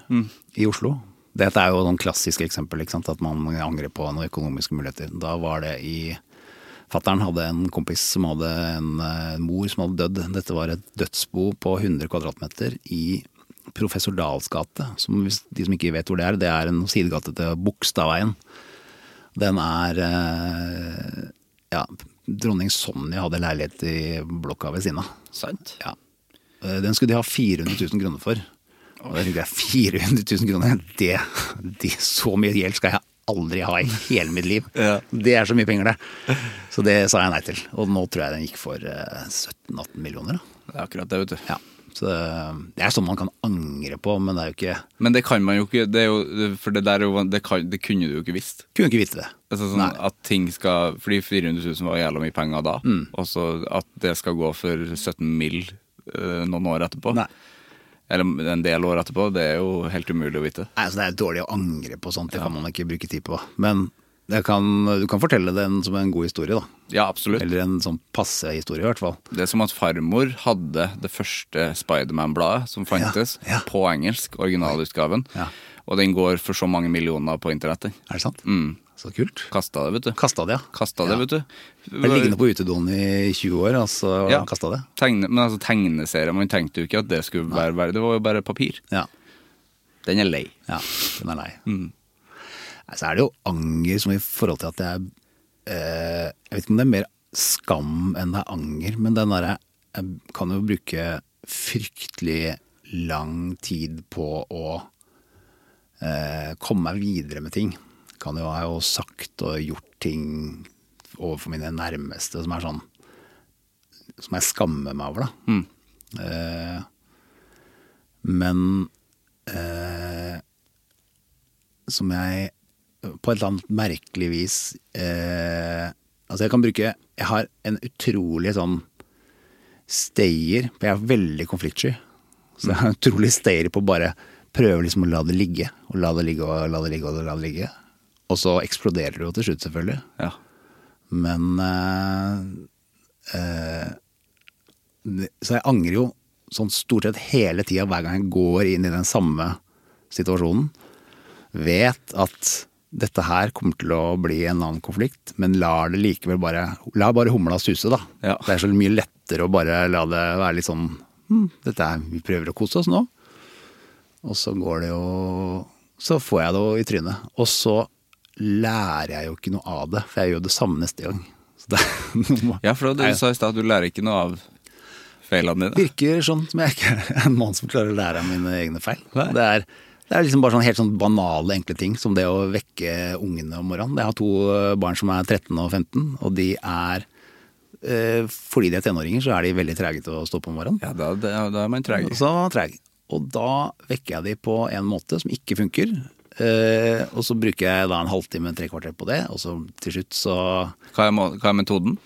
[SPEAKER 4] i Oslo. Dette er jo sånn klassisk eksempel, ikke sant? at man angrer på noen økonomiske muligheter. Da var det i Fattern hadde en kompis som hadde en eh, mor som hadde dødd. Dette var et dødsbo på 100 kvadratmeter i Professor Dahls gate. Som hvis de som ikke vet hvor det er, det er en sidegate til Bogstadveien. Den er eh, Ja, dronning Sonja hadde leilighet i blokka ved siden av.
[SPEAKER 1] Sant.
[SPEAKER 4] Ja. Eh, Den skulle de ha 400 000 kroner for. Og da tenkte jeg 400 000 kroner, det, det så mye gjeld skal jeg aldri ha i hele mitt liv.
[SPEAKER 1] Ja.
[SPEAKER 4] Det er så mye penger, det. Så det sa jeg nei til. Og nå tror jeg den gikk for eh, 17-18 millioner. Da.
[SPEAKER 1] Det er akkurat det, vet du.
[SPEAKER 4] Ja. Så det- det er sånn man kan angre på, men det er jo ikke
[SPEAKER 1] Men det kan man jo ikke, det er jo, for det der er jo, det, kan, det kunne du jo ikke visst.
[SPEAKER 4] Kunne ikke vite det.
[SPEAKER 1] Altså sånn at ting skal, fordi 400 000 var jævla mye penger da,
[SPEAKER 4] Mm.
[SPEAKER 1] og så at det skal gå for 17 mill. eh, noen år etterpå.
[SPEAKER 4] Nei.
[SPEAKER 1] Eller en del år etterpå, det er jo helt umulig å vite.
[SPEAKER 4] Nei, altså Det er dårlig å angre på sånt, det kan man ikke bruke tid på. Men det kan, du kan fortelle det en- som en god historie, da.
[SPEAKER 1] Ja, absolutt.
[SPEAKER 4] Eller en sånn passe historie, i hvert fall.
[SPEAKER 1] Det er som at farmor hadde det første Spiderman-bladet som fantes,
[SPEAKER 4] ja.
[SPEAKER 1] på engelsk, originalutgaven.
[SPEAKER 4] Ja.
[SPEAKER 1] Og den går for så mange millioner på internettet.
[SPEAKER 4] Er det sant?
[SPEAKER 1] Mm.
[SPEAKER 4] Så kult.
[SPEAKER 1] Kasta det, vet du.
[SPEAKER 4] Kasta det, ja.
[SPEAKER 1] Kasta det,
[SPEAKER 4] Ja.
[SPEAKER 1] vet du.
[SPEAKER 4] Det var liggende på utedoen i 20 år, altså
[SPEAKER 1] Ja.
[SPEAKER 4] kasta det.
[SPEAKER 1] Tegne, men altså tegneserie, man tenkte jo ikke at det skulle være, være Det var jo bare papir.
[SPEAKER 4] Ja.
[SPEAKER 1] Den er lei.
[SPEAKER 4] ja. Den er lei. Nei, Så er det jo anger som i forhold til at det er eh, Jeg vet ikke om det er mer skam enn det er anger, men den derre Jeg kan jo bruke fryktelig lang tid på å eh, komme meg videre med ting. Kan jo ha jo sagt og gjort ting overfor mine nærmeste som er sånn Som jeg skammer meg over, da. Eh, men eh, som jeg eh, på et eller annet merkelig vis eh, Altså, jeg kan bruke Jeg har en utrolig sånn stayer, for jeg er veldig konfliktsky. Så jeg har en utrolig stayer på å bare prøve liksom å la det ligge, og la det ligge og la det ligge og la det ligge. Og så eksploderer det jo til slutt, selvfølgelig.
[SPEAKER 1] Ja.
[SPEAKER 4] Men eh, eh, det- Så jeg angrer jo sånn stort sett hele tida hver gang jeg går inn i den samme situasjonen. Vet at dette her kommer til å bli en annen konflikt, men lar det likevel bare La bare humla suse, da.
[SPEAKER 1] Ja.
[SPEAKER 4] Det er så mye lettere å bare la det være litt sånn hm, dette er, Vi prøver å kose oss nå. Og så går det jo Så får jeg det jo i trynet. Og så lærer jeg jo ikke noe av det, for jeg gjør det samme neste gang. Så det
[SPEAKER 1] Ja, for det var det
[SPEAKER 4] Nei.
[SPEAKER 1] du sa i stad, du lærer ikke noe av feilene dine.
[SPEAKER 4] virker sånn som jeg ikke er en mann som klarer å lære av mine egne feil. Det er, det er liksom bare sånn helt sånn banale, enkle ting, som det å vekke ungene om morgenen. Jeg har to eh, barn som er 13 og 15, og de er eh, Fordi de er tenåringer, så er de veldig trege til å stå opp om morgenen.
[SPEAKER 1] Ja, da, da, da er man treg.
[SPEAKER 4] Så treg. Og da vekker jeg de på en måte som ikke funker. Eh, og så bruker jeg da en halvtime, tre kvarter på det, og så til slutt så
[SPEAKER 1] Hva er, må- hva er metoden?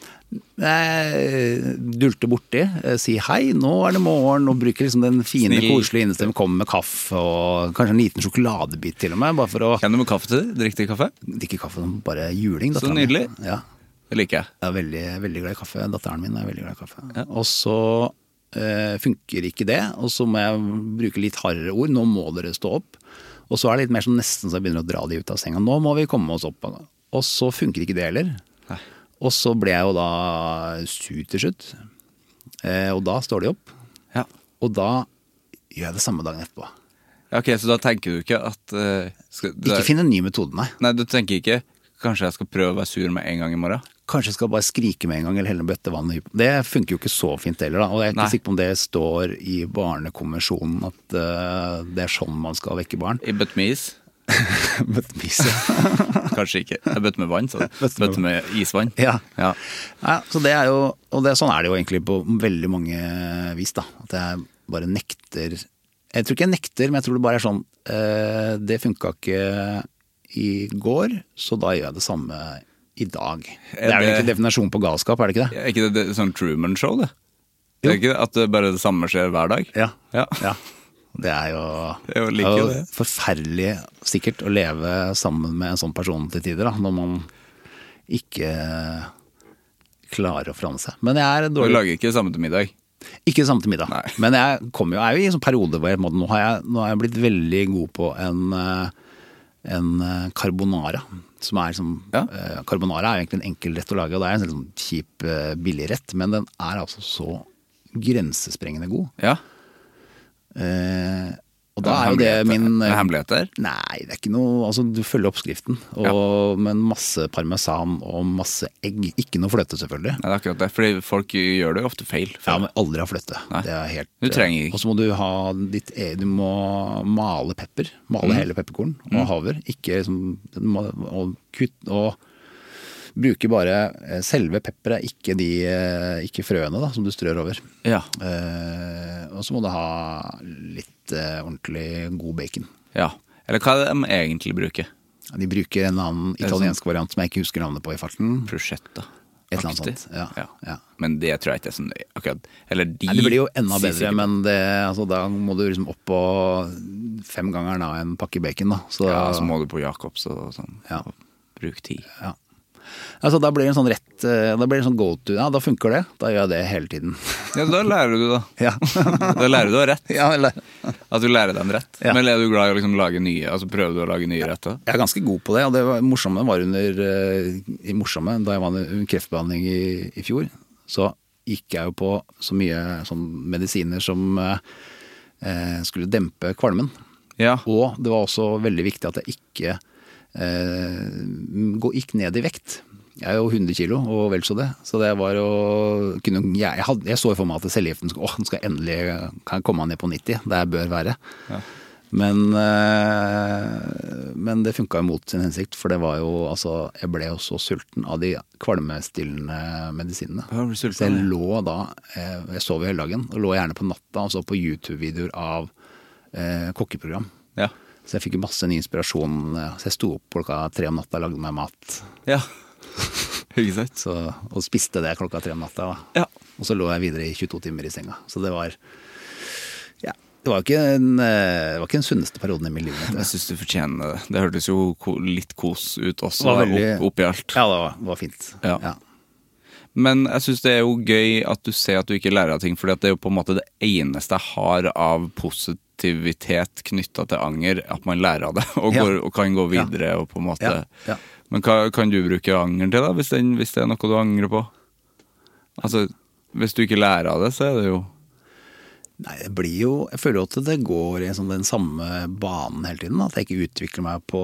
[SPEAKER 4] eh, dulte borti, eh, si hei, nå er det morgen, og bruker liksom den fine,
[SPEAKER 1] Snill.
[SPEAKER 4] koselige innestemmen, kommer med kaffe og kanskje en liten sjokoladebit til og med, bare for å
[SPEAKER 1] Kan du med kaffe til det? Drikk til kaffe?
[SPEAKER 4] drikke kaffe som bare juling.
[SPEAKER 1] Så
[SPEAKER 4] datteren min.
[SPEAKER 1] nydelig.
[SPEAKER 4] Ja.
[SPEAKER 1] Det liker jeg.
[SPEAKER 4] Jeg er veldig, veldig glad i kaffe. Datteren min er veldig glad i kaffe. Og så eh, funker ikke det, og så må jeg bruke litt hardere ord. Nå må dere stå opp. Og så er det litt mer sånn nesten så jeg begynner å dra de ut av senga. Nå må vi komme oss opp. Og så funker ikke det heller. Og så ble jeg jo da sur til slutt. Eh, og da står de opp.
[SPEAKER 1] Ja.
[SPEAKER 4] Og da gjør jeg det samme dagen etterpå.
[SPEAKER 1] Ja, Ok, så da tenker du ikke at eh, skal, du,
[SPEAKER 4] Ikke finn en ny metode, nei.
[SPEAKER 1] Nei, du tenker ikke Kanskje jeg skal prøve å være sur med en gang i morgen?
[SPEAKER 4] Kanskje jeg skal bare skrike med en gang, eller helle en bøtte vann i hypo- Det funker jo ikke så fint heller, da. Og jeg er ikke
[SPEAKER 1] Nei.
[SPEAKER 4] sikker på om det står i barnekonvensjonen at eh, det er sånn man skal vekke barn.
[SPEAKER 1] I bøtte med is?
[SPEAKER 4] Bøtte med is, ja.
[SPEAKER 1] Kanskje ikke. Jeg bøtte med vann, sa du.
[SPEAKER 4] Bøtte med
[SPEAKER 1] Bøtte med isvann?
[SPEAKER 4] Ja.
[SPEAKER 1] Ja.
[SPEAKER 4] ja. Så det er jo Og det, sånn er det jo egentlig på veldig mange vis, da. At jeg bare nekter Jeg tror ikke jeg nekter, men jeg tror det bare er sånn eh, Det funka ikke i går, så da gjør jeg det samme i dag. Det er jo
[SPEAKER 1] det-
[SPEAKER 4] egentlig definasjonen på galskap, er det ikke det?
[SPEAKER 1] Er ikke det, det sånn Truman Show, det? Det er ikke det, At det bare det samme skjer hver dag?
[SPEAKER 4] Ja.
[SPEAKER 1] Ja.
[SPEAKER 4] Ja. Det er jo,
[SPEAKER 1] Det er jo like
[SPEAKER 4] jo
[SPEAKER 1] det.
[SPEAKER 4] forferdelig sikkert å leve sammen med en sånn person til tider, da, når man ikke klarer å forandre seg. Men jeg er
[SPEAKER 1] Du
[SPEAKER 4] dårlig
[SPEAKER 1] lager ikke det samme til middag?
[SPEAKER 4] Ikke samme til middag.
[SPEAKER 1] Nei.
[SPEAKER 4] Men jeg, kommer jo, jeg er jo i en sånn periode hvor jeg, på en måte, nå, har jeg, nå har jeg blitt veldig god på en, eh, en eh, carbonara. Som er som,
[SPEAKER 1] Ja.
[SPEAKER 4] eh, carbonara er jo egentlig en enkel rett å lage, og det er en sånn kjip, eh, billig rett. Men den er altså så grensesprengende god.
[SPEAKER 1] Ja.
[SPEAKER 4] Eh, og
[SPEAKER 1] Det
[SPEAKER 4] da
[SPEAKER 1] er
[SPEAKER 4] er jo det
[SPEAKER 1] hemmelighet,
[SPEAKER 4] min eh,
[SPEAKER 1] det er hemmelighet der?
[SPEAKER 4] Nei, det er ikke noe Altså, du følger oppskriften. Og, Men masse parmesan og masse egg. Ikke noe fløte, selvfølgelig.
[SPEAKER 1] Nei, det er akkurat det. Fordi folk gjør det jo ofte feil.
[SPEAKER 4] Ja, men aldri ha fløte.
[SPEAKER 1] Nei.
[SPEAKER 4] Det er helt
[SPEAKER 1] Du trenger ikke.
[SPEAKER 4] Og så må du ha ditt e- Du må male pepper. Male
[SPEAKER 1] Mm.
[SPEAKER 4] hele pepperkorn og haver. Ikke liksom den må- Og kutt og Bruke bare eh, selve pepperet, ikke, de, eh, ikke frøene da, som du strør over.
[SPEAKER 1] Ja.
[SPEAKER 4] Eh, og så må du ha litt eh, ordentlig god bacon.
[SPEAKER 1] ja. Eller hva er det de egentlig bruker?
[SPEAKER 4] De bruker en annen
[SPEAKER 1] er sånn-
[SPEAKER 4] italiensk variant som jeg ikke husker navnet på i farten.
[SPEAKER 1] Prosjetta.
[SPEAKER 4] Et eller annet sånt, ja. Ja.
[SPEAKER 1] Men det tror jeg ikke er så nøye. Akkurat. Eller de
[SPEAKER 4] Nei, det blir jo enda
[SPEAKER 1] sier
[SPEAKER 4] bedre,
[SPEAKER 1] sikkert-
[SPEAKER 4] men det, altså, da må du liksom opp på femgangeren av en pakke bacon. Da. Så,
[SPEAKER 1] Ja, så må du på Jacobs og sånn.
[SPEAKER 4] Ja.
[SPEAKER 1] Og Bruk tid.
[SPEAKER 4] altså, da blir det en sånn rett eh, Da blir det en sånn go to. Ja, da funker det. Da gjør jeg det hele tiden.
[SPEAKER 1] Ja, da lærer du, da.
[SPEAKER 4] ja.
[SPEAKER 1] Da lærer du å ha rett.
[SPEAKER 4] ja, eller
[SPEAKER 1] At du lærer dem rett.
[SPEAKER 4] Ja.
[SPEAKER 1] Men er du glad i å liksom lage nye? Altså prøver du å lage nye retter?
[SPEAKER 4] Jeg er ganske god på det, og det var, morsomme var under eh, i morsomme, Da jeg var under kreftbehandling i, i fjor, så gikk jeg jo på så mye sånn medisiner som eh, eh, skulle dempe kvalmen.
[SPEAKER 1] Ja.
[SPEAKER 4] Og det var også veldig viktig at jeg ikke eh, gå- gikk ned i vekt. Jeg er jo 100 kilo og vel så det. Så det var jo kunne, jeg, jeg, hadde, jeg så for meg at cellegiften skulle Åh, den skal endelig kan jeg komme ned på 90. Der bør være. Men, eh, men det funka jo mot sin hensikt, for det var jo altså Jeg ble jo så sulten av de kvalmestillende medisinene.
[SPEAKER 1] Ja, blir sulten,
[SPEAKER 4] så jeg
[SPEAKER 1] ja.
[SPEAKER 4] lå da eh, Jeg sov jo hele dagen, og lå gjerne på natta og så på YouTube-videoer av eh, kokkeprogram.
[SPEAKER 1] Ja.
[SPEAKER 4] Så jeg fikk jo masse ny inspirasjon. eh, Så jeg sto opp klokka tre om natta og lagde meg mat.
[SPEAKER 1] ja. Ikke sant?
[SPEAKER 4] Så, og spiste det klokka tre om natta. Da.
[SPEAKER 1] Ja.
[SPEAKER 4] Og så lå jeg videre i 22 timer i senga. Så det var ja, Det var jo ikke, en, eh, det var ikke den sunneste perioden i mitt liv. vet du.
[SPEAKER 1] Jeg syns du fortjener det. Det hørtes jo ko litt kos ut også,
[SPEAKER 4] var veldig-
[SPEAKER 1] opp, oppi alt.
[SPEAKER 4] Ja, det var, det var fint.
[SPEAKER 1] Ja. Men jeg syns det er jo gøy at du ser at du ikke lærer av ting, for det er jo på en måte det eneste jeg har av positivitet knytta til anger, at man lærer av det og,
[SPEAKER 4] Ja.
[SPEAKER 1] går, og kan gå videre. og på en måte...
[SPEAKER 4] Ja, ja.
[SPEAKER 1] Men hva kan du bruke angeren til, da, hvis, den, hvis det er noe du angrer på? Altså, Hvis du ikke lærer av det, så er det jo
[SPEAKER 4] Nei, det blir jo Jeg føler jo at det går i sånn den samme banen hele tiden. da, At jeg ikke utvikler meg på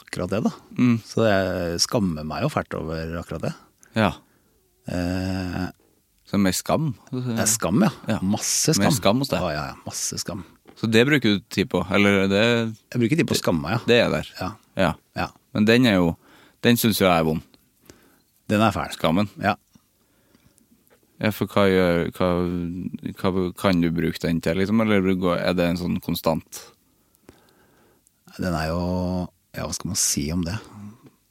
[SPEAKER 4] akkurat det, da.
[SPEAKER 1] Mm.
[SPEAKER 4] Så jeg skammer meg jo fælt over akkurat det.
[SPEAKER 1] Ja.
[SPEAKER 4] Eh,
[SPEAKER 1] Så mer skam.
[SPEAKER 4] det er skam, ja.
[SPEAKER 1] Ja.
[SPEAKER 4] Masse skam.
[SPEAKER 1] Mer skam hos deg.
[SPEAKER 4] Ja, ja, ja. Masse skam.
[SPEAKER 1] Så det bruker du tid på. Eller det,
[SPEAKER 4] Jeg bruker tid på å skamme meg, ja.
[SPEAKER 1] det er der.
[SPEAKER 4] ja.
[SPEAKER 1] Ja.
[SPEAKER 4] Ja.
[SPEAKER 1] Men den er jo Den syns jo jeg er vond.
[SPEAKER 4] Den er fæl.
[SPEAKER 1] Skammen.
[SPEAKER 4] Ja.
[SPEAKER 1] Ja, for hva, gjør, hva, hva kan du bruke den til, liksom? Eller går- er det en sånn konstant
[SPEAKER 4] Den er jo Ja, hva skal man si om det?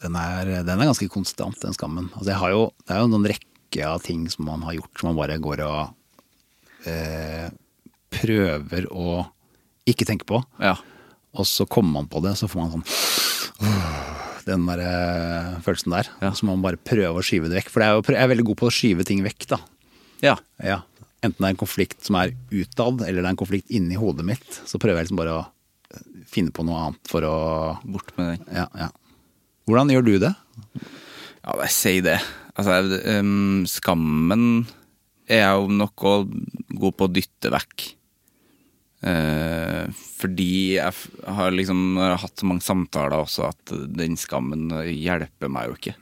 [SPEAKER 4] Den er, den er ganske konstant, den skammen. Altså, jeg har jo, det er jo noen rekke av ting som man har gjort, som man bare går og eh, prøver å ikke tenke på.
[SPEAKER 1] Ja.
[SPEAKER 4] Og så kommer man på det, så får man sånn Den der eh, følelsen der.
[SPEAKER 1] Ja.
[SPEAKER 4] Så må man bare prøve å skyve det vekk. For det er jo, jeg er veldig god på å skyve ting vekk, da.
[SPEAKER 1] Ja.
[SPEAKER 4] Ja. Enten det er en konflikt som er utad, eller det er en konflikt inni hodet mitt, så prøver jeg liksom bare å eh, finne på noe annet for å
[SPEAKER 1] Bort med den.
[SPEAKER 4] Ja, ja. Hvordan gjør du det?
[SPEAKER 1] Ja, jeg sier det. Altså, jeg, ehm, skammen er jeg jo nok å- god på å dytte vekk. Eh, fordi jeg f- har liksom jeg har hatt så mange samtaler også at den skammen hjelper meg jo ikke.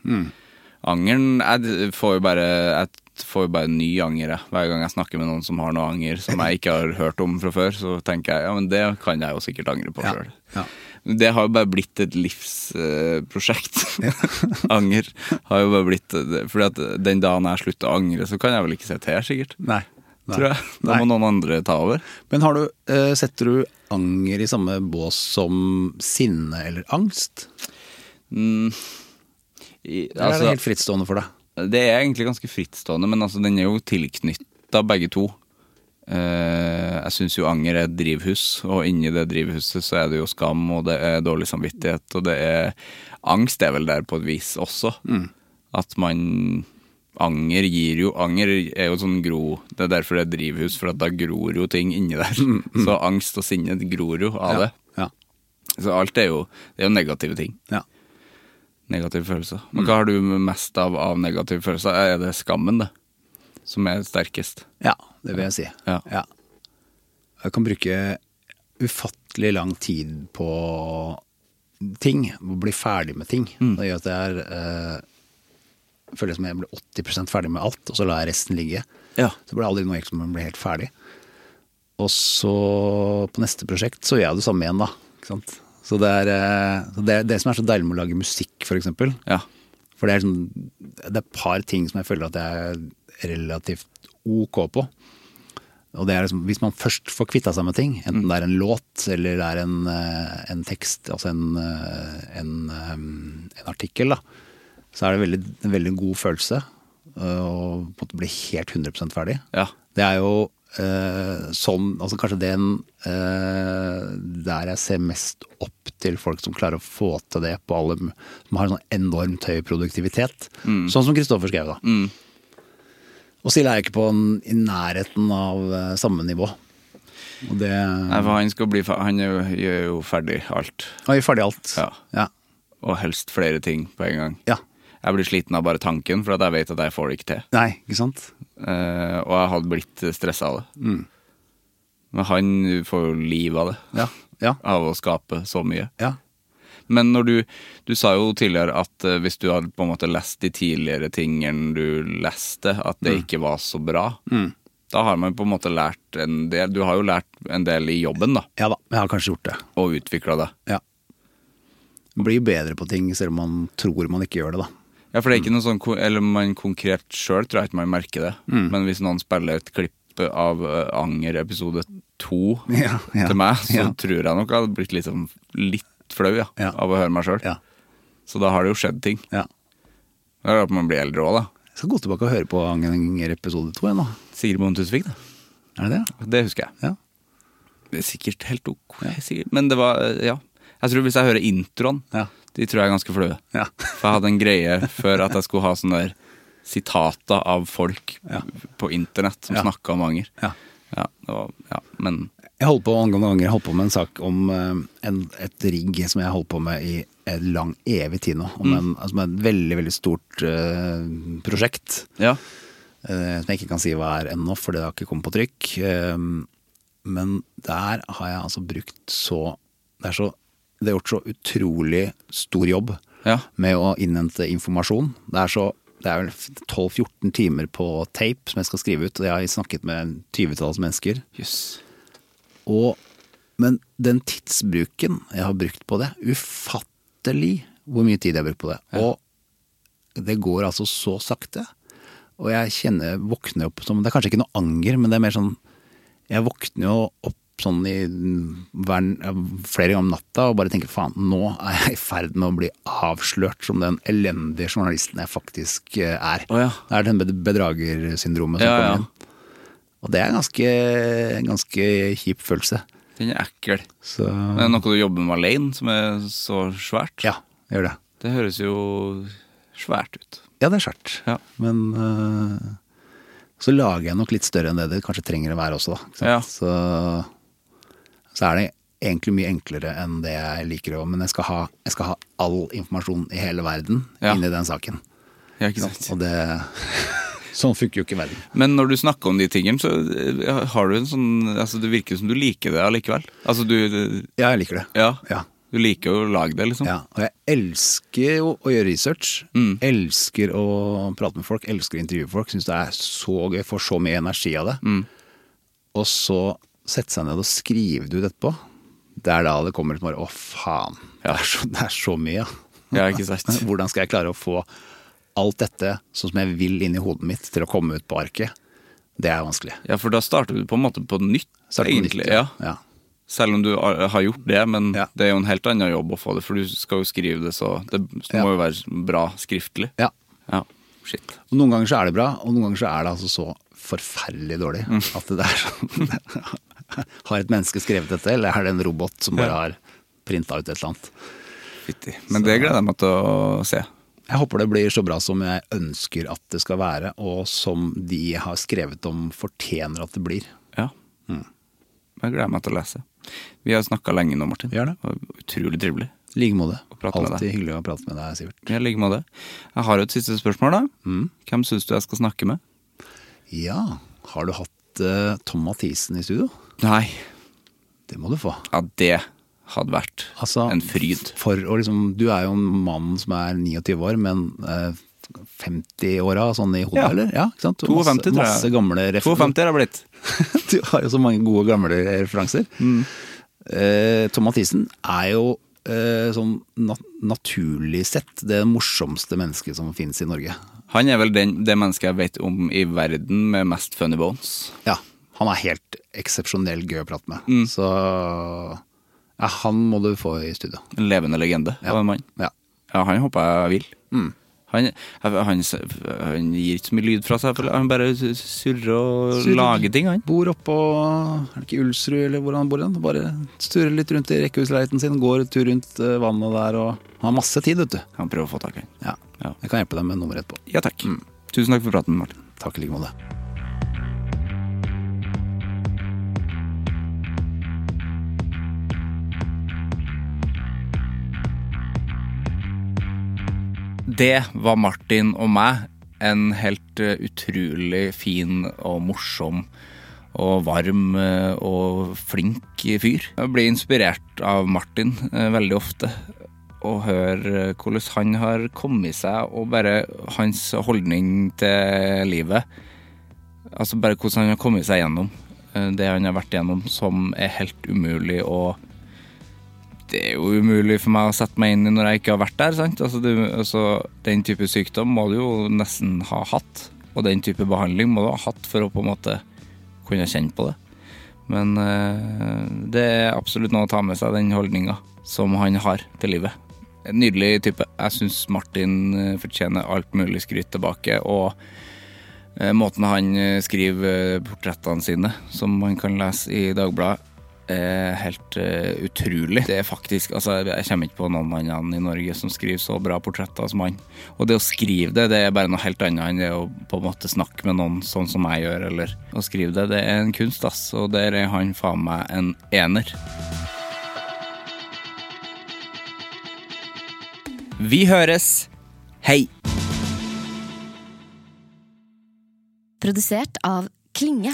[SPEAKER 1] Angeren jeg d- får jo bare Jeg får jo bare ny anger jeg. hver gang jeg snakker med noen som har noe anger som jeg ikke har hørt om fra før. Så tenker jeg ja, men det kan jeg jo sikkert angre på sjøl.
[SPEAKER 4] ja.
[SPEAKER 1] Det har jo bare blitt et livsprosjekt. anger har jo bare blitt det. Fordi at den dagen jeg slutter å angre, så kan jeg vel ikke sitte her, sikkert.
[SPEAKER 4] Nei.
[SPEAKER 1] Tror jeg. Da må noen andre ta over.
[SPEAKER 4] Men har du, eh, setter du anger i samme bås som sinne eller angst?
[SPEAKER 1] I,
[SPEAKER 4] Eller er
[SPEAKER 1] altså,
[SPEAKER 4] det helt frittstående for deg?
[SPEAKER 1] det er egentlig ganske frittstående, men altså, den er jo tilknytta begge to. Eh, jeg syns jo anger er et drivhus, og inni det drivhuset så er det jo skam, og det er dårlig samvittighet, og det er Angst er vel der på et vis også. At man Anger gir jo Anger er jo sånn gro Det er derfor det er drivhus, for at da gror jo ting inni der. Så angst og sinne gror jo av det.
[SPEAKER 4] Ja.
[SPEAKER 1] Så alt er jo Det er jo negative ting.
[SPEAKER 4] ja.
[SPEAKER 1] Negative følelser.
[SPEAKER 4] Mm.
[SPEAKER 1] Men hva har du mest av av negative følelser? Er det skammen, det? Som er sterkest?
[SPEAKER 4] Ja, det vil jeg si.
[SPEAKER 1] Ja.
[SPEAKER 4] Jeg kan bruke ufattelig lang tid på ting, å bli ferdig med ting. Det gjør at jeg er, eh, føler som jeg blir 80 ferdig med alt, og så lar jeg resten ligge.
[SPEAKER 1] Ja.
[SPEAKER 4] Så blir det aldri noe jeg som blir helt ferdig. Og så på neste prosjekt så gjør jeg det samme igjen, da. Ikke sant? Så det er eh, så det, er det som er så deilig med å lage musikk, for eksempel.
[SPEAKER 1] Ja.
[SPEAKER 4] For det er, sånn, det er et par ting som jeg føler at jeg er relativt ok på. Og det er liksom, Hvis man først får kvitta seg med ting, enten det er en låt eller det er en, eh, en tekst, altså en, eh, en, eh, en artikkel, da, så er det veldig, en veldig god følelse eh, å på en måte bli helt 100 ferdig.
[SPEAKER 1] Ja.
[SPEAKER 4] Det er jo eh, sånn altså Kanskje den eh, der jeg ser mest opp til folk som klarer å få til det på alle Som har en sånn enormt høy produktivitet.
[SPEAKER 1] Mm.
[SPEAKER 4] Sånn som Kristoffer skrev, da. Og Silla er jo ikke på en, i nærheten av eh, samme nivå. Og det
[SPEAKER 1] Nei, for han skal bli fe- Han er jo- gjør jo ferdig alt.
[SPEAKER 4] Han gjør ferdig alt.
[SPEAKER 1] Ja.
[SPEAKER 4] Ja.
[SPEAKER 1] Og helst flere ting på en gang.
[SPEAKER 4] Ja.
[SPEAKER 1] Jeg blir sliten av bare tanken, for at jeg vet at jeg får det ikke til.
[SPEAKER 4] Nei, ikke sant?
[SPEAKER 1] Eh, og jeg hadde blitt stressa av det.
[SPEAKER 4] Mm.
[SPEAKER 1] Men han får jo liv av det.
[SPEAKER 4] Ja. Ja.
[SPEAKER 1] Av å skape så mye.
[SPEAKER 4] ja.
[SPEAKER 1] Men når du, du sa jo tidligere at eh, hvis du hadde på en måte lest de tidligere tingene du leste, at
[SPEAKER 4] Mm.
[SPEAKER 1] det ikke var så bra. Da har man på en måte lært en del. Du har jo lært en del i jobben, da,
[SPEAKER 4] Ja da, jeg har kanskje gjort det.
[SPEAKER 1] og utvikla det.
[SPEAKER 4] Ja. Blir bedre på ting selv om man tror man ikke gjør det, da.
[SPEAKER 1] Ja, for det er
[SPEAKER 4] Mm.
[SPEAKER 1] ikke noe sånn ko- Eller man konkret sjøl tror jeg ikke man merker det.
[SPEAKER 4] Mm.
[SPEAKER 1] Men hvis noen spiller et klipp av eh, Anger episode to
[SPEAKER 4] Ja, ja,
[SPEAKER 1] til meg, så
[SPEAKER 4] ja.
[SPEAKER 1] tror jeg nok jeg hadde blitt litt, sånn- litt flau ja,
[SPEAKER 4] Ja.
[SPEAKER 1] av å høre meg sjøl.
[SPEAKER 4] Ja.
[SPEAKER 1] Så da har det jo skjedd ting.
[SPEAKER 4] ja.
[SPEAKER 1] Det er at man blir eldre òg, da.
[SPEAKER 4] Jeg skal gå tilbake og høre på Anger episode to igjen, da.
[SPEAKER 1] Sigrid Bonde Tusvik, da.
[SPEAKER 4] Er det det?
[SPEAKER 1] Det husker jeg.
[SPEAKER 4] Ja.
[SPEAKER 1] Det er sikkert helt ok. Sikkert. Men det var eh, Ja. Jeg tror hvis jeg hører introen,
[SPEAKER 4] Ja.
[SPEAKER 1] de tror jeg er ganske flaue.
[SPEAKER 4] Ja.
[SPEAKER 1] For jeg hadde en greie før at jeg skulle ha sånne der sitater av folk på internett som
[SPEAKER 4] Ja.
[SPEAKER 1] snakket snakka om anger.
[SPEAKER 4] Ja.
[SPEAKER 1] Ja, det var, ja, men
[SPEAKER 4] Jeg holdt på angående anger, jeg holdt på med en sak om eh, en, et rigg som jeg holdt på med i en lang evig tid nå. Om en, som er et veldig, veldig stort eh, prosjekt.
[SPEAKER 1] ja.
[SPEAKER 4] eh, som jeg ikke kan si hva er ennå, for det har ikke kommet på trykk. Eh, men der har jeg altså brukt så Det er så Det er gjort så utrolig stor jobb
[SPEAKER 1] Ja.
[SPEAKER 4] med å innhente informasjon. Det er så det er vel 12-14 timer på tape som jeg skal skrive ut. og Jeg har snakket med 20-talls mennesker.
[SPEAKER 1] Jøss.
[SPEAKER 4] Og, men den tidsbruken jeg har brukt på det, ufattelig hvor mye tid jeg har brukt på det. Og det går altså så sakte. Og jeg kjenner, våkner opp som Det er kanskje ikke noe anger, men det er mer sånn Jeg våkner jo opp sånn i hver, flere ganger om natta og bare tenker faen, nå er jeg i ferd med å bli avslørt som den elendige journalisten jeg faktisk eh, er.
[SPEAKER 1] Å ja.
[SPEAKER 4] Det er den bed- bedragersyndromet som
[SPEAKER 1] Ja,
[SPEAKER 4] kommer
[SPEAKER 1] ja.
[SPEAKER 4] inn. Og det er en ganske, en ganske kjip følelse.
[SPEAKER 1] Den er ekkel.
[SPEAKER 4] Så
[SPEAKER 1] Det er noe du jobber med alene, som er så svært.
[SPEAKER 4] ja, gjør det.
[SPEAKER 1] Det høres jo svært ut.
[SPEAKER 4] Ja, det er skjørt.
[SPEAKER 1] Ja.
[SPEAKER 4] Men øh, så lager jeg nok litt større enn det det kanskje trenger å være også, da. ikke sant?
[SPEAKER 1] Ja.
[SPEAKER 4] Så, så er det egentlig mye enklere enn det jeg liker å Men jeg skal ha, jeg skal ha all informasjon i hele verden
[SPEAKER 1] Ja.
[SPEAKER 4] inni den saken.
[SPEAKER 1] Ja, ikke sant?
[SPEAKER 4] Og det Sånn funker jo ikke verden.
[SPEAKER 1] Men når du snakker om de tingene, så eh, har du en sånn altså Det virker som du liker det allikevel. Altså, du
[SPEAKER 4] Ja, jeg liker det.
[SPEAKER 1] Ja.
[SPEAKER 4] Ja.
[SPEAKER 1] Du liker jo å lage det, liksom.
[SPEAKER 4] Ja, Mm. og jeg elsker jo å gjøre research. Elsker å prate med folk, elsker å intervjue folk. Syns det er så gøy, får så mye energi av det. Mm. Og så sette seg ned og skrive det ut etterpå. Det er da det kommer litt bare å faen, det, er så, det er så mye. ja.
[SPEAKER 1] Ja, ikke sant?
[SPEAKER 4] Hvordan skal jeg klare å få alt dette sånn som jeg vil inn i hodet mitt til å komme ut på arket? Det er vanskelig.
[SPEAKER 1] Ja, for da starter du på en måte på nytt,
[SPEAKER 4] Starte på nytt,
[SPEAKER 1] egentlig.
[SPEAKER 4] ja.
[SPEAKER 1] ja.
[SPEAKER 4] Ja.
[SPEAKER 1] Selv om du har har gjort det, men
[SPEAKER 4] Ja.
[SPEAKER 1] det er jo en helt annen jobb å få det, for du skal jo skrive det, så det
[SPEAKER 4] Ja.
[SPEAKER 1] må jo være bra skriftlig.
[SPEAKER 4] Ja.
[SPEAKER 1] Ja, shit.
[SPEAKER 4] Og noen ganger så er det bra, og noen ganger så er det altså så forferdelig dårlig.
[SPEAKER 1] Mm.
[SPEAKER 4] At det er sånn Har et menneske skrevet dette, eller er det en robot som bare har printa ut et eller annet?
[SPEAKER 1] Fytti. Men det gleder jeg meg til å se.
[SPEAKER 4] Jeg håper det blir så bra som jeg ønsker at det skal være, og som de jeg har skrevet om fortjener at det blir.
[SPEAKER 1] Ja.
[SPEAKER 4] Mm.
[SPEAKER 1] Jeg gleder meg til å lese. Vi har snakka lenge nå, Martin.
[SPEAKER 4] Vi har det.
[SPEAKER 1] var utrolig trivelig.
[SPEAKER 4] I like måte.
[SPEAKER 1] prate med deg.
[SPEAKER 4] Alltid hyggelig å prate med deg, Sivert.
[SPEAKER 1] Jeg ligger med det. Jeg har jo et siste spørsmål, da.
[SPEAKER 4] Mm.
[SPEAKER 1] Hvem syns du jeg skal snakke med?
[SPEAKER 4] Ja, har du hatt eh, Tom Mathisen i studio?
[SPEAKER 1] Nei,
[SPEAKER 4] Det må du få.
[SPEAKER 1] ja, det hadde vært
[SPEAKER 4] Altså,
[SPEAKER 1] en fryd.
[SPEAKER 4] For å liksom, du er jo en mann som er 29 år, men eh, 50-åra sånn i hodet,
[SPEAKER 1] Ja.
[SPEAKER 4] eller? Ja, ikke sant? Du har
[SPEAKER 1] 52, tror jeg.
[SPEAKER 4] Masse gamle ref-
[SPEAKER 1] 52 har jeg blitt.
[SPEAKER 4] du har jo så mange gode gamle referanser.
[SPEAKER 1] Mm.
[SPEAKER 4] Eh, Tom Mathisen er jo eh, sånn nat naturlig sett det morsomste mennesket som finnes i Norge.
[SPEAKER 1] Han er vel den, det mennesket jeg vet om i verden med mest funny bones.
[SPEAKER 4] Ja, han er helt eksepsjonell gøy å prate med.
[SPEAKER 1] Mm.
[SPEAKER 4] Så ja, han må du få i studio.
[SPEAKER 1] En levende legende av en mann.
[SPEAKER 4] Ja. Mm.
[SPEAKER 1] Ja, han håper jeg vil. Han, han, han gir ikke så mye lyd fra seg, for han bare surrer og
[SPEAKER 4] Surrer.
[SPEAKER 1] lager ting, han.
[SPEAKER 4] Bor oppå er det ikke Ulsrud eller hvor han bor igjen? Bare sturrer litt rundt i rekkehusleiligheten sin, går en tur rundt eh, vannet der og Han har masse tid, vet du.
[SPEAKER 1] Han prøver å få tak i han.
[SPEAKER 4] Ja. Mm.
[SPEAKER 1] Ja.
[SPEAKER 4] Jeg kan hjelpe deg med nummeret etterpå.
[SPEAKER 1] Ja takk. Tusen takk for praten, Martin.
[SPEAKER 4] Takk i like måte.
[SPEAKER 5] Det var Martin og meg. En helt eh, utrolig fin og morsom og varm eh, og flink fyr. Jeg blir inspirert av Martin eh, veldig ofte.
[SPEAKER 1] å høre hvordan han har kommet seg, og bare hans holdning til livet. Altså bare hvordan han har kommet seg gjennom eh, det han har vært gjennom, som er helt umulig å Det er jo umulig for meg å sette meg inn i når jeg ikke har vært der, sant? Altså, du, altså den type sykdom må du jo nesten ha hatt, og den type behandling må du ha hatt for å på en måte kunne kjenne på det. Men eh, det er absolutt noe å ta med seg, den holdninga som han har til livet. En nydelig type. Jeg syns Martin eh, fortjener alt mulig skryt tilbake. Og eh, måten han eh, skriver eh, portrettene sine, som man kan lese i Dagbladet, er helt eh, utrolig. Det er faktisk Altså, jeg kommer ikke på noen andre i Norge som skriver så bra portretter som han. Og det å skrive det, det er bare noe helt annet enn det å på en måte snakke med noen sånn som jeg gjør, eller å skrive det. Det er en kunst, ass, og der er han faen meg en ener. Vi høres. Hei!
[SPEAKER 6] Produsert av Klinge.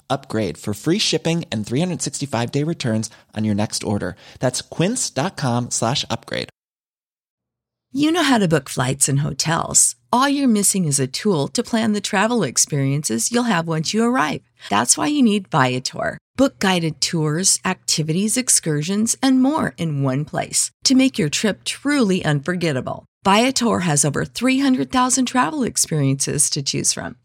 [SPEAKER 2] upgrade for free shipping and 365 day returns on your next order. That's quince.com slash upgrade.
[SPEAKER 7] You know how to book flights and hotels. All you're missing is a tool to plan the travel experiences you'll have once you arrive. That's why you need Viator. Book guided tours, activities, excursions, and more in one place to make your trip truly unforgettable. Viator has over 300,000 travel experiences to choose from.